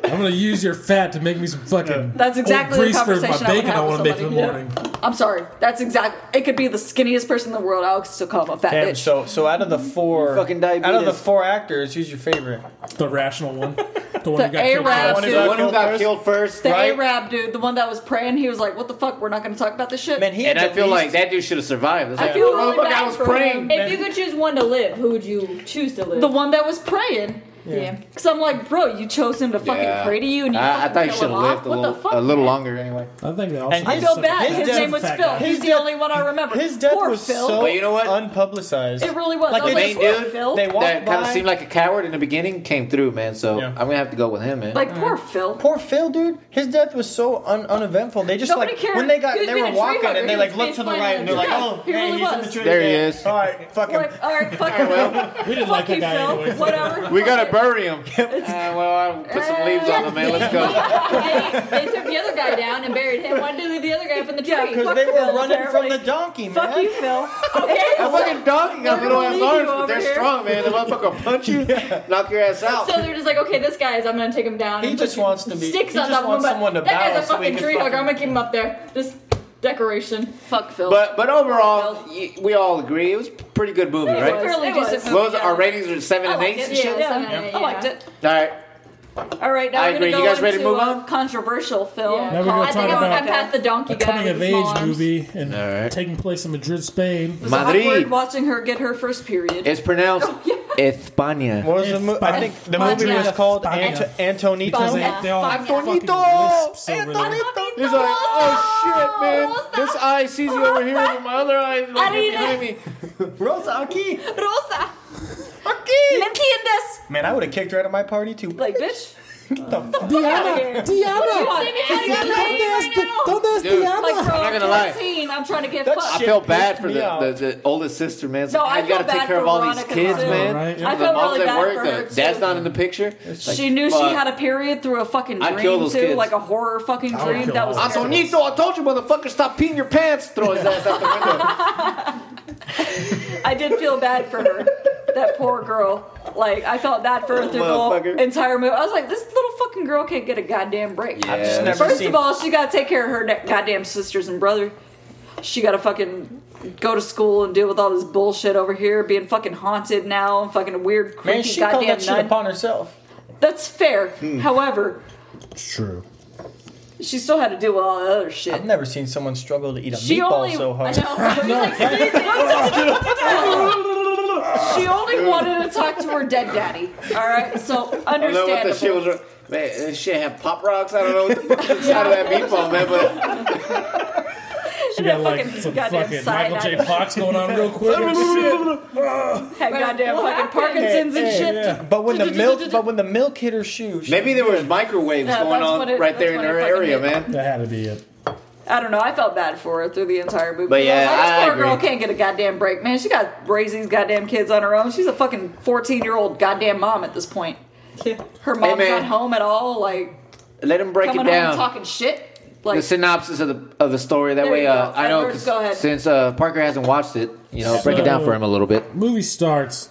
[SPEAKER 1] I'm gonna use your fat to make me some fucking.
[SPEAKER 3] That's exactly
[SPEAKER 1] old
[SPEAKER 3] the
[SPEAKER 1] grease for my
[SPEAKER 3] conversation I would
[SPEAKER 1] bacon.
[SPEAKER 3] have
[SPEAKER 1] I
[SPEAKER 3] with
[SPEAKER 1] want to make in the
[SPEAKER 3] somebody.
[SPEAKER 1] morning.
[SPEAKER 3] I'm sorry. That's exactly. It could be the skinniest person in the world. I'll still call him a fat
[SPEAKER 5] Damn,
[SPEAKER 3] bitch.
[SPEAKER 5] so so out of the four
[SPEAKER 2] fucking
[SPEAKER 5] out of the
[SPEAKER 2] diabetes.
[SPEAKER 5] four actors, who's your favorite?
[SPEAKER 1] The rational one, the one
[SPEAKER 3] The
[SPEAKER 1] who got killed
[SPEAKER 3] Arab
[SPEAKER 1] first.
[SPEAKER 3] dude.
[SPEAKER 2] The one who
[SPEAKER 5] killed
[SPEAKER 2] got
[SPEAKER 5] first?
[SPEAKER 2] killed first.
[SPEAKER 3] the
[SPEAKER 5] right?
[SPEAKER 3] Arab dude, the one that was praying, he was like, "What the fuck? We're not going to talk about this shit."
[SPEAKER 5] Man, he
[SPEAKER 2] And
[SPEAKER 5] had
[SPEAKER 2] I
[SPEAKER 5] the
[SPEAKER 2] feel like
[SPEAKER 5] least-
[SPEAKER 2] that dude should have survived. It's
[SPEAKER 3] I
[SPEAKER 2] like,
[SPEAKER 3] feel
[SPEAKER 2] oh,
[SPEAKER 3] really
[SPEAKER 2] fuck, I
[SPEAKER 3] bad
[SPEAKER 2] was
[SPEAKER 3] for
[SPEAKER 2] praying.
[SPEAKER 6] If you could choose one to live, who would you choose to live?
[SPEAKER 3] the one that was praying.
[SPEAKER 6] yeah.
[SPEAKER 3] Cause I'm like, bro, you chose him to fucking
[SPEAKER 2] Yeah.
[SPEAKER 3] pray to you, and you
[SPEAKER 2] I, I
[SPEAKER 3] fucking
[SPEAKER 2] thought you
[SPEAKER 3] kill
[SPEAKER 2] should
[SPEAKER 3] him
[SPEAKER 2] have lived
[SPEAKER 3] off.
[SPEAKER 2] a
[SPEAKER 3] What
[SPEAKER 2] little,
[SPEAKER 3] the fuck?
[SPEAKER 2] a little
[SPEAKER 3] man?
[SPEAKER 2] longer anyway.
[SPEAKER 1] I think they
[SPEAKER 5] And
[SPEAKER 1] also.
[SPEAKER 3] I
[SPEAKER 5] his-
[SPEAKER 3] feel bad.
[SPEAKER 5] his
[SPEAKER 3] His,
[SPEAKER 5] death-
[SPEAKER 3] name was
[SPEAKER 1] fat
[SPEAKER 3] Phil.
[SPEAKER 1] guy.
[SPEAKER 3] He's
[SPEAKER 5] His
[SPEAKER 3] the
[SPEAKER 5] death-
[SPEAKER 3] only one I remember.
[SPEAKER 5] His death
[SPEAKER 3] Poor
[SPEAKER 5] was
[SPEAKER 3] Phil.
[SPEAKER 5] so
[SPEAKER 2] But you know what?
[SPEAKER 5] unpublicized.
[SPEAKER 3] It really was.
[SPEAKER 5] Like,
[SPEAKER 3] I was
[SPEAKER 5] the
[SPEAKER 3] like,
[SPEAKER 2] The main
[SPEAKER 3] poor
[SPEAKER 2] dude
[SPEAKER 3] Phil.
[SPEAKER 5] they walked
[SPEAKER 2] that kind of
[SPEAKER 5] by-
[SPEAKER 2] seemed like a coward in the beginning came through, man. So
[SPEAKER 5] Yeah.
[SPEAKER 2] I'm gonna have to go with him, man.
[SPEAKER 3] like poor Phil.
[SPEAKER 5] Poor Phil, dude. His death was so un- uneventful. They just
[SPEAKER 3] Nobody
[SPEAKER 5] like
[SPEAKER 3] cared.
[SPEAKER 5] when they got
[SPEAKER 3] He was
[SPEAKER 5] they
[SPEAKER 3] being
[SPEAKER 5] were
[SPEAKER 3] a tree
[SPEAKER 5] walking
[SPEAKER 3] hugger.
[SPEAKER 5] and they
[SPEAKER 3] He
[SPEAKER 5] like
[SPEAKER 3] was
[SPEAKER 5] looked to the
[SPEAKER 3] being
[SPEAKER 5] right and they're like,
[SPEAKER 3] fine.
[SPEAKER 5] oh,
[SPEAKER 3] Yeah, he
[SPEAKER 5] hey,
[SPEAKER 3] really
[SPEAKER 5] he's in
[SPEAKER 3] was.
[SPEAKER 5] the tree.
[SPEAKER 2] There he
[SPEAKER 5] again.
[SPEAKER 2] is.
[SPEAKER 5] All right, fuck him.
[SPEAKER 3] Like, all right, fuck
[SPEAKER 2] All right,
[SPEAKER 3] him.
[SPEAKER 2] well,
[SPEAKER 1] we didn't like
[SPEAKER 3] Fuck
[SPEAKER 1] that
[SPEAKER 3] you,
[SPEAKER 1] guy
[SPEAKER 3] Phil.
[SPEAKER 1] anyway.
[SPEAKER 3] Whatever.
[SPEAKER 2] we
[SPEAKER 3] Fuck
[SPEAKER 2] gotta
[SPEAKER 3] it.
[SPEAKER 2] bury him. Uh, well, I'll put some leaves on him, man. Let's go.
[SPEAKER 6] they, they took the other guy down and buried him. Why did they leave the other guy up in the tree?
[SPEAKER 3] Yeah,
[SPEAKER 5] Because
[SPEAKER 3] Fuck
[SPEAKER 5] they were
[SPEAKER 3] Phil,
[SPEAKER 5] running from the
[SPEAKER 3] apparently.
[SPEAKER 5] donkey, man.
[SPEAKER 3] Fuck you, Phil.
[SPEAKER 2] That fucking donkey got
[SPEAKER 3] We're
[SPEAKER 2] little
[SPEAKER 3] gonna
[SPEAKER 2] ass
[SPEAKER 3] leave you
[SPEAKER 2] arms, but
[SPEAKER 3] over
[SPEAKER 2] they're
[SPEAKER 3] here.
[SPEAKER 2] strong, man. The motherfucker will punch you, knock your ass out.
[SPEAKER 6] So they're just like, okay, this guy is. I'm gonna take him down.
[SPEAKER 5] He
[SPEAKER 6] and
[SPEAKER 5] just
[SPEAKER 6] put
[SPEAKER 5] wants to be-
[SPEAKER 6] Sticks
[SPEAKER 5] he
[SPEAKER 6] on
[SPEAKER 5] just
[SPEAKER 6] top of
[SPEAKER 5] wants
[SPEAKER 6] him, but
[SPEAKER 5] someone to
[SPEAKER 6] That
[SPEAKER 5] bow
[SPEAKER 6] guy's a
[SPEAKER 5] so he
[SPEAKER 6] fucking
[SPEAKER 5] can
[SPEAKER 6] tree hugger.
[SPEAKER 5] fucking-
[SPEAKER 6] I'm gonna keep him up there. Just decoration.
[SPEAKER 3] Fuck Phil.
[SPEAKER 2] but but overall, y- we all agree it was a pretty good movie,
[SPEAKER 3] it was a
[SPEAKER 2] right?
[SPEAKER 3] fairly
[SPEAKER 6] It was.
[SPEAKER 3] decent movie.
[SPEAKER 2] Those our ratings are seven
[SPEAKER 3] I
[SPEAKER 2] and
[SPEAKER 3] liked
[SPEAKER 2] eight
[SPEAKER 3] it.
[SPEAKER 2] and
[SPEAKER 3] Oh, Yeah,
[SPEAKER 2] shit.
[SPEAKER 6] Yeah.
[SPEAKER 3] seven and eight,
[SPEAKER 6] I liked
[SPEAKER 3] yeah.
[SPEAKER 6] it.
[SPEAKER 2] All right.
[SPEAKER 3] All right, now
[SPEAKER 2] I
[SPEAKER 3] we're
[SPEAKER 2] agree.
[SPEAKER 3] gonna
[SPEAKER 2] You
[SPEAKER 3] go
[SPEAKER 2] guys ready to
[SPEAKER 3] into
[SPEAKER 2] move
[SPEAKER 3] a
[SPEAKER 2] on?
[SPEAKER 3] controversial film.
[SPEAKER 6] Yeah.
[SPEAKER 1] Now we're
[SPEAKER 3] called-
[SPEAKER 1] gonna
[SPEAKER 6] I think
[SPEAKER 1] talk
[SPEAKER 6] I'm
[SPEAKER 1] about
[SPEAKER 6] gonna pass the donkey
[SPEAKER 1] a
[SPEAKER 6] guy.
[SPEAKER 1] coming
[SPEAKER 6] with
[SPEAKER 1] of
[SPEAKER 6] the small
[SPEAKER 1] age
[SPEAKER 6] arms.
[SPEAKER 1] movie and
[SPEAKER 2] All right.
[SPEAKER 1] taking place in Madrid, Spain.
[SPEAKER 3] It was awkward
[SPEAKER 2] Madrid.
[SPEAKER 3] watching her get her first period.
[SPEAKER 2] It's pronounced
[SPEAKER 3] Oh, yeah.
[SPEAKER 2] España.
[SPEAKER 5] What was the movie? I
[SPEAKER 1] España.
[SPEAKER 5] think the movie was
[SPEAKER 3] España.
[SPEAKER 5] called
[SPEAKER 1] España.
[SPEAKER 5] Ant- Antonita.
[SPEAKER 1] Because they,
[SPEAKER 6] España.
[SPEAKER 1] they all
[SPEAKER 2] Antonito!
[SPEAKER 1] fucking lisp over there.
[SPEAKER 2] He's like, oh shit, man. This eye sees you over here, but my other eye is like
[SPEAKER 3] Arena.
[SPEAKER 2] behind me.
[SPEAKER 5] Rosa Aki.
[SPEAKER 3] Rosa,
[SPEAKER 5] Aki.
[SPEAKER 3] ¿me entiendes?
[SPEAKER 5] Man, I would have kicked her out of my party too.
[SPEAKER 3] Like, bitch.
[SPEAKER 1] Diana, Diana,
[SPEAKER 2] Dude, I'm
[SPEAKER 3] Like, bro,
[SPEAKER 2] not
[SPEAKER 3] I'm
[SPEAKER 2] gonna lie.
[SPEAKER 3] 14. I'm trying to get
[SPEAKER 5] That's
[SPEAKER 2] I
[SPEAKER 3] fucked.
[SPEAKER 5] shit
[SPEAKER 2] feel bad
[SPEAKER 5] pissed
[SPEAKER 2] for
[SPEAKER 5] me
[SPEAKER 2] the,
[SPEAKER 5] off.
[SPEAKER 2] the, the oldest sister, man. It's
[SPEAKER 3] No,
[SPEAKER 2] like,
[SPEAKER 3] I
[SPEAKER 2] I gotta
[SPEAKER 3] feel
[SPEAKER 2] take
[SPEAKER 3] bad
[SPEAKER 2] care of
[SPEAKER 3] for
[SPEAKER 2] all these
[SPEAKER 3] Veronica,
[SPEAKER 2] kids,
[SPEAKER 3] too.
[SPEAKER 2] man.
[SPEAKER 1] Right.
[SPEAKER 3] I
[SPEAKER 2] The
[SPEAKER 3] felt
[SPEAKER 2] mom's
[SPEAKER 3] really
[SPEAKER 2] at
[SPEAKER 3] bad
[SPEAKER 2] work,
[SPEAKER 3] for her,
[SPEAKER 2] the dad's
[SPEAKER 3] too.
[SPEAKER 2] not in the picture. It's like,
[SPEAKER 3] She knew she
[SPEAKER 2] fuck.
[SPEAKER 3] had a period through a fucking
[SPEAKER 2] I'd kill
[SPEAKER 3] dream
[SPEAKER 2] those
[SPEAKER 3] too,
[SPEAKER 2] kids.
[SPEAKER 3] like a horror fucking
[SPEAKER 1] I would
[SPEAKER 3] dream.
[SPEAKER 1] kill
[SPEAKER 3] That
[SPEAKER 1] all
[SPEAKER 3] was
[SPEAKER 1] of them.
[SPEAKER 3] terrible.
[SPEAKER 2] Antonito, I told you, motherfucker, stop peeing your pants. Throw his ass out the window.
[SPEAKER 3] I did feel bad for her. That poor girl. Like I felt bad for her through the whole
[SPEAKER 2] Motherfucker.
[SPEAKER 3] entire movie. I was like, this little fucking fucking girl can't get a goddamn break.
[SPEAKER 2] Yeah. I've just never
[SPEAKER 3] First
[SPEAKER 5] seen-
[SPEAKER 3] of all, she gotta take care of her da- goddamn sisters and brother. She gotta fucking go to school and deal with all this bullshit over here, being fucking haunted now and fucking a weird, creepy
[SPEAKER 5] Man, she called
[SPEAKER 3] goddamn
[SPEAKER 5] that shit
[SPEAKER 3] nun.
[SPEAKER 5] upon herself.
[SPEAKER 3] That's fair. However,
[SPEAKER 1] True.
[SPEAKER 3] she still had to deal with all that other shit.
[SPEAKER 5] I've never seen someone struggle to eat a
[SPEAKER 3] She
[SPEAKER 5] meatball
[SPEAKER 3] only,
[SPEAKER 5] so hard.
[SPEAKER 3] I know. I was like, "See, that's- she only wanted to talk to her dead daddy. All right, so
[SPEAKER 2] I don't know what the shit
[SPEAKER 3] understandable.
[SPEAKER 2] was. Man, this shit had pop rocks. I don't know what the fuck was inside of that meatball, man. But
[SPEAKER 1] She
[SPEAKER 3] Yeah,
[SPEAKER 1] got like
[SPEAKER 3] fucking
[SPEAKER 1] some
[SPEAKER 3] goddamn
[SPEAKER 1] fucking
[SPEAKER 3] cyanide.
[SPEAKER 1] Michael J. Fox going on real quick. and shit.
[SPEAKER 3] Had goddamn
[SPEAKER 6] what
[SPEAKER 3] fucking
[SPEAKER 6] happened?
[SPEAKER 3] Parkinson's and
[SPEAKER 5] Hey,
[SPEAKER 3] shit.
[SPEAKER 1] yeah.
[SPEAKER 5] But when the milk, but when the milk hit her shoe, she,
[SPEAKER 2] maybe there was microwaves
[SPEAKER 3] No,
[SPEAKER 2] going
[SPEAKER 3] that's what
[SPEAKER 2] on
[SPEAKER 3] it-
[SPEAKER 2] right there in
[SPEAKER 3] that's
[SPEAKER 2] her
[SPEAKER 3] what it fucking
[SPEAKER 2] area,
[SPEAKER 3] is.
[SPEAKER 2] man.
[SPEAKER 1] That had to be it.
[SPEAKER 3] I don't know. I felt bad for her through the entire movie.
[SPEAKER 2] But
[SPEAKER 3] I
[SPEAKER 2] yeah,
[SPEAKER 3] was like,
[SPEAKER 2] I
[SPEAKER 3] this poor girl
[SPEAKER 2] agree.
[SPEAKER 3] can't get a goddamn break, man. She got raise these goddamn kids on her own. She's a fucking fourteen-year-old goddamn mom at this point. Her mom's
[SPEAKER 2] man.
[SPEAKER 3] not home at all. Like
[SPEAKER 2] Let him break
[SPEAKER 3] coming
[SPEAKER 2] it
[SPEAKER 3] home and
[SPEAKER 2] down.
[SPEAKER 3] talking shit. Like
[SPEAKER 2] the synopsis of the of the story. That
[SPEAKER 3] There
[SPEAKER 2] way,
[SPEAKER 3] you
[SPEAKER 2] uh,
[SPEAKER 3] go.
[SPEAKER 2] I know
[SPEAKER 3] Edwards, go ahead.
[SPEAKER 2] since uh, Parker hasn't watched it, you know, break it down for him a little bit.
[SPEAKER 1] movie starts.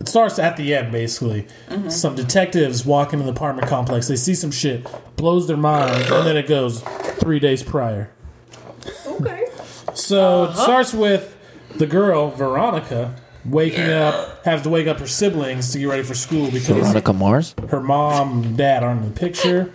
[SPEAKER 1] It starts at the end, basically.
[SPEAKER 3] Mm-hmm.
[SPEAKER 1] Some detectives walk into the apartment complex. They see some shit, blows their mind, and then it goes three days prior.
[SPEAKER 6] Okay.
[SPEAKER 1] So
[SPEAKER 3] Uh-huh.
[SPEAKER 1] it starts with the girl Veronica waking up, having to wake up her siblings to get ready for school because
[SPEAKER 2] Veronica Mars.
[SPEAKER 1] her mom and dad aren't in the picture.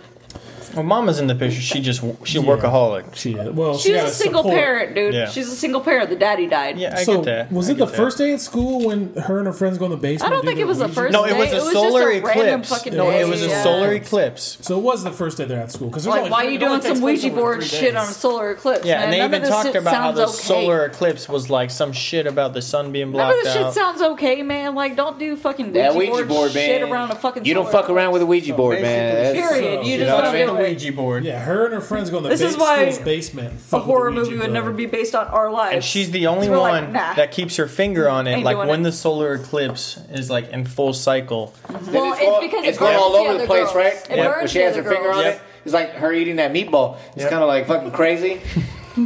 [SPEAKER 5] her mama's in the picture. She just she's a workaholic.
[SPEAKER 1] She uh, well, she
[SPEAKER 3] She's
[SPEAKER 1] got
[SPEAKER 3] a single
[SPEAKER 1] support.
[SPEAKER 3] parent, dude.
[SPEAKER 5] Yeah.
[SPEAKER 3] She's a single parent. The daddy died.
[SPEAKER 5] Yeah, I
[SPEAKER 1] so
[SPEAKER 5] get that.
[SPEAKER 1] was
[SPEAKER 5] I
[SPEAKER 1] it the
[SPEAKER 5] get that.
[SPEAKER 1] first day at school when her and her friends go in the
[SPEAKER 3] I
[SPEAKER 1] basement?
[SPEAKER 3] don't
[SPEAKER 1] and do
[SPEAKER 3] think it
[SPEAKER 1] their
[SPEAKER 3] was the
[SPEAKER 1] Ouija?
[SPEAKER 3] first
[SPEAKER 5] No, it
[SPEAKER 3] day.
[SPEAKER 5] was a
[SPEAKER 3] just
[SPEAKER 5] solar
[SPEAKER 3] a random
[SPEAKER 5] eclipse.
[SPEAKER 3] fucking
[SPEAKER 5] No,
[SPEAKER 3] day.
[SPEAKER 5] it was a
[SPEAKER 3] yeah.
[SPEAKER 5] solar eclipse.
[SPEAKER 1] So it was the first day they're at school because
[SPEAKER 3] Like, why are you doing some Ouija board shit on a solar eclipse?
[SPEAKER 5] Yeah,
[SPEAKER 3] man?
[SPEAKER 5] and they
[SPEAKER 3] None
[SPEAKER 5] even
[SPEAKER 3] of this
[SPEAKER 5] talked
[SPEAKER 3] shit
[SPEAKER 5] about how
[SPEAKER 3] sounds
[SPEAKER 5] the
[SPEAKER 3] okay.
[SPEAKER 5] solar eclipse was like some shit about the sun being
[SPEAKER 3] None of
[SPEAKER 5] blocked
[SPEAKER 3] this shit
[SPEAKER 5] out.
[SPEAKER 3] sounds okay, man. Like, don't do fucking Ouija,
[SPEAKER 2] That Ouija
[SPEAKER 3] board,
[SPEAKER 2] board, man.
[SPEAKER 3] shit around a fucking.
[SPEAKER 2] You don't
[SPEAKER 3] solar
[SPEAKER 2] fuck around with a Ouija board, man.
[SPEAKER 5] basically,
[SPEAKER 2] That's-
[SPEAKER 3] Period.
[SPEAKER 1] So,
[SPEAKER 3] you
[SPEAKER 1] you
[SPEAKER 3] just
[SPEAKER 2] know what
[SPEAKER 3] don't
[SPEAKER 2] I mean?
[SPEAKER 3] do it.
[SPEAKER 5] board.
[SPEAKER 1] Yeah, her and her friends go in the
[SPEAKER 3] This
[SPEAKER 1] ba-
[SPEAKER 3] is why
[SPEAKER 1] school's basement. and fuck
[SPEAKER 3] A
[SPEAKER 1] with
[SPEAKER 3] horror
[SPEAKER 1] the Ouija
[SPEAKER 3] movie would
[SPEAKER 1] board.
[SPEAKER 3] never be based on our lives.
[SPEAKER 5] And she's the only
[SPEAKER 3] We're
[SPEAKER 5] one
[SPEAKER 3] like, nah.
[SPEAKER 5] that keeps her finger on it,
[SPEAKER 3] Ain't
[SPEAKER 5] like
[SPEAKER 3] doing
[SPEAKER 5] when
[SPEAKER 3] it.
[SPEAKER 5] the solar eclipse is like in full cycle.
[SPEAKER 2] Then
[SPEAKER 3] Well,
[SPEAKER 2] it's
[SPEAKER 3] it's
[SPEAKER 2] all,
[SPEAKER 3] because it
[SPEAKER 2] it's going
[SPEAKER 3] burns
[SPEAKER 2] all
[SPEAKER 3] the
[SPEAKER 2] over the
[SPEAKER 3] other
[SPEAKER 2] place,
[SPEAKER 3] girls.
[SPEAKER 2] right?
[SPEAKER 3] It
[SPEAKER 2] When- When
[SPEAKER 3] burns
[SPEAKER 2] she
[SPEAKER 3] the
[SPEAKER 2] has her
[SPEAKER 3] other
[SPEAKER 2] finger on
[SPEAKER 5] girls.
[SPEAKER 2] it, it's like her eating that meatball. It's kind of like fucking crazy.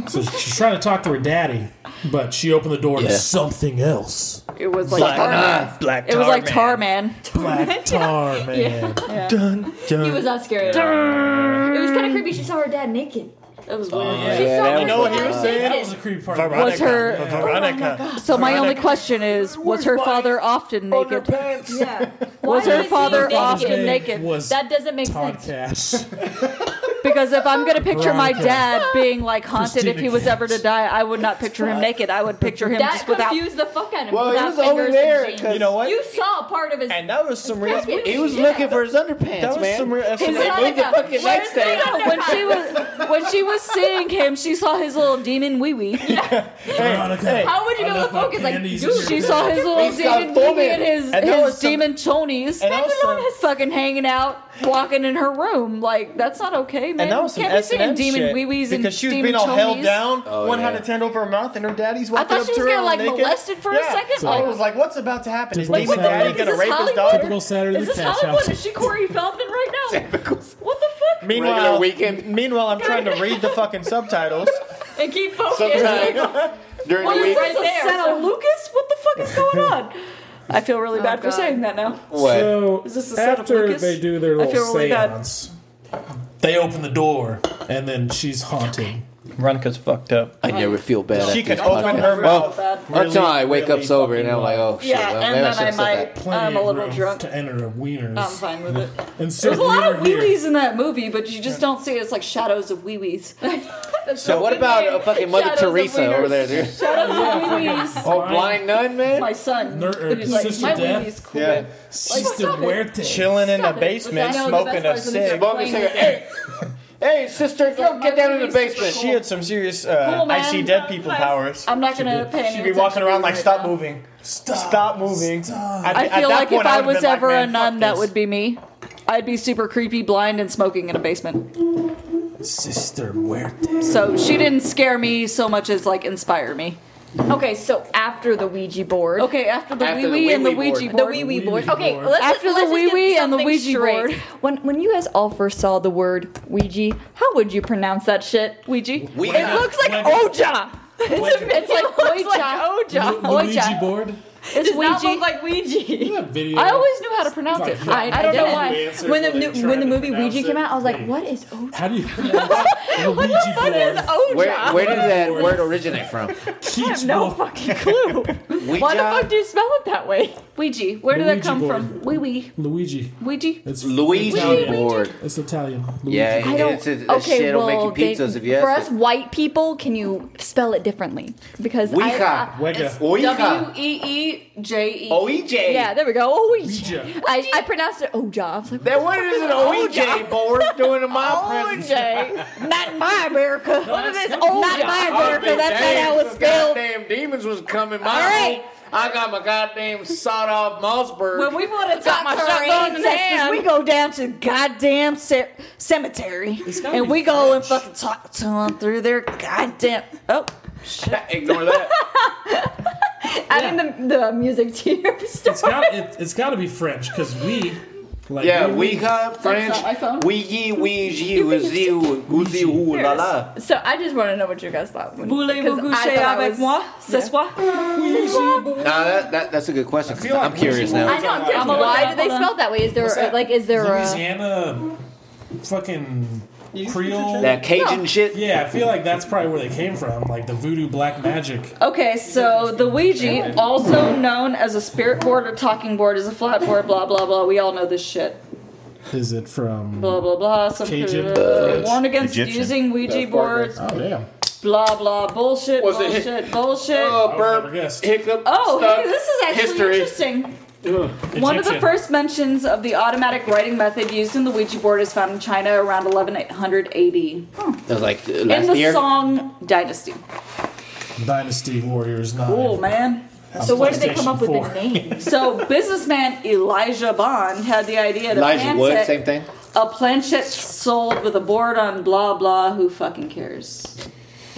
[SPEAKER 1] So she's trying to talk to her daddy, but she opened the door
[SPEAKER 2] Yeah.
[SPEAKER 1] to something else.
[SPEAKER 3] It was like tar man.
[SPEAKER 5] black
[SPEAKER 3] It was like tar man.
[SPEAKER 1] Black tar man.
[SPEAKER 5] Dun,
[SPEAKER 6] He
[SPEAKER 5] dun.
[SPEAKER 6] was not scary. At all. It was kind of creepy. She saw her dad naked.
[SPEAKER 3] It was weird.
[SPEAKER 6] She
[SPEAKER 2] yeah,
[SPEAKER 6] saw
[SPEAKER 2] that
[SPEAKER 6] her
[SPEAKER 2] was- You know what he
[SPEAKER 6] dad
[SPEAKER 5] was saying?
[SPEAKER 1] That
[SPEAKER 6] naked.
[SPEAKER 1] was a creepy part.
[SPEAKER 5] Veronica.
[SPEAKER 3] her-
[SPEAKER 5] Veronica.
[SPEAKER 3] So my only question is: Was her father often naked?
[SPEAKER 6] Yeah.
[SPEAKER 3] Was
[SPEAKER 6] Why
[SPEAKER 3] her
[SPEAKER 6] is he
[SPEAKER 3] father
[SPEAKER 6] naked?
[SPEAKER 3] often naked?
[SPEAKER 1] Was
[SPEAKER 6] That doesn't make
[SPEAKER 1] Todd
[SPEAKER 6] sense.
[SPEAKER 1] Cash.
[SPEAKER 3] Because if I'm gonna picture my
[SPEAKER 1] Veronica.
[SPEAKER 3] dad being like haunted
[SPEAKER 1] Christina
[SPEAKER 3] if he was
[SPEAKER 1] Cage.
[SPEAKER 3] ever to die, I would not picture him naked. I would picture him
[SPEAKER 6] That
[SPEAKER 3] just without.
[SPEAKER 6] confused the fuck out of me.
[SPEAKER 2] Well, he
[SPEAKER 6] without
[SPEAKER 2] was over
[SPEAKER 6] fingers
[SPEAKER 2] there,
[SPEAKER 6] and jeans.
[SPEAKER 2] 'cause-
[SPEAKER 5] You know what?
[SPEAKER 6] You saw part of his.
[SPEAKER 5] and that was some real.
[SPEAKER 6] That's weird.
[SPEAKER 2] He was
[SPEAKER 6] Yeah.
[SPEAKER 2] looking for his underpants,
[SPEAKER 5] That was
[SPEAKER 2] man.
[SPEAKER 5] some real. that's
[SPEAKER 3] His
[SPEAKER 5] some-
[SPEAKER 2] They moved the
[SPEAKER 6] Veronica,
[SPEAKER 2] fucking
[SPEAKER 6] where's
[SPEAKER 2] nightstand.
[SPEAKER 6] the-
[SPEAKER 3] when she was when she was seeing him, she saw his little demon wee wee.
[SPEAKER 1] Veronica.
[SPEAKER 6] How would you
[SPEAKER 1] I
[SPEAKER 6] know
[SPEAKER 1] left
[SPEAKER 6] the
[SPEAKER 1] my
[SPEAKER 6] focus? Like,
[SPEAKER 1] panties
[SPEAKER 6] dude,
[SPEAKER 1] in your
[SPEAKER 3] She
[SPEAKER 1] bed.
[SPEAKER 3] saw his little
[SPEAKER 2] He's got
[SPEAKER 3] demon wee wee
[SPEAKER 2] vomit.
[SPEAKER 3] and his
[SPEAKER 5] And that
[SPEAKER 3] his
[SPEAKER 5] was some-
[SPEAKER 3] demon chonies,
[SPEAKER 5] and that was some-
[SPEAKER 3] fucking hanging out, walking in her room. Like that's not okay, man.
[SPEAKER 5] And that was
[SPEAKER 3] you
[SPEAKER 5] some
[SPEAKER 3] can't be seeing
[SPEAKER 5] S&M
[SPEAKER 3] demon
[SPEAKER 5] shit
[SPEAKER 3] wee wees and
[SPEAKER 5] because she was
[SPEAKER 3] demon
[SPEAKER 5] being all held
[SPEAKER 3] chonies.
[SPEAKER 5] down,
[SPEAKER 2] Oh,
[SPEAKER 5] one had
[SPEAKER 2] yeah.
[SPEAKER 5] a hand over her mouth, and her daddy's
[SPEAKER 3] I
[SPEAKER 5] walking
[SPEAKER 3] thought
[SPEAKER 5] up
[SPEAKER 3] she
[SPEAKER 5] to
[SPEAKER 3] was
[SPEAKER 5] her
[SPEAKER 3] gonna like
[SPEAKER 5] naked.
[SPEAKER 3] molested for
[SPEAKER 5] yeah.
[SPEAKER 3] a second. Oh,
[SPEAKER 5] So I was like, "What's about to happen? Is
[SPEAKER 1] Typical
[SPEAKER 5] demon daddy
[SPEAKER 1] Saturday.
[SPEAKER 5] gonna
[SPEAKER 3] Is
[SPEAKER 5] rape
[SPEAKER 3] this
[SPEAKER 5] his
[SPEAKER 1] Typical
[SPEAKER 5] daughter?"
[SPEAKER 1] Saturday
[SPEAKER 3] Is this
[SPEAKER 1] cash
[SPEAKER 3] Hollywood? Is
[SPEAKER 1] house.
[SPEAKER 3] she Corey Feldman right now? What the fuck?
[SPEAKER 5] Meanwhile,
[SPEAKER 2] Regular weekend.
[SPEAKER 5] meanwhile, I'm trying to read the fucking subtitles.
[SPEAKER 6] And keep focused.
[SPEAKER 2] Sometimes during
[SPEAKER 3] What
[SPEAKER 2] the
[SPEAKER 3] is
[SPEAKER 2] week.
[SPEAKER 3] this,
[SPEAKER 6] Right there.
[SPEAKER 3] Senna Lucas? What the fuck is going on? Oh, I feel really bad for
[SPEAKER 6] God.
[SPEAKER 3] saying that now.
[SPEAKER 2] What?
[SPEAKER 1] So
[SPEAKER 3] Is this the set of
[SPEAKER 1] after
[SPEAKER 3] Lucas?
[SPEAKER 1] they do their
[SPEAKER 3] I
[SPEAKER 1] little
[SPEAKER 3] feel really bad.
[SPEAKER 1] seance, they open the door and then she's haunted.
[SPEAKER 5] Veronica's fucked up.
[SPEAKER 2] I never feel bad. after
[SPEAKER 5] She could
[SPEAKER 2] this
[SPEAKER 5] open
[SPEAKER 2] podcast.
[SPEAKER 5] her
[SPEAKER 2] Well,
[SPEAKER 5] mouth.
[SPEAKER 2] until I
[SPEAKER 5] really,
[SPEAKER 2] wake up
[SPEAKER 5] really
[SPEAKER 2] sober and I'm
[SPEAKER 5] fucking
[SPEAKER 2] like,
[SPEAKER 5] well.
[SPEAKER 2] oh shit,
[SPEAKER 3] Yeah,
[SPEAKER 2] well,
[SPEAKER 3] and
[SPEAKER 2] maybe I
[SPEAKER 3] then
[SPEAKER 2] should
[SPEAKER 3] I
[SPEAKER 2] have said
[SPEAKER 3] might-
[SPEAKER 2] that.
[SPEAKER 1] Plenty
[SPEAKER 3] I'm a
[SPEAKER 1] of
[SPEAKER 3] little
[SPEAKER 1] room
[SPEAKER 3] drunk.
[SPEAKER 1] to enter a wieners.
[SPEAKER 3] I'm fine with it.
[SPEAKER 1] And so
[SPEAKER 3] There's a lot of
[SPEAKER 1] here.
[SPEAKER 3] wee-wees in that movie, but you just don't see it. It's like shadows of wee-wees.
[SPEAKER 2] So what about a fucking Mother
[SPEAKER 6] Shadows of
[SPEAKER 2] Teresa
[SPEAKER 6] wieners.
[SPEAKER 2] over there, dude?
[SPEAKER 3] Shadows of wee-wees.
[SPEAKER 2] Oh, blind nun, man.
[SPEAKER 3] My son.
[SPEAKER 1] Ner- er,
[SPEAKER 3] He's like,
[SPEAKER 1] Sister
[SPEAKER 3] my
[SPEAKER 1] Death?
[SPEAKER 3] wee-wee's cool.
[SPEAKER 2] Yeah.
[SPEAKER 1] Sister
[SPEAKER 6] stop it.
[SPEAKER 1] Muerte.
[SPEAKER 5] Chilling in the
[SPEAKER 6] Stop it.
[SPEAKER 5] basement,
[SPEAKER 6] I know, the
[SPEAKER 5] smoking
[SPEAKER 6] best
[SPEAKER 5] a
[SPEAKER 6] part is when they
[SPEAKER 5] cig.
[SPEAKER 2] Smoking a cigarette. Hey, hey, sister, girl, get down in the basement.
[SPEAKER 5] She had some serious uh,
[SPEAKER 3] Cool, man.
[SPEAKER 5] I see dead people powers.
[SPEAKER 3] I'm not going to pay any
[SPEAKER 5] She'd be
[SPEAKER 3] attention
[SPEAKER 5] walking
[SPEAKER 3] to
[SPEAKER 5] around
[SPEAKER 3] you
[SPEAKER 5] like,
[SPEAKER 3] right
[SPEAKER 5] stop
[SPEAKER 3] now.
[SPEAKER 5] moving, stop moving.
[SPEAKER 3] I
[SPEAKER 5] At the- at
[SPEAKER 3] feel
[SPEAKER 5] that
[SPEAKER 3] like if
[SPEAKER 5] point,
[SPEAKER 3] I
[SPEAKER 5] would've
[SPEAKER 3] was
[SPEAKER 5] been like,
[SPEAKER 3] ever a
[SPEAKER 5] "Man, fuck
[SPEAKER 3] nun, that
[SPEAKER 5] this."
[SPEAKER 3] would be me. I'd be super creepy, blind, and smoking in a basement.
[SPEAKER 1] Sister Muerte.
[SPEAKER 3] So she didn't scare me so much as like inspire me.
[SPEAKER 6] Okay, so after the Ouija board.
[SPEAKER 3] Okay, after the
[SPEAKER 2] After the
[SPEAKER 3] wee wee and the
[SPEAKER 2] wee-wee
[SPEAKER 3] Ouija
[SPEAKER 2] board.
[SPEAKER 3] board.
[SPEAKER 6] The wee wee
[SPEAKER 1] Ouija
[SPEAKER 3] Oh,
[SPEAKER 6] board. Okay,
[SPEAKER 1] board.
[SPEAKER 6] let's
[SPEAKER 3] After
[SPEAKER 6] just,
[SPEAKER 3] the
[SPEAKER 6] let's just get
[SPEAKER 3] wee-wee and the
[SPEAKER 6] something
[SPEAKER 3] Ouija
[SPEAKER 6] straight.
[SPEAKER 3] board.
[SPEAKER 6] When when you guys all first saw the word Ouija, how would you pronounce that shit?
[SPEAKER 3] Ouija.
[SPEAKER 6] It looks like
[SPEAKER 1] Ouija.
[SPEAKER 6] Oja. It's, a, it's like
[SPEAKER 3] It's like oh,
[SPEAKER 6] Oja. Like Oja.
[SPEAKER 1] Ouija board.
[SPEAKER 3] It's
[SPEAKER 7] does not
[SPEAKER 3] Ouija.
[SPEAKER 7] look like Ouija.
[SPEAKER 1] That video.
[SPEAKER 3] I always knew how to pronounce
[SPEAKER 1] Like,
[SPEAKER 3] it. I, I don't know
[SPEAKER 7] didn't.
[SPEAKER 3] why.
[SPEAKER 1] Answers
[SPEAKER 7] When the
[SPEAKER 1] they
[SPEAKER 7] new-
[SPEAKER 1] try
[SPEAKER 7] when the
[SPEAKER 1] to
[SPEAKER 7] movie
[SPEAKER 1] pronounce
[SPEAKER 7] Ouija
[SPEAKER 1] it.
[SPEAKER 7] came out, I was like,
[SPEAKER 1] Hey,
[SPEAKER 7] "What is Ouija?"
[SPEAKER 1] How do you pronounce the Ouija
[SPEAKER 7] Ouija?
[SPEAKER 1] board?
[SPEAKER 2] Where, where did that word originate from?
[SPEAKER 7] I have no fucking clue.
[SPEAKER 2] Ouija?
[SPEAKER 7] Why the fuck do you spell it that way?
[SPEAKER 3] Ouija. Where did
[SPEAKER 1] Luigi
[SPEAKER 3] that come
[SPEAKER 1] board.
[SPEAKER 3] from? Wee wee.
[SPEAKER 1] Luigi.
[SPEAKER 3] Ouija.
[SPEAKER 1] It's
[SPEAKER 2] Luigi
[SPEAKER 1] Italian.
[SPEAKER 2] board.
[SPEAKER 1] It's Italian. Luigi.
[SPEAKER 2] Yeah,
[SPEAKER 7] I don't.
[SPEAKER 2] it's a, a
[SPEAKER 7] okay,
[SPEAKER 2] shit will
[SPEAKER 7] well,
[SPEAKER 2] make you
[SPEAKER 7] they-
[SPEAKER 2] pizzas if you ask
[SPEAKER 7] for us
[SPEAKER 2] it.
[SPEAKER 7] white people, can you spell it differently? Because I,
[SPEAKER 2] Ouija.
[SPEAKER 1] Ouija.
[SPEAKER 2] Ouija.
[SPEAKER 6] W E E J E.
[SPEAKER 2] Ouija.
[SPEAKER 7] yeah, there we go. Ouija.
[SPEAKER 1] Ouija.
[SPEAKER 7] I, I pronounced it Ouija. I was like,
[SPEAKER 2] That what is an OJ board doing in my presence?
[SPEAKER 7] Ouija. Not in my America. What is this? Ouija. Not in my
[SPEAKER 2] I'll
[SPEAKER 7] America.
[SPEAKER 2] be
[SPEAKER 7] That's not
[SPEAKER 2] damned
[SPEAKER 7] how it's
[SPEAKER 2] if
[SPEAKER 7] spelled.
[SPEAKER 2] Goddamn demons was coming my
[SPEAKER 7] All right.
[SPEAKER 2] way. I got my goddamn sawed off Mossberg.
[SPEAKER 3] When we would have
[SPEAKER 7] Got
[SPEAKER 3] got
[SPEAKER 7] my
[SPEAKER 3] my
[SPEAKER 7] shotgun
[SPEAKER 3] shotgun
[SPEAKER 7] in
[SPEAKER 3] in
[SPEAKER 7] hand.
[SPEAKER 3] we go down to goddamn ce- cemetery and we go and fucking talk to them through their goddamn. Oh,
[SPEAKER 2] Ignore that.
[SPEAKER 7] Adding the, the music to your
[SPEAKER 1] It's
[SPEAKER 7] story.
[SPEAKER 1] got it, it's got to be French because we. Like,
[SPEAKER 2] Yeah, we got French.
[SPEAKER 3] not my phone.
[SPEAKER 2] We ye, we ye, we zi, we zi, ooh la la.
[SPEAKER 7] So I just want to know what you guys thought. When,
[SPEAKER 3] voulez-vous
[SPEAKER 7] 'cause I
[SPEAKER 3] coucher
[SPEAKER 7] thought I was-
[SPEAKER 3] avec moi ce soir?
[SPEAKER 2] Nah, that, that, that's a good question.
[SPEAKER 1] feel like
[SPEAKER 2] I'm curious
[SPEAKER 1] Ouija
[SPEAKER 2] now.
[SPEAKER 7] I know. I'm curious.
[SPEAKER 3] I'm a-
[SPEAKER 7] Why do they
[SPEAKER 3] hold on.
[SPEAKER 7] spell it that way? Is there
[SPEAKER 1] that?
[SPEAKER 7] like is there
[SPEAKER 2] uh,
[SPEAKER 7] a
[SPEAKER 1] Louisiana, fucking Creole.
[SPEAKER 2] That Cajun
[SPEAKER 7] No.
[SPEAKER 2] shit.
[SPEAKER 1] yeah, I feel like that's probably where they came from, like the voodoo black magic.
[SPEAKER 3] Okay, so the Ouija, also known as a spirit board or talking board, is a flat board. Blah blah blah. We all know this shit.
[SPEAKER 1] Is it from?
[SPEAKER 3] Blah blah blah. Some
[SPEAKER 1] Cajun.
[SPEAKER 3] uh, warned against
[SPEAKER 4] Egyptian.
[SPEAKER 3] using Ouija boards.
[SPEAKER 1] Oh damn!
[SPEAKER 3] Blah blah bullshit.
[SPEAKER 2] Was it-
[SPEAKER 3] bullshit. bullshit.
[SPEAKER 2] Oh,
[SPEAKER 1] never
[SPEAKER 2] burp,
[SPEAKER 1] guessed.
[SPEAKER 2] hiccup,
[SPEAKER 3] Oh,
[SPEAKER 2] stuff,
[SPEAKER 3] hey, this is actually
[SPEAKER 2] history.
[SPEAKER 3] interesting.
[SPEAKER 2] Ugh.
[SPEAKER 3] One of the
[SPEAKER 1] Egyptian.
[SPEAKER 3] first mentions of the automatic writing method used in the Ouija board is found in China around 1100 AD in
[SPEAKER 2] That was like uh,
[SPEAKER 3] the
[SPEAKER 2] last year.
[SPEAKER 3] Song Dynasty.
[SPEAKER 1] Dynasty Warriors. Nine.
[SPEAKER 3] Cool, man.
[SPEAKER 1] So where did they come
[SPEAKER 7] up with
[SPEAKER 1] four.
[SPEAKER 7] the name?
[SPEAKER 3] So, businessman Elijah Bond had the idea that
[SPEAKER 2] Elijah
[SPEAKER 3] planchette-
[SPEAKER 2] Wood, same thing.
[SPEAKER 3] a planchet sold with a board on blah blah. Who fucking cares?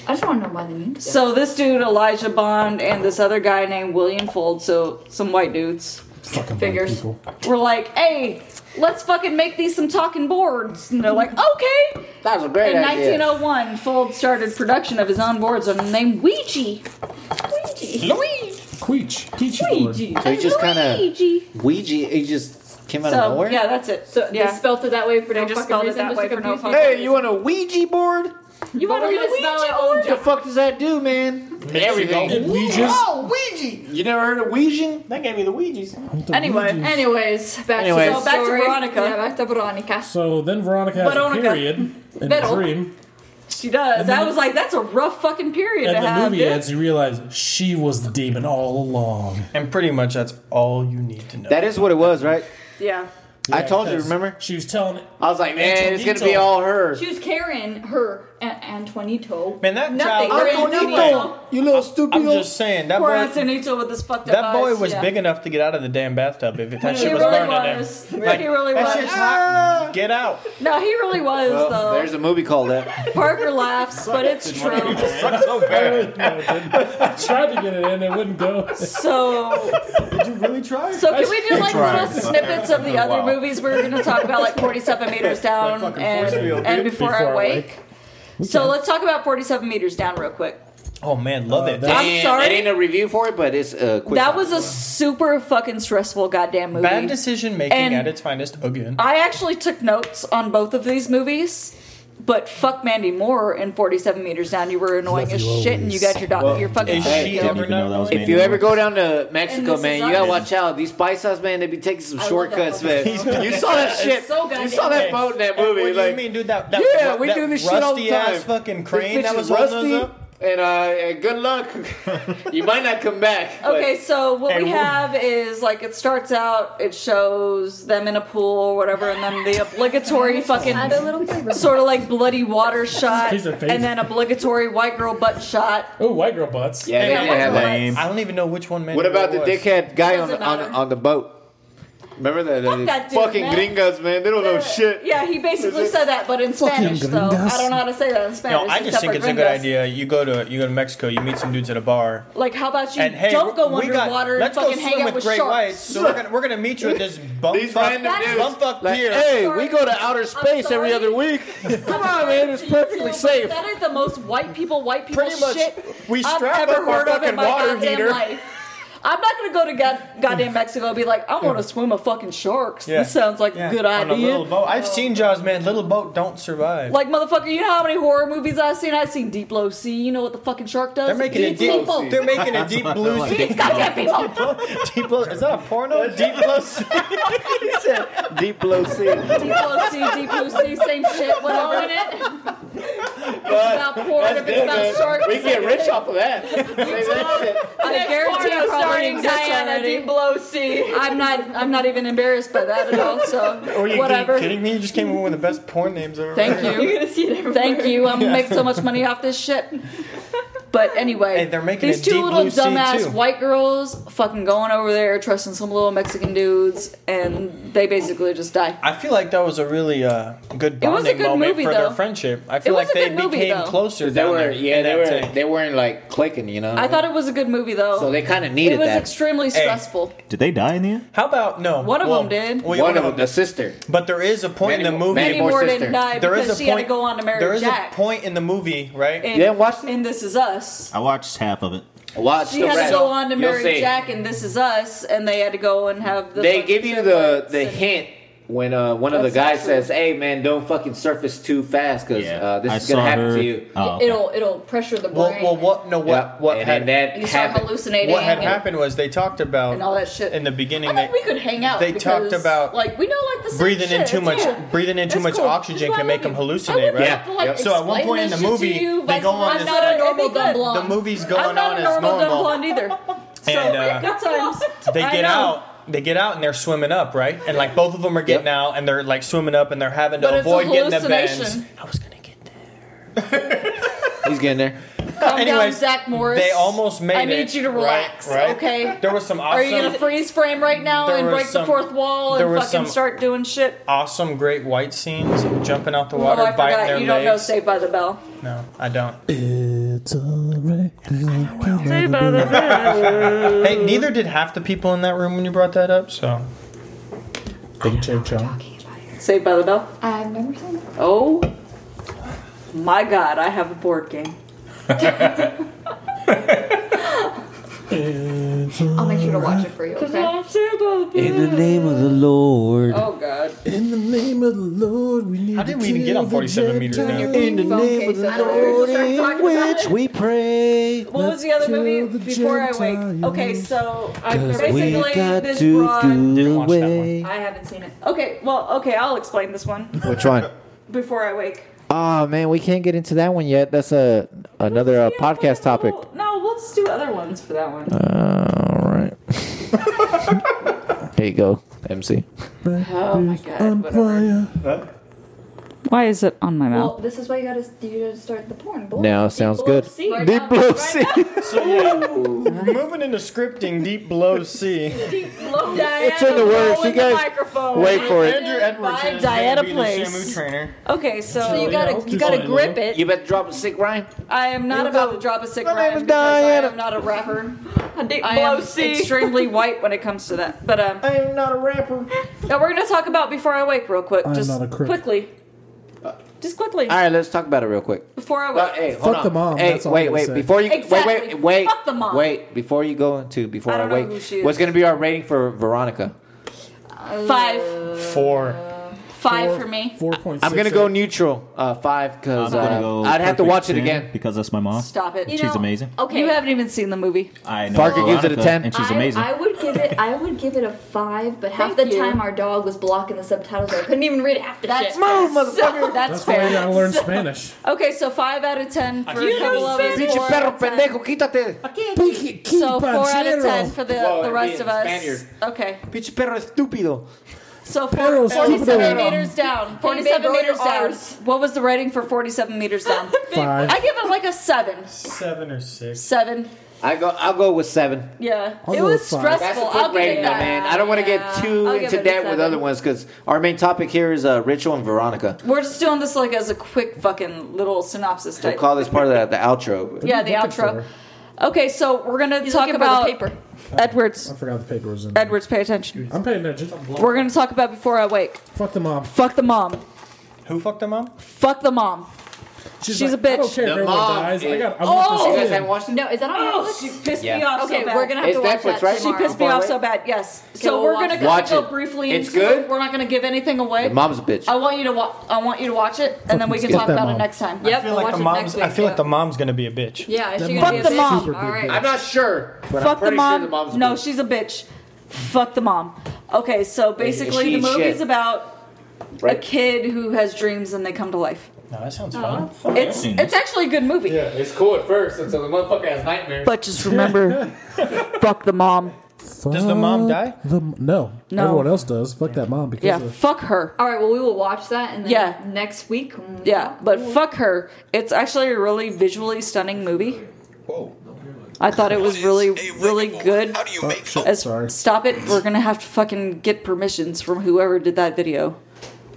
[SPEAKER 6] I just want to know why they named it.
[SPEAKER 3] So this dude Elijah Bond and this other guy named William Fold, so some white dudes,
[SPEAKER 1] Fucking black
[SPEAKER 6] Figures.
[SPEAKER 1] people.
[SPEAKER 3] were like, "Hey, let's fucking make these some talking boards." And they're like, "Okay."
[SPEAKER 2] That was a great
[SPEAKER 3] In
[SPEAKER 2] idea.
[SPEAKER 3] 1901, Fold started production of his own boards under the name Ouija.
[SPEAKER 1] Queech. Queech.
[SPEAKER 2] So he just kind of
[SPEAKER 3] Ouija.
[SPEAKER 2] Ouija. He just came out of
[SPEAKER 3] oh- So
[SPEAKER 2] nowhere.
[SPEAKER 3] yeah, that's it.
[SPEAKER 6] So
[SPEAKER 3] yeah.
[SPEAKER 6] they spelt it that way for no
[SPEAKER 3] just
[SPEAKER 6] fucking
[SPEAKER 3] spelled it
[SPEAKER 6] reason.
[SPEAKER 3] that
[SPEAKER 6] just
[SPEAKER 3] way
[SPEAKER 6] to
[SPEAKER 3] for no
[SPEAKER 6] confuse
[SPEAKER 3] fucking-
[SPEAKER 6] people.
[SPEAKER 2] Hey, you want a Ouija board?
[SPEAKER 3] you
[SPEAKER 6] But
[SPEAKER 3] want
[SPEAKER 6] we're
[SPEAKER 3] to
[SPEAKER 6] gonna spell it old.
[SPEAKER 2] The fuck does that do, man? Everything.
[SPEAKER 1] Ouija's.
[SPEAKER 2] Oh, Ouija. You never heard of Ouija?
[SPEAKER 5] That gave me the Ouijas.
[SPEAKER 3] Anyway,
[SPEAKER 6] Anyways, back
[SPEAKER 2] Anyways.
[SPEAKER 6] to the
[SPEAKER 3] So back to
[SPEAKER 6] story.
[SPEAKER 3] Veronica.
[SPEAKER 6] Yeah, back to Veronica.
[SPEAKER 1] So then Veronica has
[SPEAKER 3] Veronica.
[SPEAKER 1] a period in a
[SPEAKER 6] Middle.
[SPEAKER 1] dream.
[SPEAKER 3] she does.
[SPEAKER 1] then
[SPEAKER 3] I
[SPEAKER 1] the-
[SPEAKER 3] was like, that's a rough fucking period to
[SPEAKER 1] And the
[SPEAKER 3] have.
[SPEAKER 1] movie
[SPEAKER 3] dude.
[SPEAKER 1] ends, you realize she was the demon all along.
[SPEAKER 5] And pretty much that's all you need to know.
[SPEAKER 2] That is what it was, right?
[SPEAKER 3] Yeah.
[SPEAKER 2] I
[SPEAKER 1] Yeah,
[SPEAKER 2] told you,
[SPEAKER 1] 'cause
[SPEAKER 2] remember?
[SPEAKER 1] She was telling
[SPEAKER 2] I was like, man, it's gonna be
[SPEAKER 1] Antonito.
[SPEAKER 2] all her.
[SPEAKER 6] She was Karen, her, and Antonito.
[SPEAKER 5] Man, that
[SPEAKER 6] Nothing.
[SPEAKER 5] child.
[SPEAKER 6] We're in
[SPEAKER 2] Antonito,
[SPEAKER 6] nowhere.
[SPEAKER 2] you little stupid.
[SPEAKER 5] I'm
[SPEAKER 2] little-
[SPEAKER 5] just saying that
[SPEAKER 3] Poor
[SPEAKER 5] boy.
[SPEAKER 3] Antonito with his fucked up
[SPEAKER 5] That boy
[SPEAKER 3] eyes,
[SPEAKER 5] was
[SPEAKER 3] yeah.
[SPEAKER 5] big enough to get out of the damn bathtub if that
[SPEAKER 3] He
[SPEAKER 5] shit was
[SPEAKER 3] really
[SPEAKER 5] burning him.
[SPEAKER 3] was. he really
[SPEAKER 5] That
[SPEAKER 3] was.
[SPEAKER 5] shit's hot. Get out.
[SPEAKER 3] No, he really was
[SPEAKER 2] Well,
[SPEAKER 3] though.
[SPEAKER 2] there's a movie called that.
[SPEAKER 3] Parker laughs, but it's true.
[SPEAKER 5] so bad.
[SPEAKER 1] I tried to get it in, it wouldn't go.
[SPEAKER 3] So,
[SPEAKER 4] You really tried.
[SPEAKER 3] so can we do like
[SPEAKER 4] Try.
[SPEAKER 3] little snippets of the other
[SPEAKER 4] Wow.
[SPEAKER 3] movies we were going to talk about, like Forty Seven Meters Down
[SPEAKER 4] fucking force
[SPEAKER 3] and,
[SPEAKER 4] field,
[SPEAKER 3] and
[SPEAKER 4] dude.
[SPEAKER 3] Before, I Wake? So let's talk about Forty Seven Meters Down real quick.
[SPEAKER 5] Oh man, love
[SPEAKER 1] Uh,
[SPEAKER 5] it.
[SPEAKER 1] that-
[SPEAKER 3] I'm sorry.
[SPEAKER 2] It ain't a review for it, but it's a quick.
[SPEAKER 3] That was a super fucking stressful goddamn movie.
[SPEAKER 5] Bad decision making
[SPEAKER 3] And-
[SPEAKER 5] at its finest again.
[SPEAKER 3] I actually took notes on both of these movies, but fuck Mandy Moore in 47 Meters Down. You were annoying
[SPEAKER 1] Love
[SPEAKER 3] as
[SPEAKER 1] you
[SPEAKER 3] shit, and you got your dog, your fucking.
[SPEAKER 5] Is she
[SPEAKER 2] Hey,
[SPEAKER 5] ever
[SPEAKER 4] Didn't even know that was
[SPEAKER 2] If
[SPEAKER 4] made
[SPEAKER 2] you
[SPEAKER 4] in
[SPEAKER 2] ever
[SPEAKER 4] the
[SPEAKER 2] go down to
[SPEAKER 3] And
[SPEAKER 2] Mexico,
[SPEAKER 3] this
[SPEAKER 2] man,
[SPEAKER 3] is
[SPEAKER 2] you
[SPEAKER 3] us.
[SPEAKER 2] gotta watch out. These paisas, man, they be taking some shortcuts, man. You saw that shit.
[SPEAKER 3] so
[SPEAKER 2] you
[SPEAKER 3] goddamn
[SPEAKER 2] saw that
[SPEAKER 5] bad.
[SPEAKER 2] boat in that
[SPEAKER 5] And
[SPEAKER 2] movie.
[SPEAKER 5] What do
[SPEAKER 2] like,
[SPEAKER 5] you mean, dude? That, that
[SPEAKER 2] Yeah, we
[SPEAKER 5] that
[SPEAKER 2] do this shit all the
[SPEAKER 5] rusty
[SPEAKER 2] time.
[SPEAKER 5] ass fucking
[SPEAKER 2] this
[SPEAKER 5] crane
[SPEAKER 2] bitch
[SPEAKER 5] that
[SPEAKER 2] is
[SPEAKER 5] was holding us
[SPEAKER 2] rusty,
[SPEAKER 5] up.
[SPEAKER 2] and uh, and good luck. you might not come back. but-
[SPEAKER 3] Okay, so what
[SPEAKER 5] Hey,
[SPEAKER 3] we
[SPEAKER 5] we'll-
[SPEAKER 3] have is like it starts out, it shows them in a pool or whatever, and then the obligatory fucking
[SPEAKER 7] Add a little flavor.
[SPEAKER 3] sort of like bloody water shot,
[SPEAKER 1] Piece of face.
[SPEAKER 3] and then obligatory white girl butt shot. uh,
[SPEAKER 1] Oh, white girl butts.
[SPEAKER 2] yeah, they
[SPEAKER 5] Yeah,
[SPEAKER 2] didn't have that.
[SPEAKER 4] Lame.
[SPEAKER 5] I don't even know which one man.
[SPEAKER 2] What about the
[SPEAKER 5] was.
[SPEAKER 2] dickhead guy on
[SPEAKER 3] Doesn't
[SPEAKER 2] on
[SPEAKER 3] matter.
[SPEAKER 2] on the boat? Remember that?
[SPEAKER 3] Fuck
[SPEAKER 2] uh,
[SPEAKER 3] that dude,
[SPEAKER 2] fucking
[SPEAKER 3] man.
[SPEAKER 2] gringos, man. They don't know Oh, shit.
[SPEAKER 3] Yeah, he basically
[SPEAKER 2] Is it-
[SPEAKER 3] said that, but in Spanish though.
[SPEAKER 1] gringas.
[SPEAKER 3] I don't know how to say that in Spanish.
[SPEAKER 5] No, I just
[SPEAKER 3] except
[SPEAKER 5] think
[SPEAKER 3] for
[SPEAKER 5] it's a good
[SPEAKER 3] gringas.
[SPEAKER 5] idea. You go to you go to Mexico, you meet some dudes at a bar,
[SPEAKER 3] Like, how about you
[SPEAKER 5] and hey,
[SPEAKER 3] don't go
[SPEAKER 5] we got,
[SPEAKER 3] underwater and
[SPEAKER 5] let's go
[SPEAKER 3] fucking
[SPEAKER 5] swim
[SPEAKER 3] hang out
[SPEAKER 5] with,
[SPEAKER 3] with
[SPEAKER 5] great
[SPEAKER 3] sharks?
[SPEAKER 5] whites. So we're gonna we're gonna meet you at this bump
[SPEAKER 2] These
[SPEAKER 5] fuck,
[SPEAKER 2] random dudes.
[SPEAKER 5] bump fuck
[SPEAKER 2] Like,
[SPEAKER 5] pier.
[SPEAKER 2] hey,
[SPEAKER 3] sorry.
[SPEAKER 2] we go to outer space every
[SPEAKER 3] sorry.
[SPEAKER 2] other week. Come on, man. It's perfectly safe.
[SPEAKER 3] That is the most white people, white people
[SPEAKER 5] Pretty much,
[SPEAKER 3] shit
[SPEAKER 5] we
[SPEAKER 3] I've
[SPEAKER 5] strap
[SPEAKER 3] ever
[SPEAKER 5] up our
[SPEAKER 3] heard of in
[SPEAKER 5] fucking
[SPEAKER 3] my
[SPEAKER 5] water
[SPEAKER 3] goddamn
[SPEAKER 5] heater.
[SPEAKER 3] life. I'm not gonna go to god, goddamn Mexico and be like, I want to swim a fucking sharks.
[SPEAKER 5] Yeah.
[SPEAKER 3] This sounds like
[SPEAKER 5] Yeah.
[SPEAKER 3] a good
[SPEAKER 5] On a little
[SPEAKER 3] idea.
[SPEAKER 5] boat. I've seen Jaws, man. Little boat don't survive.
[SPEAKER 3] Like motherfucker, you know how many horror movies I've seen? I've seen Deep Low Sea. You know what the fucking shark does?
[SPEAKER 5] they're making a
[SPEAKER 3] Eats
[SPEAKER 5] deep.
[SPEAKER 3] people.
[SPEAKER 5] They're making a deep blue
[SPEAKER 3] It eats goddamn people.
[SPEAKER 5] deep blue. Is that a porno? Deep blue. sea.
[SPEAKER 2] He said deep blue sea.
[SPEAKER 3] Deep Blue Sea, Deep Blue Sea, same shit, whatever in it. If it's about porn, if it's about sharks.
[SPEAKER 2] We get rich off of that. Say that shit.
[SPEAKER 3] I guarantee it probably
[SPEAKER 6] starring
[SPEAKER 3] exists
[SPEAKER 6] Diana
[SPEAKER 3] already.
[SPEAKER 6] Deep Blow Sea.
[SPEAKER 3] I'm not. I'm not even embarrassed by that at all. So whatever.
[SPEAKER 5] kidding me? You just came up with the best porn names ever.
[SPEAKER 3] Thank
[SPEAKER 6] You're
[SPEAKER 3] you.
[SPEAKER 6] gonna see it everywhere.
[SPEAKER 3] Thank you. I'm gonna make so much money off this shit. But anyway,
[SPEAKER 5] Hey, they're making
[SPEAKER 3] these
[SPEAKER 5] a
[SPEAKER 3] two
[SPEAKER 5] Deep
[SPEAKER 3] little
[SPEAKER 5] Blue Sea,
[SPEAKER 3] dumbass
[SPEAKER 5] too.
[SPEAKER 3] white girls fucking going over there, trusting some little Mexican dudes, and they basically just die.
[SPEAKER 5] I feel like that was a really uh, good
[SPEAKER 3] was
[SPEAKER 5] bonding
[SPEAKER 3] a good
[SPEAKER 5] moment
[SPEAKER 3] movie,
[SPEAKER 5] for
[SPEAKER 3] though.
[SPEAKER 5] their friendship. I feel
[SPEAKER 3] was
[SPEAKER 5] like
[SPEAKER 3] a
[SPEAKER 5] they
[SPEAKER 3] good movie,
[SPEAKER 5] became
[SPEAKER 3] though.
[SPEAKER 5] closer.
[SPEAKER 2] They
[SPEAKER 5] down
[SPEAKER 2] were,
[SPEAKER 5] there
[SPEAKER 2] yeah,
[SPEAKER 5] in
[SPEAKER 2] they
[SPEAKER 5] that
[SPEAKER 2] were,
[SPEAKER 5] tank.
[SPEAKER 2] they weren't like clicking, you know.
[SPEAKER 3] I thought it was a good movie though.
[SPEAKER 2] so. They kind of
[SPEAKER 3] it
[SPEAKER 2] needed
[SPEAKER 3] was
[SPEAKER 2] that.
[SPEAKER 3] extremely stressful.
[SPEAKER 4] Did they die in the end?
[SPEAKER 5] How about no?
[SPEAKER 3] One of
[SPEAKER 5] well,
[SPEAKER 3] them did.
[SPEAKER 5] well,
[SPEAKER 2] One of them, the sister.
[SPEAKER 5] But there is a point
[SPEAKER 2] Manny
[SPEAKER 5] in the
[SPEAKER 2] Moore-
[SPEAKER 5] movie.
[SPEAKER 2] Manny
[SPEAKER 3] Any more
[SPEAKER 2] sister.
[SPEAKER 3] didn't die
[SPEAKER 5] there is a
[SPEAKER 3] because she
[SPEAKER 5] point.
[SPEAKER 3] had to go on to marry
[SPEAKER 5] there is
[SPEAKER 3] Jack.
[SPEAKER 5] a point in the movie, right?
[SPEAKER 3] in,
[SPEAKER 2] You didn't watch it?
[SPEAKER 3] in This Is Us.
[SPEAKER 4] I watched half of it.
[SPEAKER 2] Watch
[SPEAKER 3] She
[SPEAKER 2] the
[SPEAKER 3] had to
[SPEAKER 2] rest.
[SPEAKER 3] go on to
[SPEAKER 2] You'll
[SPEAKER 3] marry
[SPEAKER 2] see.
[SPEAKER 3] Jack in This Is Us, and they had to go and have the.
[SPEAKER 2] They
[SPEAKER 3] fucking
[SPEAKER 2] give you the
[SPEAKER 3] triplets
[SPEAKER 2] the
[SPEAKER 3] and-
[SPEAKER 2] hint when uh, one of the
[SPEAKER 3] That's
[SPEAKER 2] guys
[SPEAKER 3] not true.
[SPEAKER 2] says, "Hey man, don't fucking surface too fast because
[SPEAKER 4] Yeah,
[SPEAKER 2] uh, this
[SPEAKER 4] I
[SPEAKER 2] is gonna
[SPEAKER 4] saw
[SPEAKER 2] happen
[SPEAKER 4] her-
[SPEAKER 2] to you."
[SPEAKER 4] Oh, okay.
[SPEAKER 6] It'll it'll pressure the
[SPEAKER 5] Well,
[SPEAKER 6] brain.
[SPEAKER 5] well, what? No, what?
[SPEAKER 2] Yep.
[SPEAKER 5] What
[SPEAKER 2] and
[SPEAKER 5] had
[SPEAKER 2] then that
[SPEAKER 3] You start
[SPEAKER 2] happened.
[SPEAKER 3] hallucinating.
[SPEAKER 5] What had
[SPEAKER 3] and-
[SPEAKER 5] happened was they talked about
[SPEAKER 3] and all that shit
[SPEAKER 5] in the beginning.
[SPEAKER 3] I think
[SPEAKER 5] they-
[SPEAKER 3] we could hang out.
[SPEAKER 5] they
[SPEAKER 3] because,
[SPEAKER 5] talked about
[SPEAKER 3] like we know like the same
[SPEAKER 5] breathing in
[SPEAKER 3] shit.
[SPEAKER 5] too
[SPEAKER 3] That's
[SPEAKER 5] much-
[SPEAKER 3] cool.
[SPEAKER 5] breathing in too
[SPEAKER 3] That's
[SPEAKER 5] much
[SPEAKER 3] cool.
[SPEAKER 5] oxygen
[SPEAKER 3] That's why
[SPEAKER 5] can
[SPEAKER 3] I
[SPEAKER 5] make
[SPEAKER 3] love
[SPEAKER 5] them
[SPEAKER 3] you.
[SPEAKER 5] hallucinate,
[SPEAKER 3] I wouldn't
[SPEAKER 5] right?
[SPEAKER 3] have to, like,
[SPEAKER 2] Yeah.
[SPEAKER 5] So at one
[SPEAKER 3] explain
[SPEAKER 5] point in
[SPEAKER 3] this
[SPEAKER 5] the
[SPEAKER 3] shit to
[SPEAKER 5] movie,
[SPEAKER 3] you,
[SPEAKER 5] they
[SPEAKER 3] vice
[SPEAKER 5] go on
[SPEAKER 3] versa.
[SPEAKER 5] this-
[SPEAKER 3] I'm not a normal dumb
[SPEAKER 6] It'd be good.
[SPEAKER 5] the
[SPEAKER 3] blonde.
[SPEAKER 5] movie's going
[SPEAKER 3] I'm not
[SPEAKER 5] on
[SPEAKER 3] a
[SPEAKER 5] as
[SPEAKER 3] normal
[SPEAKER 5] normal.
[SPEAKER 3] dumb blonde either. So
[SPEAKER 5] And, uh,
[SPEAKER 3] good times.
[SPEAKER 5] They
[SPEAKER 3] I
[SPEAKER 5] get
[SPEAKER 3] know.
[SPEAKER 5] out. They get out and they're swimming up, right? And like both of them are getting
[SPEAKER 2] Yep.
[SPEAKER 5] out and they're like swimming up and they're having to
[SPEAKER 3] But it's a
[SPEAKER 5] avoid getting the bends.
[SPEAKER 3] hallucination.
[SPEAKER 5] I was gonna get there.
[SPEAKER 2] He's getting there.
[SPEAKER 3] Calm down,
[SPEAKER 5] Anyways,
[SPEAKER 3] Zach Morris.
[SPEAKER 5] They almost made it.
[SPEAKER 3] I need you to
[SPEAKER 5] right,
[SPEAKER 3] relax,
[SPEAKER 5] right?
[SPEAKER 3] okay?
[SPEAKER 5] There was some awesome,
[SPEAKER 3] Are you gonna freeze frame right now
[SPEAKER 5] There
[SPEAKER 3] and
[SPEAKER 5] were
[SPEAKER 3] break the
[SPEAKER 5] some-
[SPEAKER 3] fourth wall
[SPEAKER 5] there
[SPEAKER 3] and
[SPEAKER 5] were
[SPEAKER 3] fucking
[SPEAKER 5] some-
[SPEAKER 3] start doing shit?
[SPEAKER 5] awesome, great white scenes, jumping out the
[SPEAKER 3] Oh,
[SPEAKER 5] water,
[SPEAKER 3] I
[SPEAKER 5] biting their
[SPEAKER 3] forgot. You don't know
[SPEAKER 5] legs.
[SPEAKER 3] Saved by the Bell.
[SPEAKER 5] no, I don't.
[SPEAKER 1] It's alright.
[SPEAKER 3] Saved by the Bell.
[SPEAKER 6] Mm-hmm.
[SPEAKER 5] hey, neither did half the people in that room when you brought that up. So
[SPEAKER 1] Big Ching Chong.
[SPEAKER 3] Saved by the Bell.
[SPEAKER 6] I've never seen it.
[SPEAKER 3] Oh my God! I have a board game.
[SPEAKER 6] I'll make sure to watch it for you. Okay.
[SPEAKER 3] In the name of the Lord. Oh God.
[SPEAKER 1] In the name of the Lord, we need
[SPEAKER 5] how did we even get on 47 meters now?
[SPEAKER 6] In the name of the Lord, which
[SPEAKER 1] we pray.
[SPEAKER 3] What was the other movie before I wake? Okay, so I basically this broad.
[SPEAKER 5] Didn't watch that one.
[SPEAKER 6] I haven't seen it.
[SPEAKER 3] Okay, well, okay, I'll explain this one
[SPEAKER 2] Which one?
[SPEAKER 3] before I wake.
[SPEAKER 2] Oh man, we can't get into that one yet. That's a another uh,
[SPEAKER 3] Yeah,
[SPEAKER 2] podcast
[SPEAKER 3] we'll-
[SPEAKER 2] topic.
[SPEAKER 3] No, we'll just do other ones for that one.
[SPEAKER 2] all right. there you go, MC.
[SPEAKER 3] oh my God. Whatever. Why is it on my
[SPEAKER 6] Well, this is why you gotta you gotta start the porn. Blow.
[SPEAKER 2] Now sounds
[SPEAKER 6] Blow
[SPEAKER 2] good.
[SPEAKER 6] Sea.
[SPEAKER 3] Right
[SPEAKER 2] Deep
[SPEAKER 3] now,
[SPEAKER 2] blue
[SPEAKER 3] right
[SPEAKER 2] sea.
[SPEAKER 5] So yeah, we're moving into scripting deep below C.
[SPEAKER 3] it's
[SPEAKER 2] in the words, you guys-
[SPEAKER 3] Microphone.
[SPEAKER 2] Wait for it.
[SPEAKER 5] Andrew Edwards
[SPEAKER 3] By
[SPEAKER 5] is
[SPEAKER 3] Diana
[SPEAKER 5] gonna be
[SPEAKER 3] Place.
[SPEAKER 5] the Shamu trainer.
[SPEAKER 3] Okay, so,
[SPEAKER 6] You gotta you gotta grip it.
[SPEAKER 2] You better drop a sick rhyme.
[SPEAKER 3] I am not about to drop a sick
[SPEAKER 2] My name
[SPEAKER 3] rhyme
[SPEAKER 2] is
[SPEAKER 3] because
[SPEAKER 2] Diana.
[SPEAKER 3] I am not a rapper.
[SPEAKER 6] Deep
[SPEAKER 3] I am
[SPEAKER 6] Blow Sea.
[SPEAKER 3] extremely white when it comes to that. But um,
[SPEAKER 2] I am not a rapper.
[SPEAKER 3] now we're gonna talk about before I wake real quick.
[SPEAKER 1] I'm
[SPEAKER 3] just
[SPEAKER 1] not a crook.
[SPEAKER 3] quickly. Just quickly
[SPEAKER 2] All right, let's talk about it real quick.
[SPEAKER 3] before I wake.
[SPEAKER 2] Well, hey, hold
[SPEAKER 1] Fuck
[SPEAKER 2] on.
[SPEAKER 1] the mom,
[SPEAKER 2] Hey,
[SPEAKER 1] that's all I'm
[SPEAKER 2] wait,
[SPEAKER 1] gonna
[SPEAKER 2] wait.
[SPEAKER 1] say.
[SPEAKER 2] Before you wait,
[SPEAKER 3] Exactly.
[SPEAKER 2] wait, wait,
[SPEAKER 3] Fuck the mom.
[SPEAKER 2] wait. Before you go into before
[SPEAKER 3] I
[SPEAKER 2] I,
[SPEAKER 3] don't know
[SPEAKER 2] wait,
[SPEAKER 3] who she is.
[SPEAKER 2] what's gonna be our rating for Veronica?
[SPEAKER 3] Five,
[SPEAKER 5] Four.
[SPEAKER 3] five for me.
[SPEAKER 1] Four point.
[SPEAKER 2] I'm gonna go neutral, uh, five, because
[SPEAKER 4] I'm gonna
[SPEAKER 2] uh,
[SPEAKER 4] go
[SPEAKER 2] I'd have to
[SPEAKER 4] perfect
[SPEAKER 2] watch it
[SPEAKER 4] 10
[SPEAKER 2] again.
[SPEAKER 4] because that's my mom.
[SPEAKER 3] Stop it.
[SPEAKER 4] She's amazing.
[SPEAKER 3] Okay, you haven't even seen the movie.
[SPEAKER 4] I know
[SPEAKER 2] Parker gives it a
[SPEAKER 4] Veronica,
[SPEAKER 2] 10.
[SPEAKER 4] and she's
[SPEAKER 6] I-
[SPEAKER 4] amazing.
[SPEAKER 6] I, would give it. I would give it a five, but half
[SPEAKER 3] Thank
[SPEAKER 6] the
[SPEAKER 3] you.
[SPEAKER 6] time our dog was blocking the subtitles. I couldn't even read half the
[SPEAKER 3] That's
[SPEAKER 6] shit.
[SPEAKER 3] fair. So, that's
[SPEAKER 1] That's why you gotta
[SPEAKER 3] fair.
[SPEAKER 1] learn Spanish.
[SPEAKER 3] Okay, so five out of ten for a couple of us.
[SPEAKER 2] Pinche
[SPEAKER 3] four
[SPEAKER 2] perro
[SPEAKER 3] out of 10.
[SPEAKER 2] pendejo, quítate.
[SPEAKER 3] So four out of ten for the,
[SPEAKER 2] Well,
[SPEAKER 3] the
[SPEAKER 2] it'd
[SPEAKER 3] rest
[SPEAKER 2] be
[SPEAKER 3] of
[SPEAKER 2] in
[SPEAKER 3] us.
[SPEAKER 2] Spanish.
[SPEAKER 3] Okay,
[SPEAKER 2] Pinche perro estúpido.
[SPEAKER 3] so
[SPEAKER 1] Pero
[SPEAKER 3] four, 47
[SPEAKER 1] estúpido.
[SPEAKER 3] meters down. 47
[SPEAKER 6] Babe, roll
[SPEAKER 3] meters
[SPEAKER 6] your
[SPEAKER 3] down.
[SPEAKER 6] Rs.
[SPEAKER 3] What was the rating for 47 meters down?
[SPEAKER 1] Five.
[SPEAKER 3] I give it like a seven.
[SPEAKER 5] Seven or six.
[SPEAKER 3] Seven.
[SPEAKER 2] I go. I'll go with seven.
[SPEAKER 3] Yeah.
[SPEAKER 1] I'll
[SPEAKER 3] it
[SPEAKER 1] go with
[SPEAKER 3] was
[SPEAKER 1] five.
[SPEAKER 3] stressful.
[SPEAKER 2] That's a
[SPEAKER 3] I'll
[SPEAKER 2] quick
[SPEAKER 3] give
[SPEAKER 2] rating,
[SPEAKER 3] it
[SPEAKER 2] though,
[SPEAKER 3] that.
[SPEAKER 2] man. I don't want to get
[SPEAKER 3] Yeah.
[SPEAKER 2] too
[SPEAKER 3] I'll give
[SPEAKER 2] into
[SPEAKER 3] it a
[SPEAKER 2] that with
[SPEAKER 3] seven.
[SPEAKER 2] other ones because our main topic here is uh, Ritual and Veronica.
[SPEAKER 3] We're just doing this like as a quick fucking little synopsis
[SPEAKER 2] We'll
[SPEAKER 3] type.
[SPEAKER 2] call this part of the, the outro.
[SPEAKER 3] yeah, the
[SPEAKER 1] Looking
[SPEAKER 3] outro.
[SPEAKER 1] for-
[SPEAKER 3] Okay, so we're gonna talk
[SPEAKER 6] looking for the
[SPEAKER 3] about
[SPEAKER 6] paper.
[SPEAKER 1] I
[SPEAKER 3] Edwards.
[SPEAKER 1] forgot the paper was in. there.
[SPEAKER 3] Edwards, pay attention.
[SPEAKER 1] I'm paying attention.
[SPEAKER 3] We're gonna talk about before I wake.
[SPEAKER 1] Fuck the mom.
[SPEAKER 3] Fuck the mom.
[SPEAKER 5] Who fucked them up?
[SPEAKER 3] Fuck the mom.
[SPEAKER 1] She's,
[SPEAKER 3] She's
[SPEAKER 1] like,
[SPEAKER 3] a bitch.
[SPEAKER 1] I don't care if
[SPEAKER 2] The
[SPEAKER 1] everyone
[SPEAKER 2] mom
[SPEAKER 1] dies. I
[SPEAKER 2] is-
[SPEAKER 1] got. I want
[SPEAKER 2] You
[SPEAKER 1] this
[SPEAKER 2] guys
[SPEAKER 1] kid.
[SPEAKER 2] haven't watched it?
[SPEAKER 6] No, is that on
[SPEAKER 3] Oh,
[SPEAKER 6] Netflix?
[SPEAKER 3] she pissed me
[SPEAKER 2] Yeah.
[SPEAKER 3] off.
[SPEAKER 6] okay,
[SPEAKER 3] so bad.
[SPEAKER 6] we're gonna have
[SPEAKER 2] It's
[SPEAKER 6] to watch
[SPEAKER 2] Netflix,
[SPEAKER 6] that
[SPEAKER 2] right? She
[SPEAKER 3] She
[SPEAKER 6] tomorrow.
[SPEAKER 3] pissed me
[SPEAKER 2] Tomorrow.
[SPEAKER 3] off so bad. Yes.
[SPEAKER 6] Okay,
[SPEAKER 3] so
[SPEAKER 6] we'll
[SPEAKER 3] we're
[SPEAKER 6] watch
[SPEAKER 3] gonna
[SPEAKER 6] it.
[SPEAKER 2] Watch
[SPEAKER 3] go
[SPEAKER 2] it.
[SPEAKER 3] briefly.
[SPEAKER 2] It's
[SPEAKER 3] into
[SPEAKER 2] good?
[SPEAKER 3] It. We're not gonna give anything away.
[SPEAKER 2] The mom's a bitch.
[SPEAKER 3] I want you to. Wa- I want you to watch it, and then we can
[SPEAKER 1] Get
[SPEAKER 3] talk
[SPEAKER 1] that
[SPEAKER 3] about
[SPEAKER 1] mom.
[SPEAKER 3] it next time.
[SPEAKER 6] Yep.
[SPEAKER 5] I feel
[SPEAKER 6] we'll
[SPEAKER 5] like the
[SPEAKER 6] watch it
[SPEAKER 5] mom's.
[SPEAKER 6] next
[SPEAKER 5] I
[SPEAKER 6] week,
[SPEAKER 5] feel
[SPEAKER 6] yeah.
[SPEAKER 5] like the mom's gonna be a bitch.
[SPEAKER 6] Yeah, she's
[SPEAKER 1] Fuck
[SPEAKER 6] gonna be a
[SPEAKER 3] the
[SPEAKER 6] bitch.
[SPEAKER 3] mom.
[SPEAKER 1] Super
[SPEAKER 6] All right.
[SPEAKER 2] I'm not sure, but I'm
[SPEAKER 3] Fuck the
[SPEAKER 2] pretty
[SPEAKER 3] mom.
[SPEAKER 2] sure the mom's a
[SPEAKER 3] no,
[SPEAKER 2] bitch.
[SPEAKER 3] she's a bitch. Fuck the mom. Okay, so basically
[SPEAKER 2] she
[SPEAKER 3] the
[SPEAKER 2] ain't
[SPEAKER 3] movie's
[SPEAKER 2] shit.
[SPEAKER 3] about a
[SPEAKER 2] Right?
[SPEAKER 3] kid who has dreams and they come to life.
[SPEAKER 4] No, that sounds fun.
[SPEAKER 3] It's it's actually a good movie.
[SPEAKER 2] Yeah, it's cool at first until the motherfucker has nightmares.
[SPEAKER 3] But just remember, fuck the mom.
[SPEAKER 5] Does the mom die?
[SPEAKER 1] Fuck The, no,
[SPEAKER 3] No.
[SPEAKER 1] Everyone else does. Fuck that mom because
[SPEAKER 3] Yeah,
[SPEAKER 1] of,
[SPEAKER 3] fuck her.
[SPEAKER 6] All right. Well, we will watch that and then
[SPEAKER 3] Yeah.
[SPEAKER 6] next week. mm,
[SPEAKER 3] Yeah, but fuck her. It's actually a really visually stunning movie. Whoa. I thought it was really, really good.
[SPEAKER 8] How do you make sure?
[SPEAKER 3] As,
[SPEAKER 1] Sorry.
[SPEAKER 3] stop it. We're going to have to fucking get permissions from whoever did that video.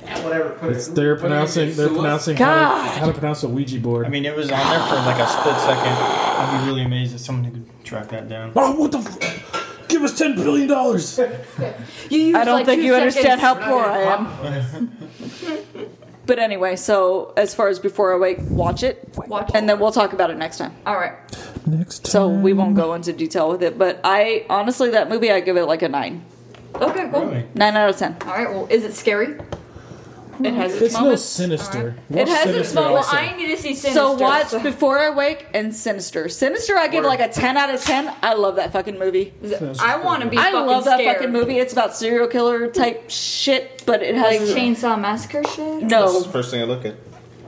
[SPEAKER 1] it's, they're pronouncing. They're pronouncing
[SPEAKER 3] God.
[SPEAKER 1] How, to, how to pronounce a Ouija board.
[SPEAKER 5] I mean, it was on there for like a split second. I'd be really amazed if someone could track that down.
[SPEAKER 1] oh, what the? F- Give us ten billion dollars.
[SPEAKER 6] You use
[SPEAKER 3] I don't
[SPEAKER 6] like
[SPEAKER 3] think
[SPEAKER 6] two
[SPEAKER 3] you understand
[SPEAKER 6] seconds.
[SPEAKER 3] how poor I am. but anyway, so as far as before I wake, watch it.
[SPEAKER 6] Watch it.
[SPEAKER 3] And then we'll talk about it next time.
[SPEAKER 6] All right.
[SPEAKER 1] Next.
[SPEAKER 3] So we won't go into detail with it. But I honestly, that movie, I give it like a nine.
[SPEAKER 6] Okay. Cool.
[SPEAKER 5] Really?
[SPEAKER 3] Nine out of ten.
[SPEAKER 6] All right. Well, is it scary?
[SPEAKER 3] It has its,
[SPEAKER 1] It's no
[SPEAKER 3] moments.
[SPEAKER 1] sinister.
[SPEAKER 3] It has its
[SPEAKER 1] sinister
[SPEAKER 3] moments.
[SPEAKER 1] also.
[SPEAKER 6] I need to see Sinister.
[SPEAKER 3] So watch Before I Wake and Sinister. Sinister, I give like a ten out of ten. I love that fucking movie.
[SPEAKER 6] I want to be.
[SPEAKER 3] I
[SPEAKER 6] fucking
[SPEAKER 3] love that
[SPEAKER 6] scared.
[SPEAKER 3] fucking movie. It's about serial killer type shit, but it has
[SPEAKER 6] Chainsaw Massacre shit.
[SPEAKER 8] That's
[SPEAKER 3] no,
[SPEAKER 8] the first thing I look at.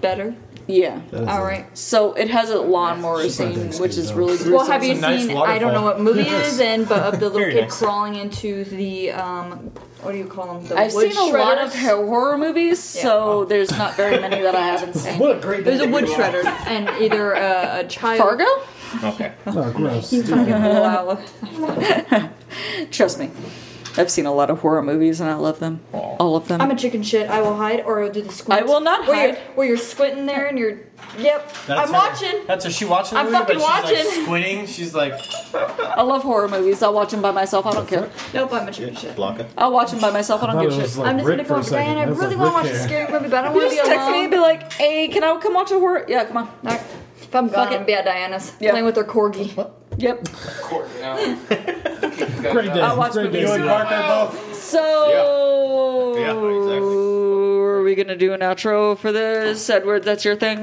[SPEAKER 6] Better.
[SPEAKER 3] yeah.
[SPEAKER 6] All right.
[SPEAKER 3] So it has a lawnmower scene, which is really gruesome.
[SPEAKER 6] Well, have you
[SPEAKER 5] a nice
[SPEAKER 6] seen? I
[SPEAKER 5] waterfall.
[SPEAKER 6] don't know what movie it is in, but of the little
[SPEAKER 5] Very
[SPEAKER 6] kid
[SPEAKER 5] nice.
[SPEAKER 6] crawling into the um, what do you call them? The
[SPEAKER 3] I've
[SPEAKER 6] wood
[SPEAKER 3] seen a lot of
[SPEAKER 6] shredders?
[SPEAKER 3] horror movies, so there's not very many that I haven't seen.
[SPEAKER 1] What a great.
[SPEAKER 6] There's a wood shredder and either a, a child.
[SPEAKER 3] Fargo?
[SPEAKER 8] Okay.
[SPEAKER 1] Oh, gross.
[SPEAKER 6] Wow.
[SPEAKER 3] Trust me, I've seen a lot of horror movies and I love them, all of them.
[SPEAKER 6] I'm a chicken shit. I will hide, or I'll do the squint.
[SPEAKER 3] I will not
[SPEAKER 6] Where you're,
[SPEAKER 3] hide.
[SPEAKER 6] where you're squinting there, and you're. Yep. I'm
[SPEAKER 5] her.
[SPEAKER 6] watching.
[SPEAKER 5] That's her. She watching. The
[SPEAKER 6] I'm
[SPEAKER 5] movie,
[SPEAKER 6] fucking
[SPEAKER 5] but She's
[SPEAKER 6] watching.
[SPEAKER 5] like squinting. She's like,
[SPEAKER 3] I love horror movies. I'll watch them by myself. I don't care.
[SPEAKER 6] Nope, I'm a chicken shit.
[SPEAKER 8] Block it.
[SPEAKER 3] I'll watch them by myself. I don't
[SPEAKER 1] thought
[SPEAKER 3] give
[SPEAKER 1] it
[SPEAKER 3] a shit.
[SPEAKER 1] was like
[SPEAKER 6] I'm just
[SPEAKER 1] Rick
[SPEAKER 6] gonna
[SPEAKER 1] for
[SPEAKER 6] call
[SPEAKER 1] a
[SPEAKER 6] it
[SPEAKER 1] second.
[SPEAKER 6] Brian. I
[SPEAKER 1] That's
[SPEAKER 6] really
[SPEAKER 1] like
[SPEAKER 6] want to watch
[SPEAKER 1] Rick
[SPEAKER 6] a
[SPEAKER 1] here.
[SPEAKER 6] scary movie, but I don't want to be
[SPEAKER 3] just text me
[SPEAKER 6] alone.
[SPEAKER 3] and be like, "Hey, can I come watch a horror?" Yeah, come on.
[SPEAKER 6] Alright. If I'm gone,
[SPEAKER 3] Fuck
[SPEAKER 6] I'm
[SPEAKER 3] it.
[SPEAKER 6] gonna be at Diana's
[SPEAKER 3] Yeah.
[SPEAKER 6] playing with her corgi.
[SPEAKER 3] Yep.
[SPEAKER 1] Great day.
[SPEAKER 3] I'll watch
[SPEAKER 1] Great
[SPEAKER 3] movies.
[SPEAKER 1] day.
[SPEAKER 3] So,
[SPEAKER 8] Yeah. Yeah, exactly.
[SPEAKER 3] are we gonna do an outro for this, Edward? That's your thing.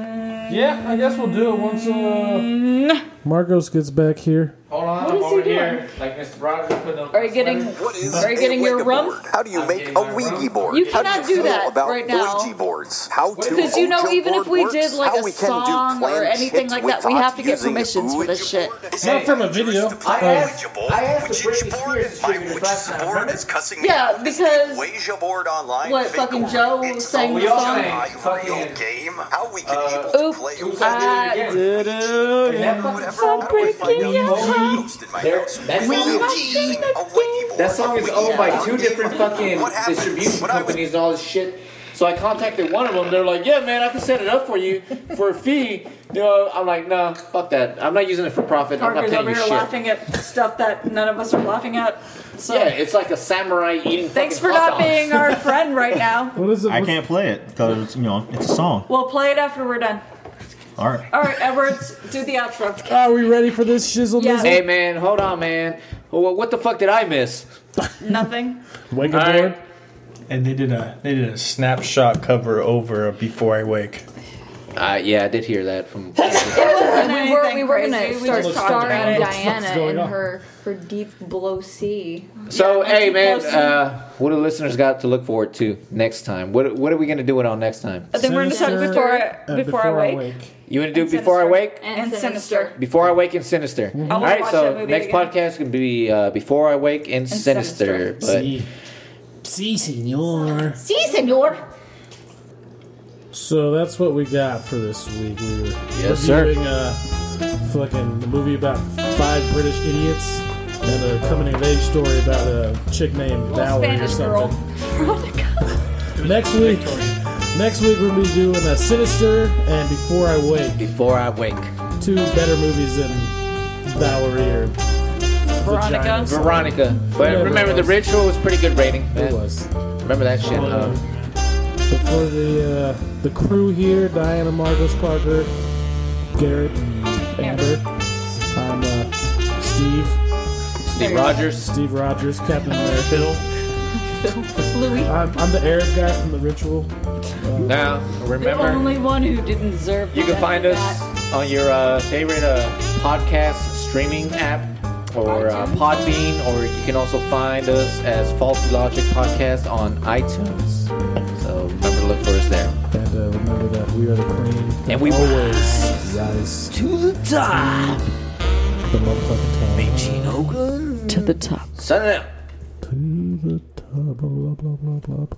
[SPEAKER 1] Yeah, I guess we'll do it once uh
[SPEAKER 3] Mm.
[SPEAKER 1] Margos gets back here.
[SPEAKER 2] Hold on, I'm over here. Like Mr. Rogers putting up.
[SPEAKER 3] Are you getting?
[SPEAKER 8] What is
[SPEAKER 3] Are you getting your rum?
[SPEAKER 8] How do you make
[SPEAKER 2] getting my
[SPEAKER 8] a Ouija
[SPEAKER 2] rum.
[SPEAKER 8] board?
[SPEAKER 3] You
[SPEAKER 8] How
[SPEAKER 3] cannot
[SPEAKER 8] you
[SPEAKER 3] do
[SPEAKER 8] feel
[SPEAKER 3] that
[SPEAKER 8] about
[SPEAKER 3] right now.
[SPEAKER 8] Ouija boards. How to
[SPEAKER 3] Because you know,
[SPEAKER 8] Ouija
[SPEAKER 3] even
[SPEAKER 8] board
[SPEAKER 3] if we
[SPEAKER 8] works,
[SPEAKER 3] did like
[SPEAKER 8] how
[SPEAKER 3] a
[SPEAKER 8] we can do
[SPEAKER 3] song or
[SPEAKER 8] clam
[SPEAKER 3] anything
[SPEAKER 8] chips
[SPEAKER 3] like
[SPEAKER 8] with
[SPEAKER 3] that, we have to get
[SPEAKER 8] using a
[SPEAKER 3] permissions for this
[SPEAKER 8] Ouija
[SPEAKER 3] shit.
[SPEAKER 8] board.
[SPEAKER 1] Not from a video. Uh,
[SPEAKER 2] I asked, I asked the
[SPEAKER 8] Ouija
[SPEAKER 2] Britney Spears
[SPEAKER 8] board my
[SPEAKER 2] distributors last
[SPEAKER 8] Ouija
[SPEAKER 2] time.
[SPEAKER 8] board
[SPEAKER 2] remember?
[SPEAKER 8] is cussing me
[SPEAKER 3] Yeah,
[SPEAKER 8] out. It's
[SPEAKER 3] because-
[SPEAKER 8] the Ouija board online.
[SPEAKER 3] what,
[SPEAKER 8] fake
[SPEAKER 3] fucking
[SPEAKER 8] word.
[SPEAKER 3] Joe
[SPEAKER 8] It's
[SPEAKER 3] sang
[SPEAKER 8] all
[SPEAKER 3] the
[SPEAKER 8] a
[SPEAKER 3] song?
[SPEAKER 8] live real
[SPEAKER 2] Fucking-
[SPEAKER 8] game. How we can able
[SPEAKER 3] Uh,
[SPEAKER 8] to
[SPEAKER 3] oop.
[SPEAKER 8] play
[SPEAKER 2] Who's
[SPEAKER 8] Ouija
[SPEAKER 2] that
[SPEAKER 3] I
[SPEAKER 2] dude again? That fucking song- that song- That song is owned by two different fucking
[SPEAKER 8] What happened?
[SPEAKER 2] distribution
[SPEAKER 8] What I was-
[SPEAKER 2] companies and all this shit. So I contacted one of them. They're like, "Yeah, man, I can set it up for you for a fee." You know, I'm like, "Nah, fuck that. I'm not using it for profit. I'm not
[SPEAKER 3] Parker's
[SPEAKER 2] paying
[SPEAKER 3] over
[SPEAKER 2] you
[SPEAKER 3] here
[SPEAKER 2] shit."
[SPEAKER 3] laughing at stuff that none of us are laughing at. So,
[SPEAKER 2] Yeah, it's like a samurai eating.
[SPEAKER 3] thanks for
[SPEAKER 2] fucking
[SPEAKER 3] not
[SPEAKER 2] hot dogs.
[SPEAKER 3] being our friend right now.
[SPEAKER 1] what is it?
[SPEAKER 4] I
[SPEAKER 1] What's-
[SPEAKER 4] can't play it because you know it's a song.
[SPEAKER 3] We'll play it after we're done.
[SPEAKER 4] All right.
[SPEAKER 3] All right, Edwards, do the outro.
[SPEAKER 1] Are we ready for this shizzle?
[SPEAKER 3] Yeah.
[SPEAKER 2] Hey man, hold on, man. Well, what the fuck did I miss?
[SPEAKER 3] Nothing.
[SPEAKER 1] Wake
[SPEAKER 2] All
[SPEAKER 1] up,
[SPEAKER 2] right.
[SPEAKER 1] board.
[SPEAKER 5] and they did a they did a snapshot cover over of Before I Wake.
[SPEAKER 2] Uh, yeah, I did hear that from.
[SPEAKER 6] And we were, we were gonna
[SPEAKER 3] Anything crazy, we
[SPEAKER 6] start
[SPEAKER 3] just talked about
[SPEAKER 6] starring
[SPEAKER 3] it.
[SPEAKER 6] Diana
[SPEAKER 1] What's going
[SPEAKER 6] and
[SPEAKER 1] on?
[SPEAKER 6] her her deep blow C.
[SPEAKER 2] so
[SPEAKER 3] Yeah,
[SPEAKER 2] hey
[SPEAKER 3] like
[SPEAKER 2] man,
[SPEAKER 3] posting-
[SPEAKER 2] uh, what do listeners got to look forward to next time? What what are we gonna do it on next time?
[SPEAKER 3] But then we're gonna talk
[SPEAKER 1] Sinister
[SPEAKER 3] before
[SPEAKER 1] and
[SPEAKER 3] Uh, before, I wake.
[SPEAKER 2] You wanna do before I wake?
[SPEAKER 3] And Sinister.
[SPEAKER 2] Before I wake and sinister.
[SPEAKER 3] Mm-hmm. I
[SPEAKER 2] All
[SPEAKER 3] wanna
[SPEAKER 2] right,
[SPEAKER 3] watch
[SPEAKER 2] so
[SPEAKER 3] that movie
[SPEAKER 2] next
[SPEAKER 3] again.
[SPEAKER 2] podcast can be uh, before I wake and, sinister.
[SPEAKER 3] Sinister.
[SPEAKER 1] See, see, senor.
[SPEAKER 3] See, senor.
[SPEAKER 1] So that's what we got for this week. We were
[SPEAKER 2] Yes, sir.
[SPEAKER 1] reviewing uh, fucking the movie about five British idiots and a coming of age story about a chick named Valerie
[SPEAKER 3] Spanish
[SPEAKER 1] or
[SPEAKER 3] girl.
[SPEAKER 1] something. Next week, next week we'll be doing a Sinister and Before I
[SPEAKER 2] but
[SPEAKER 1] Wake,
[SPEAKER 2] before I wake,
[SPEAKER 1] two better movies than Valerie or
[SPEAKER 3] Veronica.
[SPEAKER 1] Vaginas.
[SPEAKER 2] Veronica. But
[SPEAKER 1] Whatever
[SPEAKER 2] remember,
[SPEAKER 1] it
[SPEAKER 2] the
[SPEAKER 1] was.
[SPEAKER 2] ritual was pretty good rating.
[SPEAKER 1] It
[SPEAKER 2] man.
[SPEAKER 1] was.
[SPEAKER 2] Remember that shit. uh,
[SPEAKER 1] But for uh, the uh, the crew here, Diana, Marcos, Parker, Garrett, and Amber. I'm uh, Steve,
[SPEAKER 2] Steve Rogers.
[SPEAKER 1] Steve Rogers, Captain America.
[SPEAKER 5] Phil.
[SPEAKER 3] Louis,
[SPEAKER 1] I'm, I'm the Arab guy from the Ritual.
[SPEAKER 2] Now,
[SPEAKER 3] the
[SPEAKER 2] remember,
[SPEAKER 3] only one who didn't deserve.
[SPEAKER 2] you
[SPEAKER 3] the
[SPEAKER 2] can find
[SPEAKER 3] death
[SPEAKER 2] us
[SPEAKER 3] of
[SPEAKER 2] on your uh, favorite uh, podcast streaming app or uh, Podbean, or you can also find us as Faulty Logic Podcast on iTunes. So remember to look for us there.
[SPEAKER 1] And uh, remember that we are the cream. that
[SPEAKER 2] And we
[SPEAKER 1] always rise to
[SPEAKER 2] the top.
[SPEAKER 1] the motherfucking top.
[SPEAKER 3] that. to the top.
[SPEAKER 2] Signing out.
[SPEAKER 1] To the top. Blah, blah, blah, blah, blah.